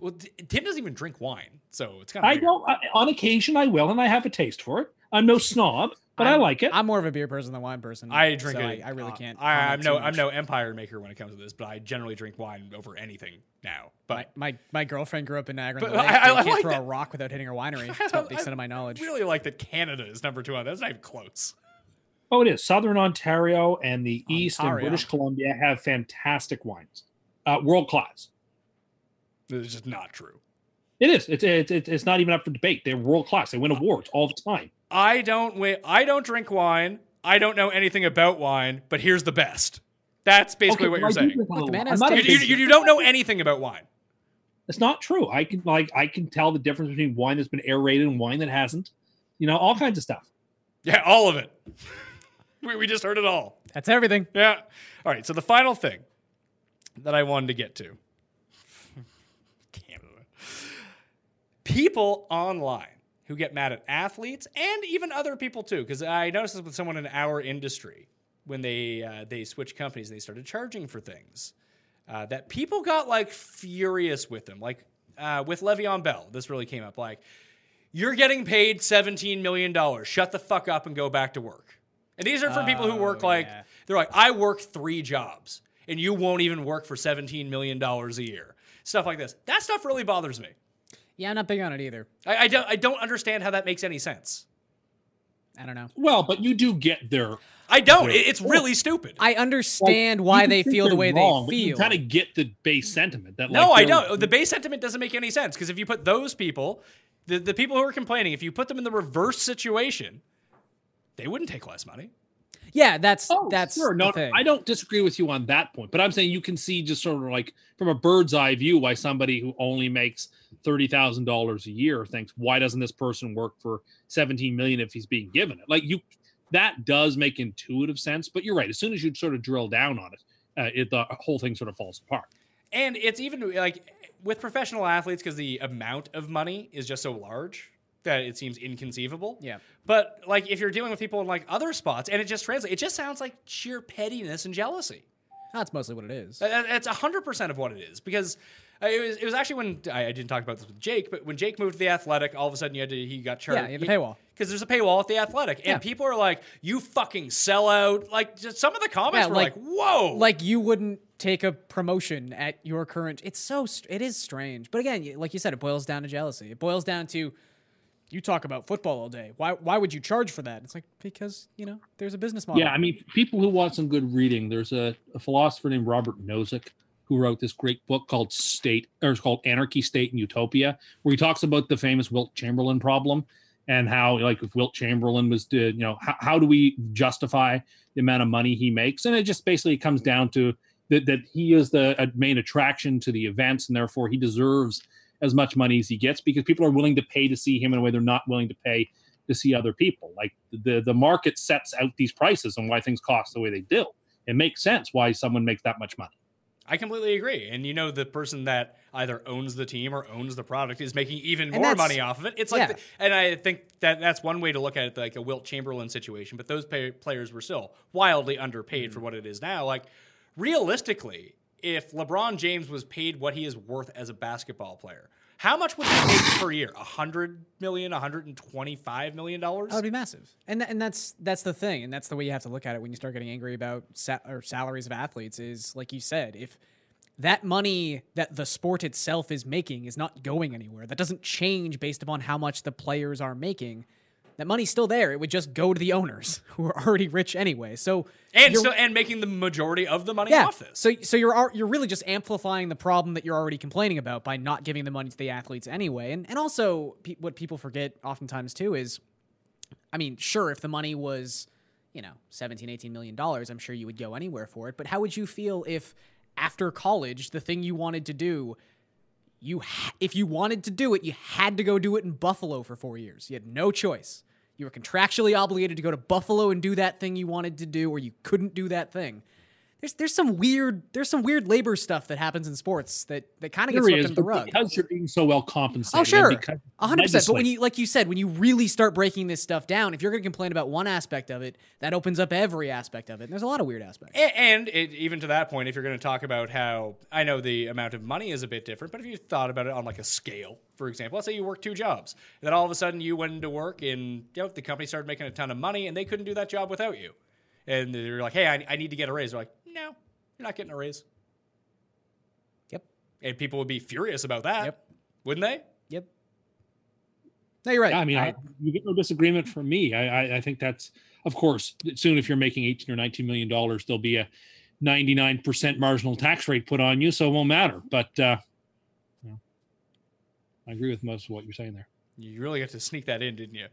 C: Well, t- Tim doesn't even drink wine, so it's kind of
B: I don't. I, on occasion, I will, and I have a taste for it. I'm no snob, but i
D: I'm-
B: like it.
D: I'm more of a beer person than wine person.
C: Mm-hmm. I drink
D: so
C: it.
D: I, I really
C: uh,
D: can't.
C: I, I'm
D: comment
C: no
D: too
C: I'm
D: much.
C: no empire maker when it comes to this, but I generally drink wine over anything now.
D: My,
C: But
D: my my girlfriend grew up in Niagara.
C: But
D: and the Lake,
C: I- I-
D: I,
C: I
D: can't
C: like
D: throw a
C: that-
D: rock without hitting her winery. It's
C: I-
D: about
C: I
D: the extent of my knowledge.
C: really like that Canada is number two on that. That's not even close.
B: oh, it is. Southern Ontario and the East and
D: Ontario.
B: British Columbia have fantastic wines, uh, world class.
C: It's just not true.
B: It is. It's, it's it's it's not even up for debate. They're world class. They win awards all the time.
C: I don't win. I don't drink wine. I don't know anything about wine. But here's the best. That's basically
B: Okay,
C: what
B: well, I
C: you're
B: do
C: saying.
B: drink a
D: Look,
B: little-
D: man
B: I'm
D: has
B: not a
C: You,
D: taste.
B: big-
C: you, you don't know anything about wine.
B: It's not true. I can like I can tell the difference between wine that's been aerated and wine that hasn't. You know, all kinds of stuff.
C: Yeah, all of it. we, we just heard it all.
D: That's everything.
C: Yeah. All right. So the final thing that I wanted to get to Canada. People online who get mad at athletes and even other people too, because I noticed this with someone in our industry when they uh, they switched companies and they started charging for things uh, that people got like furious with them, like uh, with Le'Veon Bell. This really came up like. You're getting paid $17 million. Shut the fuck up and go back to work. And these are for people who work
D: Oh,
C: like,
D: yeah.
C: they're like, I work three jobs and you won't even work for $17 million a year. Stuff like this. That stuff really bothers me.
D: Yeah, I'm not big on it either.
C: I, I, don't, I don't understand how that makes any sense.
D: I don't know.
B: Well, but you do get there.
C: I don't. It- it's really stupid.
D: I understand why they feel the way they feel.
B: Kind of get the base sentiment that.
C: No,
B: like,
C: I
B: they're-
C: don't. The base sentiment doesn't make any sense because if you put those people, the, the people who are complaining, if you put them in the reverse situation, they wouldn't take less money.
D: yeah, that's
B: Oh,
D: that's
B: sure.
D: the
B: No,
D: thing.
B: I don't disagree with you on that point, but I'm saying you can see just sort of like from a bird's eye view why somebody who only makes thirty thousand dollars a year thinks, why doesn't this person work for seventeen million if he's being given it? Like you, that does make intuitive sense. But you're right. As soon as you sort of drill down on it, uh, it the whole thing sort of falls apart.
C: And it's even like with professional athletes because the amount of money is just so large that it seems inconceivable.
D: Yeah.
C: But like if you're dealing with people in like other spots and it just translates, it just sounds like sheer pettiness and jealousy.
D: That's mostly what it is.
C: That- that- That's hundred percent of what it is because uh, it was it was actually when I, I didn't talk about this with Jake, but when Jake moved to the Athletic, all of a sudden you had to he got charged.
D: Yeah, you had the paywall.
C: because there's a paywall at the Athletic, and
D: Yeah.
C: people are like, "You fucking sell out!" Like just some of the comments
D: Yeah,
C: were like,
D: like-
C: "Whoa!"
D: like you wouldn't take a promotion at your current it's so str- it is strange but again you- like you said it boils down to jealousy it boils down to you talk about football all day why why would you charge for that it's like because you know there's a business model
B: Yeah, I mean, people who want some good reading, there's a, a philosopher named Robert Nozick who wrote this great book called State, or it's called Anarchy, State, and Utopia, where he talks about the famous Wilt Chamberlain problem. and how like if Wilt Chamberlain was to you know how, how do we justify the amount of money he makes and it just basically comes down to that, that he is the uh, main attraction to the events and therefore he deserves as much money as he gets because people are willing to pay to see him in a way they're not willing to pay to see other people like the the market sets out these prices and why things cost the way they do it makes sense why someone makes that much money
C: I completely agree. And you know, the person that either owns the team or owns the product is making even
D: And
C: more
D: that's-
C: money off of it. It's like,
D: yeah.
C: the, and I think that that's one way to look at it, like a Wilt Chamberlain situation. But those pay, players were still wildly underpaid
D: Mm.
C: for what it is now. Like, realistically, if LeBron James was paid what he is worth as a basketball player, how much would he make per year? 100 million, 125 million dollars?
D: That would be massive. And tha- and that's that's the thing, and that's the way you have to look at it when you start getting angry about sa- or salaries of athletes. Is like you said, if that money that the sport itself is making is not going anywhere, that doesn't change based upon how much the players are making. That money's still there. It would just go to the owners who are already rich anyway. So
C: And
D: you're-
C: so, and making the majority of the money
D: yeah.
C: off this.
D: So so you're al- you're really just amplifying the problem that you're already complaining about by not giving the money to the athletes anyway. And and also pe- what people forget oftentimes too is I mean, sure if the money was, you know, 17 18 million dollars, I'm sure you would go anywhere for it, but how would you feel if after college the thing you wanted to do you ha- if you wanted to do it, you had to go do it in Buffalo for 4 years. You had no choice. You were contractually obligated to go to Buffalo and do that thing you wanted to do or you couldn't do that thing. There's there's some weird there's some weird labor stuff that happens in sports that that kind of gets
B: There
D: swept
B: is,
D: under the
B: but
D: rug.
B: because you're being so well compensated
D: Oh
B: and
D: sure,
B: because
D: a hundred percent. But when
B: legislate-
D: you, like you said, when you really start breaking this stuff down, if you're going to complain about one aspect of it, that opens up every aspect of it. And there's a lot of weird aspects.
C: A- And it, even to that point, if you're going to talk about how I know the amount of money is a bit different, but if you thought about it on like a scale, for example, let's say you work two jobs, then all of a sudden you went into work and you know, the company started making a ton of money and they couldn't do that job without you. And they're like, hey, I, I need to get a raise. They're like, no, you're not getting a raise.
D: Yep,
C: And people would be furious about that,
D: Yep.
C: wouldn't they?
D: yep. No, you're right.
B: Yeah, I mean, I, you get no disagreement from me. I, I, I think that's, of course, soon if you're making 18 or 19 million dollars, there'll be a 99% marginal tax rate put on you, so it won't matter. But uh, you know, I agree with most of what you're saying there.
C: You really got to sneak that in, didn't you?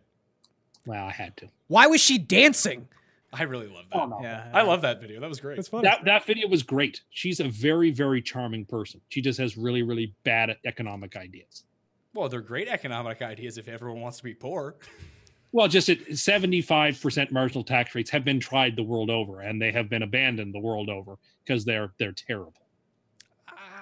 B: Well, I had to.
D: why was she dancing?
C: I really love that.
B: Oh.
D: Yeah,
C: I love that video. That was great.
D: Oh, That's funny.
B: That that video was great. She's a very very charming person. She just has really really bad economic ideas.
C: Well, they're great economic ideas if everyone wants to be poor.
B: Well, just at 75% marginal tax rates have been tried the world over and they have been abandoned the world over because they're they're terrible.
C: Uh,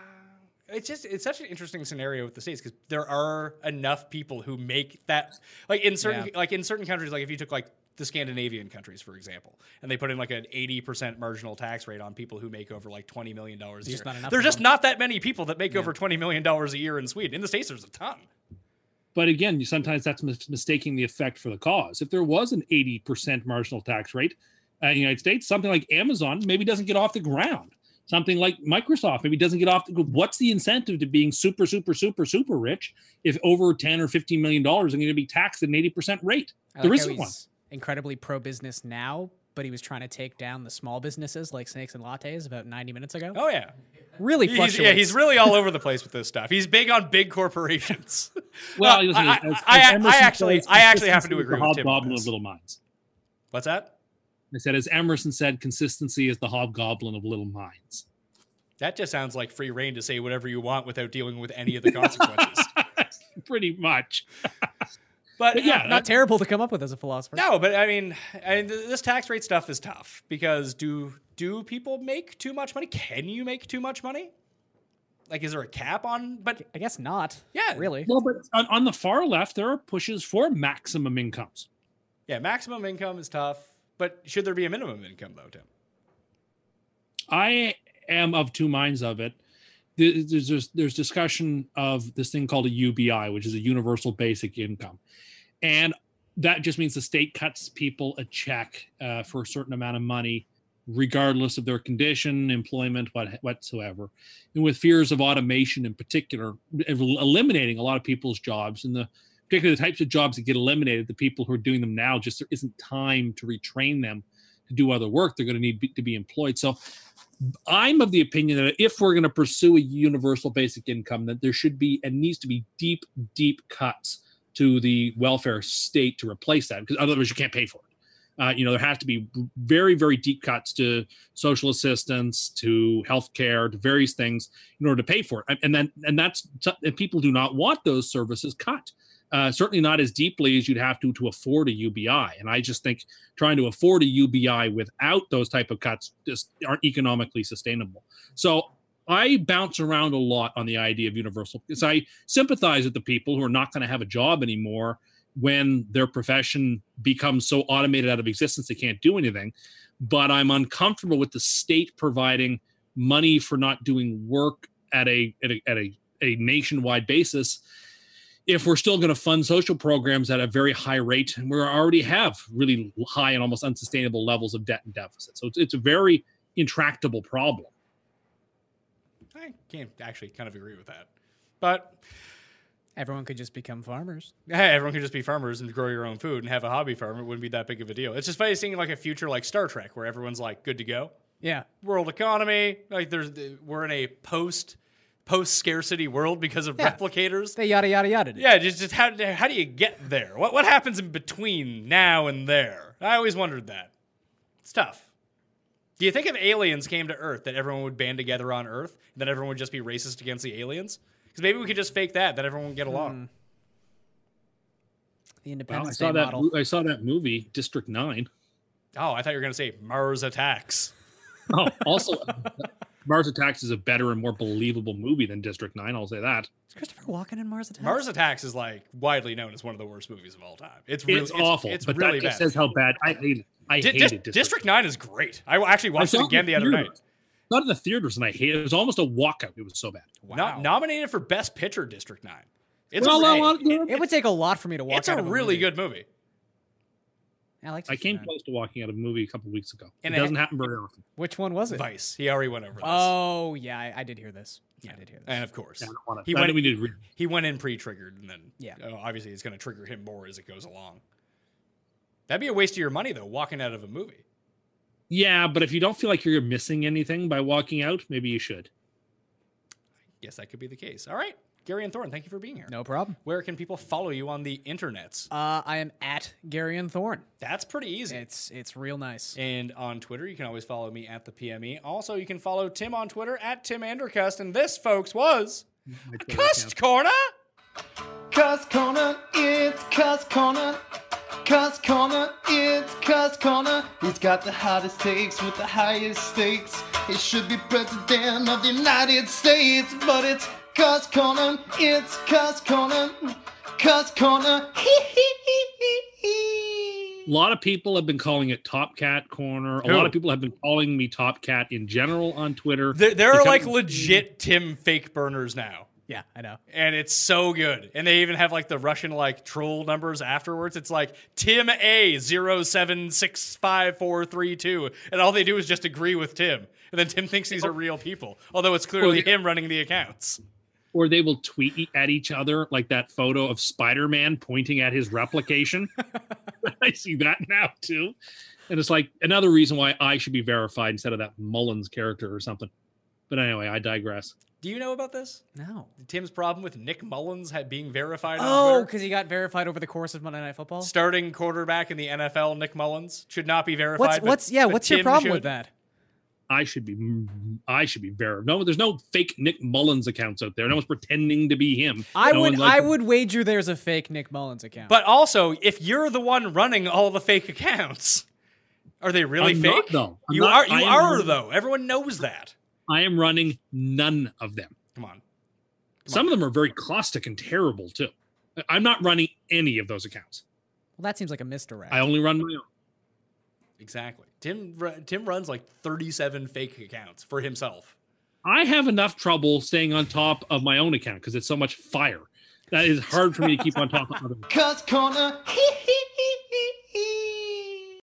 C: it's just it's such an interesting scenario with the states because there are enough people who make that like in certain
D: Yeah.
C: like in certain countries like if you took like the Scandinavian countries for example and they put in like an eighty percent marginal tax rate on people who make over like twenty million dollars a year.
D: just not enough
C: There's
D: of
C: just
D: them.
C: not that many people that make over twenty million dollars a year in Sweden. In the states, there's a ton.
B: But again, you- sometimes that's mis- mistaking the effect for the cause. If there was an 80% marginal tax rate uh, in the United States, something like Amazon maybe doesn't get off the ground. Something like Microsoft maybe doesn't get off the What's the incentive to being super, super, super, super rich if over 10 or 15 million dollars are going to be taxed at an 80% rate?
D: I
B: there
D: like how
B: isn't one.
D: he's Incredibly pro business now, but he was trying to take down the small businesses like snakes and lattes about 90 minutes ago.
C: Oh yeah,
D: Really
C: he's,
D: fluctuates.
C: yeah, he's really all over the place with this stuff. He's big on big corporations.
B: Well,
C: Uh,
B: listen,
C: I,
B: as- as
C: I- I-
B: Emerson
C: I actually
B: says,
C: I actually happen
B: consistency
C: to
B: is the
C: agree with Tim. on
B: Hobgoblin
C: this.
B: of little minds.
C: What's that?
B: I said, as Emerson said, consistency is the hobgoblin of little minds.
C: That just sounds like free reign to say whatever you want without dealing with any of the consequences.
B: Pretty much.
C: but, uh,
B: But yeah,
D: not terrible to come up with as a philosopher.
C: no, but I mean, I mean, th- this tax rate stuff is tough because do do people make too much money? Can you make too much money? Like, is there a cap on? But
D: I guess not.
C: Yeah.
D: Really.
B: Well, but on, on the far left, there are pushes for maximum incomes.
C: yeah, maximum income is tough. But should there be a minimum income though, Tim?
B: I am of two minds of it. There- There's there's, there's discussion of this thing called a UBI, which is a universal basic income, and that just means the state cuts people a check uh, for a certain amount of money, regardless of their condition, employment, what whatsoever. And with fears of automation in particular, el- eliminating a lot of people's jobs and the particularly the types of jobs that get eliminated, the people who are doing them now, just there isn't time to retrain them to do other work. They're going to need be- to be employed. So I'm of the opinion that if we're going to pursue a universal basic income, that there should be and needs to be deep, deep cuts to the welfare state to replace that because otherwise you can't pay for it. Uh, you know, there have to be very, very deep cuts to social assistance, to health care, to various things in order to pay for it. And- And then, and that's, and people do not want those services cut. Uh, certainly not as deeply as you'd have to to afford a UBI. And I just think trying to afford a UBI without those type of cuts just aren't economically sustainable. So I bounce around a lot on the idea of universal because I sympathize with the people who are not going to have a job anymore when their profession becomes so automated out of existence they can't do anything. But I'm uncomfortable with the state providing money for not doing work at a at a, at a, a nationwide basis if we're still going to fund social programs at a very high rate and we already have really high and almost unsustainable levels of debt and deficit. So it's, it's a very intractable problem.
C: I can't actually kind of agree with that. But
D: Everyone could just become farmers.
C: hey, everyone could just be farmers and grow your own food and have a hobby farm. It wouldn't be that big of a deal. It's just funny seeing like a future like Star Trek where everyone's like good to go.
D: Yeah.
C: World economy, like there's we're in a post post scarcity world because of
D: Yeah.
C: replicators.
D: They yada yada yada.
C: Yeah, just, just how how do you get there? What what happens in between now and there? I always wondered that. It's tough. Do you think if aliens came to Earth that everyone would band together on Earth and that everyone would just be racist against the aliens? Because maybe we could just fake that that everyone would get along.
D: The
B: Well, I
D: Independence
B: saw
D: Day
B: that.
D: model.
B: I saw that movie, District Nine.
C: Oh, I thought you were gonna say Mars attacks.
B: Oh, also, Mars Attacks is a better and more believable movie than District Nine. I'll say that.
D: Is Christopher Walken in Mars Attacks?
C: Mars attacks is like widely known as one of the worst movies of all time. It's really
B: It's, awful,
C: It's
B: but
C: really
B: that just
C: bad.
B: says how bad I hate. I
C: Di-
B: hated
C: Dis-
B: District.
C: District Nine is great. I actually watched
B: saw
C: it
B: it in
C: again the other
B: theaters.
C: night.
B: Not in the theaters, and I hate it. It was almost a walkout. It was so bad.
C: Not nominated for Best Picture, District Nine. It's
B: Well,
C: a,
B: I want to-
D: It would take a lot for me to watch.
C: it's a really good movie.
D: I like.
B: I came
D: Superman.
B: close to walking out of a movie a couple weeks ago.
C: And
B: it
C: it-
B: doesn't happen very often.
D: Which one was it?
C: Vice. He already went over this.
D: Oh yeah, I, I did hear this. I did hear this.
C: and of course,
B: I don't want to.
C: he
B: I
C: went.
B: think we need to re-
C: he went in pre-triggered, and then
D: Yeah.
C: oh, obviously it's going to trigger him more as it goes along. That'd be a waste of your money though, walking out of a movie.
B: Yeah, but if you don't feel like you're missing anything by walking out, maybe you should.
C: Yes, that could be the case. All right, Gary and Thorne, thank you for being here.
D: no problem.
C: Where can people follow you on the internets?
D: Uh, I am at Gary and Thorne.
C: That's pretty easy.
D: It's it's real nice.
C: And on Twitter, you can always follow me at the PME. Also, you can follow Tim on Twitter at Tim Andercust. And this, folks, was Cust Corner.
A: Cuss Corner, it's Cuss Corner. Cuss Corner, it's Cuss Corner. He's got the hottest takes with the highest stakes. He should be president of the United States, but it's Cuss Corner, it's Cuss Corner. Cuss Corner, hee hee hee hee hee.
B: A lot of people have been calling it Top Cat Corner. A
C: Who?
B: lot of people have been calling me Top Cat in general on Twitter.
C: There, there are
B: Because-
C: like legit Tim fake burners now.
D: yeah, I know.
C: And it's so good. And they even have like the Russian like troll numbers afterwards. It's like Tim A 0765432. And all they do is just agree with Tim. And then Tim thinks these are real people, although it's clearly
B: yeah.
C: him running the accounts.
B: or they will tweet e- at each other like that photo of spider-man pointing at his replication i see that now too and it's like another reason why i should be verified instead of that mullins character or something but anyway i digress
C: Do you know about this?
D: No.
C: Tim's problem with Nick Mullins had being verified. on
D: Oh,
C: Twitter?
D: because he got verified over the course of Monday Night Football.
C: starting quarterback in the NFL, Nick Mullins, should not be verified.
D: What's
C: but-
D: what's yeah?
C: but
D: What's your
C: Tim
D: problem
C: should.
D: with that?
B: i should be i should be verified no there's no fake nick mullins accounts out there no one's pretending to be him
D: I
B: No
D: would
B: one's like-
D: I would wager there's a fake Nick Mullins account.
C: But also, if you're the one running all the fake accounts, are they really
B: I'm not,
C: fake?
B: though. I'm
C: you
B: not-
C: are.
B: I
C: You
B: am
C: are
B: running-
C: though. Everyone knows that.
B: i am running none of them
C: Come on.
B: some of them are very caustic and terrible too I- i'm not running any of those accounts
D: well, that seems like a misdirect.
B: i only run my own
C: Exactly. Tim ru- Tim runs like 37 fake accounts for himself.
B: I have enough trouble staying on top of my own account because it's so much fire. That is hard for me to keep on top of other.
A: Cuss Corner, hee hee